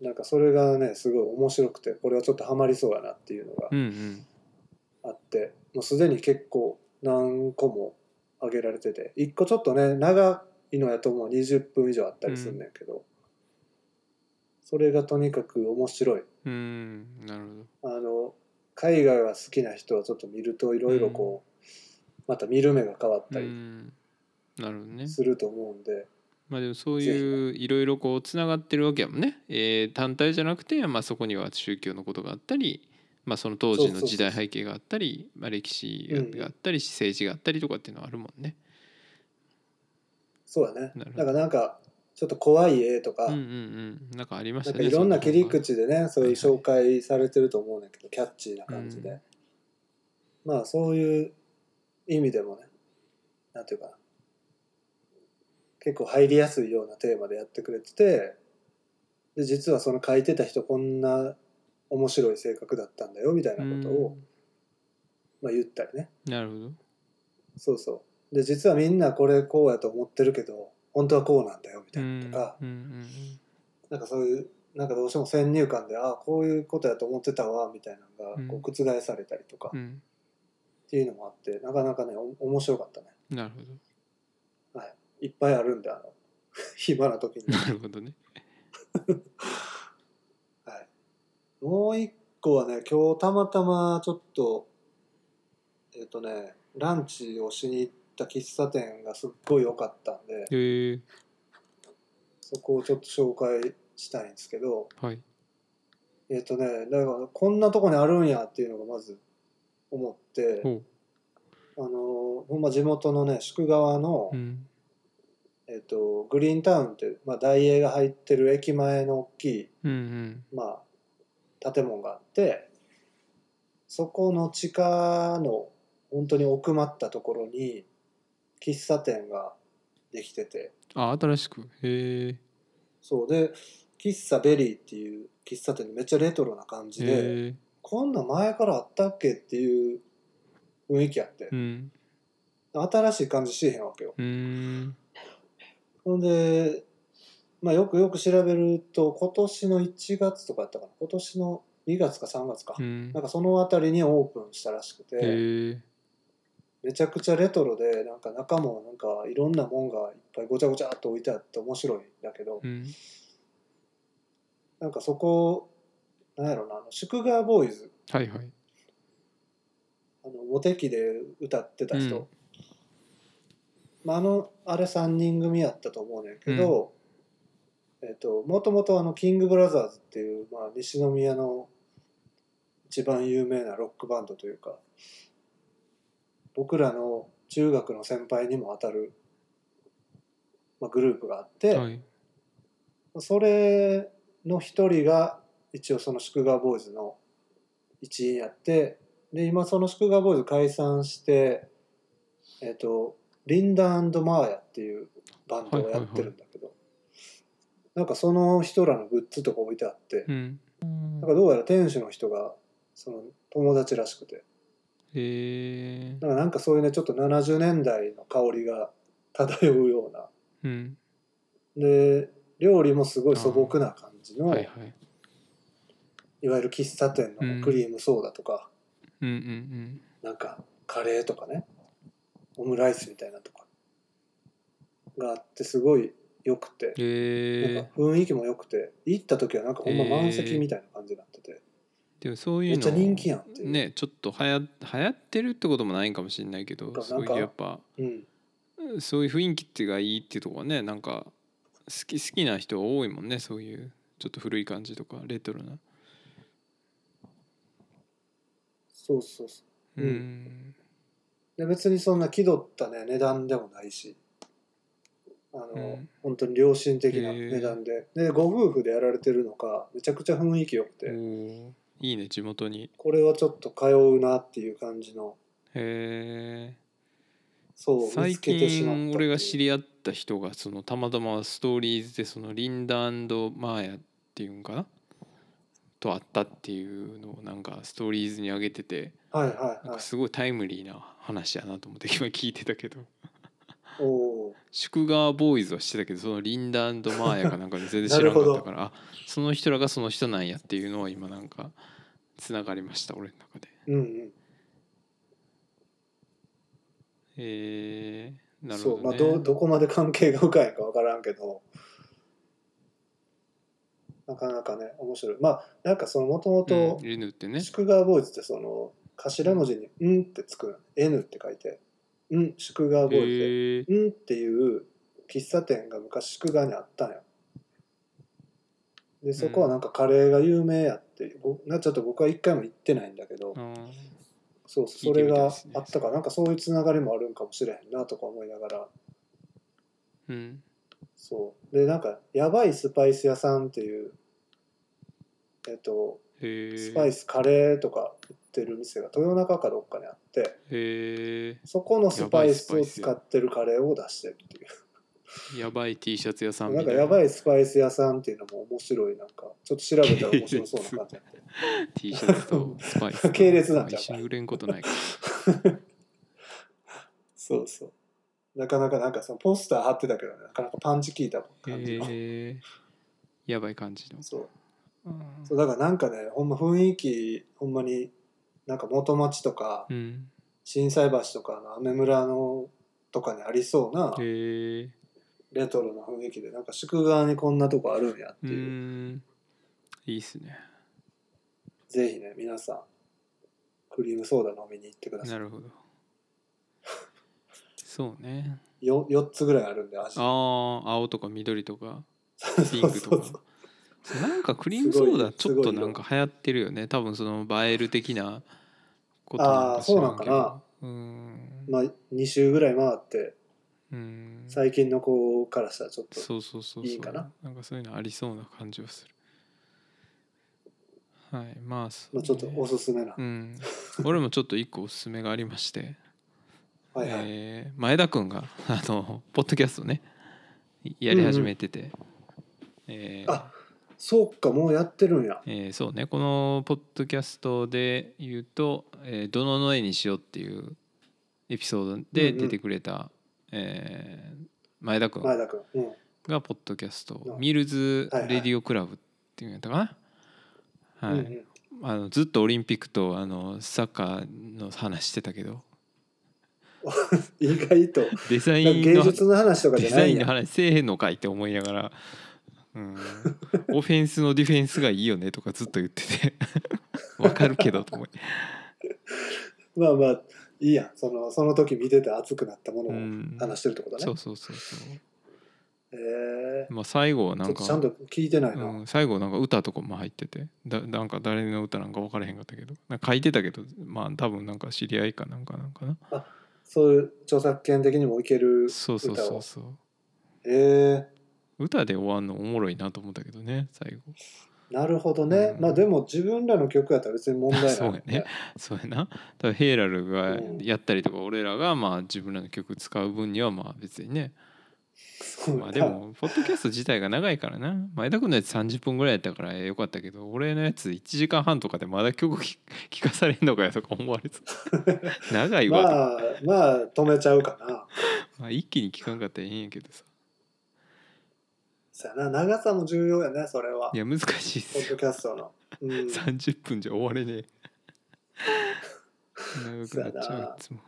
Speaker 2: なんかそれがねすごい面白くてこれはちょっとハマりそうやなっていうのが
Speaker 1: うんうん
Speaker 2: あって、もうすでに結構何個も上げられてて一個ちょっとね長いのやともう20分以上あったりすんねんけど、それがとにかく面白い。
Speaker 1: うんなるほど
Speaker 2: あの絵画が好きな人はちょっと見るといろいろこう、また見る目が変わっ
Speaker 1: う
Speaker 2: たり
Speaker 1: んなるほどね
Speaker 2: すると思うんで、
Speaker 1: まあでもそういういろいろこうつながってるわけやもんね、えー単体じゃなくて、まあ、そこには宗教のことがあったり、まあ、その当時の時代背景があったり、まあ、歴史があったり政治があったりとかっていうのはあるもんね。
Speaker 2: そうだね
Speaker 1: なるほど
Speaker 2: だからなんかちょっと怖い絵とか、
Speaker 1: うんうんうん、なんかありまし
Speaker 2: なん
Speaker 1: た
Speaker 2: か
Speaker 1: ね。
Speaker 2: いろんな切り
Speaker 1: その
Speaker 2: 口でねそういう紹介されてると思うんだけどキャッチーな感じで、まあそういう意味でもねなんていうかな結構入りやすいようなテーマでやってくれててで実はその書いてた人こんな面白い性格だったんだよみたいなことを、まあ、言ったりね
Speaker 1: うんなるほど。
Speaker 2: そうそうで実はみんなこれこうやと思ってるけど本当はこうなんだよみた
Speaker 1: う
Speaker 2: いなの
Speaker 1: ん
Speaker 2: とか。
Speaker 1: うんうん
Speaker 2: なんかそういうなんかどうしても先入観でああこういうことやと思ってたわみたいなのがこう覆されたりとか
Speaker 1: うんうん
Speaker 2: っていうのもあって、なかなかねお面白かったね
Speaker 1: なるほど。
Speaker 2: いっぱいあるんであの (laughs) 暇な時に、
Speaker 1: なるほどね。
Speaker 2: はい、もう一個はね今日たまたまちょっとえっ、とねランチをしに行った喫茶店がすっごい良かったんで
Speaker 1: へえ
Speaker 2: そこをちょっと紹介したいんですけど
Speaker 1: はい。
Speaker 2: えっ、とねだからこんなとこにあるんやっていうのがまず思って。
Speaker 1: ほ
Speaker 2: あのほんま地元のね宿川の、
Speaker 1: う。うん。
Speaker 2: えっとグリーンタウンっていう、まあ、大英が入ってる駅前の大きい、
Speaker 1: うん
Speaker 2: まあ、建物があってそこの地下の本当に奥まったところに喫茶店ができてて
Speaker 1: うん。あ、新しく。へえ。
Speaker 2: そうで喫茶ベリーっていう喫茶店でめっちゃレトロな感じで、
Speaker 1: へえ。
Speaker 2: こんなん前からあったっけっていう雰囲気あって
Speaker 1: う、ん。
Speaker 2: 新しい感じしへんわけよ。
Speaker 1: うん。
Speaker 2: ほんで、まあ、よくよく調べると今年の1月とかやったかな今年の2月か3月か、
Speaker 1: うん
Speaker 2: なんかその辺りにオープンしたらしくて、
Speaker 1: へえ。
Speaker 2: めちゃくちゃレトロでなんか中もなんかいろんなもんがいっぱいごちゃごちゃっと置いてあって面白いんだけど、
Speaker 1: うん。
Speaker 2: なんかそこなんやろなあの祝賀ボーイズ
Speaker 1: はいはい。
Speaker 2: あのモテ期で歌ってた
Speaker 1: う
Speaker 2: 人、
Speaker 1: ん
Speaker 2: まあ、あのあれ3人組やったと思うねんけど、えっともともとあのキングブラザーズっていう、まあ、西宮の一番有名なロックバンドというか僕らの中学の先輩にも当たる、まあ、グループがあって、
Speaker 1: はい。
Speaker 2: それの一人が一応その祝賀ボーイズの一員やってで今その祝賀ボーイズ解散してえっ、とリンダマーヤっていうバンドをやってるんだけど、なんかその人らのグッズとか置いてあって、
Speaker 1: うん。
Speaker 2: なんかどうやら店主の人がその友達らしくて
Speaker 1: へえ
Speaker 2: なんかなんかそういうねちょっと70年代の香りが漂うような
Speaker 1: うん
Speaker 2: で料理もすごい素朴な感じの、
Speaker 1: はいはい
Speaker 2: いわゆる喫茶店
Speaker 1: うん
Speaker 2: のクリームソーダとか、
Speaker 1: うんうん
Speaker 2: なんかカレーとかねオムライスみたいなとかがあってすごい良くて
Speaker 1: うんへ
Speaker 2: なん
Speaker 1: え
Speaker 2: か雰囲気も良くて行った時はなんかほんま満席みたいな感じになってて、
Speaker 1: でもそうい
Speaker 2: め
Speaker 1: う
Speaker 2: っちゃ
Speaker 1: の
Speaker 2: 人気やんっていう、
Speaker 1: ねちょっとはや流行ってるってこともないかもしれないけ
Speaker 2: なんか
Speaker 1: どそういうやっぱ
Speaker 2: うん、
Speaker 1: そういう雰囲気ってがいいっていうとこはねなんか好き好きな人多いもんねそういうちょっと古い感じとかレトロな
Speaker 2: そうそうそううんうで別にそんな気取ったね値段でもないしあの、
Speaker 1: うん
Speaker 2: 本当に良心的な
Speaker 1: へえ
Speaker 2: 値段で、でご夫婦でやられてるのかめちゃくちゃ雰囲気良くて、
Speaker 1: おーいいね地元に
Speaker 2: これはちょっと通うなっていう感じの
Speaker 1: へえ
Speaker 2: そう見
Speaker 1: 最
Speaker 2: つけてしまったってい
Speaker 1: 近
Speaker 2: う
Speaker 1: 俺が知り合った人がそのたまたまストーリーズでそのリンダマーヤっていうんかなと会ったっていうのをなんかストーリーズに上げてて
Speaker 2: はいはい
Speaker 1: なん
Speaker 2: はい
Speaker 1: かすごいタイムリーな話やなと思って今聞いてたけど
Speaker 2: おお
Speaker 1: 祝賀ボーイズはしてたけどそのリンダマーヤかなんか全然知らなかったからあその人らがその人なんやっていうのは今なんかつながりました俺の中で。
Speaker 2: ーうんうん
Speaker 1: えー、なる
Speaker 2: そうま
Speaker 1: ほ
Speaker 2: あど
Speaker 1: どね。
Speaker 2: どこまで関係が深いか分からんけどなかなかね面白いまあなんかそのもともと
Speaker 1: うんリヌってね。
Speaker 2: 祝賀ボーイズってその頭文字に「ん」ってつくの N って書いてうん祝賀ボーイズで
Speaker 1: へえ
Speaker 2: うんっていう喫茶店が昔宿川にあったんよでそこはなんかカレーが有名やって僕なちょっと僕は一回も行ってないんだけど
Speaker 1: あー
Speaker 2: そう
Speaker 1: 聞
Speaker 2: そ
Speaker 1: いて
Speaker 2: れ
Speaker 1: みたいで
Speaker 2: が
Speaker 1: すね
Speaker 2: あったからなんかそういうつながりもあるんかもしれへんなとか思いながら
Speaker 1: うん
Speaker 2: そうでなんかやばいスパイス屋さんっていうえっと
Speaker 1: へえ
Speaker 2: スパイ
Speaker 1: ス
Speaker 2: スカレーとか売ってる店が豊中かどっかにあって
Speaker 1: へ
Speaker 2: そこのスパイスを使ってるカレーを出してるっていう
Speaker 1: えやばい T シャツ屋さんみ
Speaker 2: な
Speaker 1: た
Speaker 2: ん
Speaker 1: い
Speaker 2: か
Speaker 1: な
Speaker 2: やばいスパイス屋さんっていうのも面白いなんかちょっと調べたら面白そう
Speaker 1: (laughs)
Speaker 2: な感じ
Speaker 1: T シャツとスパイスと
Speaker 2: (laughs) 系列なんちゃうか
Speaker 1: まあ一緒に売れんことないか
Speaker 2: そうそうなかなかなんかそのポスター貼ってたけどねなかなかパンチ効いた
Speaker 1: ら
Speaker 2: 感じの、
Speaker 1: へえやばい感じの
Speaker 2: そう
Speaker 1: うん
Speaker 2: そうだからなんかねほんま雰囲気ほんまになんか元町とか
Speaker 1: うん
Speaker 2: 心斎橋とかの雨村のとかにありそうな
Speaker 1: へえ
Speaker 2: レトロな雰囲気でなんか宿川にこんなとこあるんやっ
Speaker 1: う
Speaker 2: ていう、
Speaker 1: ーんいいっすね
Speaker 2: ぜひね皆さんクリームソーダ飲みに行ってくださ
Speaker 1: ないるほどそうね
Speaker 2: よ4つぐらいあるんで味
Speaker 1: ああ青とか緑とかピンクと
Speaker 2: そうそうそう
Speaker 1: かそうなんかクリームソーダ
Speaker 2: す
Speaker 1: ち
Speaker 2: ごい
Speaker 1: ょっとなんか流行ってるよね多分その映える的なことん
Speaker 2: あーそうなんかな
Speaker 1: うーん
Speaker 2: まあ2周ぐらい回って
Speaker 1: うん
Speaker 2: 最近の子からしたらちょっと
Speaker 1: そうそうそうそう
Speaker 2: いいかな
Speaker 1: なんかそういうのありそうな感じはするはいまあそう
Speaker 2: まあ、ちょっとおすすめな、
Speaker 1: うん俺もちょっと一個おすすめがありまして
Speaker 2: はいはい、
Speaker 1: えー前田君があのポッドキャストねやり始めてて、えー
Speaker 2: あそうかもうやってるんや
Speaker 1: えーそうねこのポッドキャストで言うと「えー、どのの絵にしよう」っていうエピソードで出てくれた、えー前田君
Speaker 2: 前田君、うん、
Speaker 1: がポッドキャスト
Speaker 2: う
Speaker 1: 「
Speaker 2: ん
Speaker 1: ミルズ・
Speaker 2: はいは
Speaker 1: レ
Speaker 2: い
Speaker 1: ディオ・クラブ」っていうんやったかな、
Speaker 2: うん
Speaker 1: は
Speaker 2: う
Speaker 1: い
Speaker 2: ん
Speaker 1: あのずっとオリンピックとあのサッカーの話してたけど
Speaker 2: 意外と
Speaker 1: デザイン
Speaker 2: 芸
Speaker 1: の
Speaker 2: 術の話とかじ
Speaker 1: デ
Speaker 2: ゃな
Speaker 1: ザ
Speaker 2: い
Speaker 1: イ
Speaker 2: ん
Speaker 1: ンの
Speaker 2: や
Speaker 1: 話せえへんのかいって思いながら、
Speaker 2: (laughs)
Speaker 1: うん、オフェンスのディフェンスがいいよねとかずっと言ってて (laughs) わかるけどと思い、
Speaker 2: まあまあいいやんそのその時見てて熱くなったもの
Speaker 1: う
Speaker 2: を
Speaker 1: ん、
Speaker 2: 話してるってことだ
Speaker 1: そ
Speaker 2: ね
Speaker 1: うそうそうそう、
Speaker 2: へえ
Speaker 1: まあ、最後はな
Speaker 2: ちょ
Speaker 1: ん
Speaker 2: っとちゃん
Speaker 1: か
Speaker 2: と聞いてないな、
Speaker 1: うん、最後なんか歌とかも入っててだなんか誰の歌なんか分からへんかったけどなんか書いてたけどまあ多分なんか知り合いかなんかなんかな
Speaker 2: そういう著作権的にもいける
Speaker 1: そうそうそうそう
Speaker 2: え
Speaker 1: 歌で終わんのおもろいなと思ったけどね最後
Speaker 2: ー、なるほどね、
Speaker 1: うん
Speaker 2: まあでも自分らの曲やったら別に問題ない
Speaker 1: そうやねそうやなだからヘイラルが
Speaker 2: うん
Speaker 1: やったりとか俺らがまあ自分らの曲使う分にはまあ別にね
Speaker 2: (laughs) そう
Speaker 1: まあでもポッドキャスト自体が長いからな前田君のやつ30分ぐらいやったからよかったけど俺のやつ1時間半とかでまだ曲聞聞かされんのかよとか思われて
Speaker 2: (laughs)
Speaker 1: 長いわとか、まあ
Speaker 2: まあまあ止めちゃうかな
Speaker 1: 一気に聞かんかったらええんやけどさ
Speaker 2: そやな長さも重要やねそれはい
Speaker 1: や難しいっす
Speaker 2: ポッド
Speaker 1: よ
Speaker 2: キャストの、うん、
Speaker 1: (laughs) 30分じゃ終われねえ長くなっちゃういつも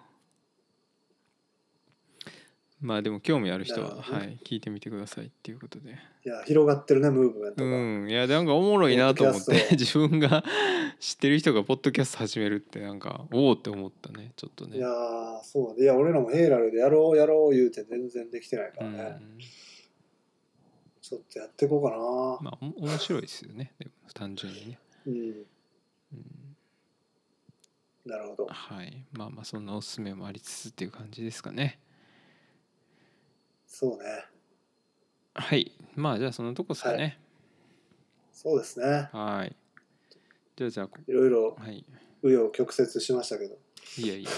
Speaker 1: まあでも興味ある人
Speaker 2: な
Speaker 1: は、
Speaker 2: るほど
Speaker 1: は
Speaker 2: ね
Speaker 1: い、聞いてみてくださいっていうことで
Speaker 2: いや広がってるねムーブメント
Speaker 1: う
Speaker 2: が、
Speaker 1: んいやなんかおもろいなと思っ
Speaker 2: ポッ
Speaker 1: て
Speaker 2: ド
Speaker 1: (laughs) 自分が知ってる人がポッドキャスト始めるってなんかおおって思ったねちょっとね
Speaker 2: いやーそうねいや俺らもヘイラルでやろうやろう言うて全然できてないか
Speaker 1: う
Speaker 2: らね、
Speaker 1: ん
Speaker 2: ちょっとやっていこうかな、
Speaker 1: まあおも面白いですよねでも単純にね、
Speaker 2: うん
Speaker 1: うん
Speaker 2: なるほど
Speaker 1: はいまあまあそんなおすすめもありつつっていう感じですかね
Speaker 2: そうね
Speaker 1: はいまあじゃあそんなとこですかね
Speaker 2: そうですね
Speaker 1: はいじゃあじゃあこ
Speaker 2: いろいろ
Speaker 1: はい
Speaker 2: 紆余曲折しましたけど
Speaker 1: いやいや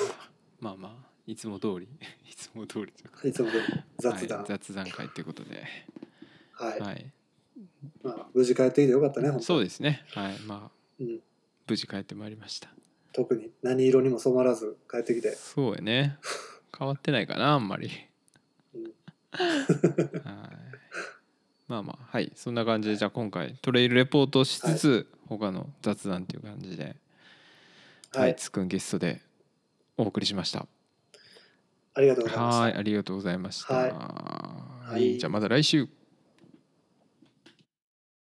Speaker 1: まあまあいつも通り (laughs) いつも通りというか
Speaker 2: いつも通り雑談
Speaker 1: はい、雑談会ということで、
Speaker 2: はい、
Speaker 1: はい、
Speaker 2: まあ、無事帰ってきてよかったね本当
Speaker 1: そうですねはいまあ
Speaker 2: うん、
Speaker 1: 無事帰ってまいりました
Speaker 2: 特に何色にも染まらず帰ってきて
Speaker 1: そうやね変わってないかなあんまり
Speaker 2: うん
Speaker 1: はいまあまあはいそんな感じでじゃあ今回トレイルレポートをしつつ、他の雑談という感じでは
Speaker 2: はい
Speaker 1: い、つくんゲストでお送りしました
Speaker 2: ありがとうございました
Speaker 1: はいありがとうございました
Speaker 2: はい
Speaker 1: は
Speaker 2: はい
Speaker 1: じゃあまた来週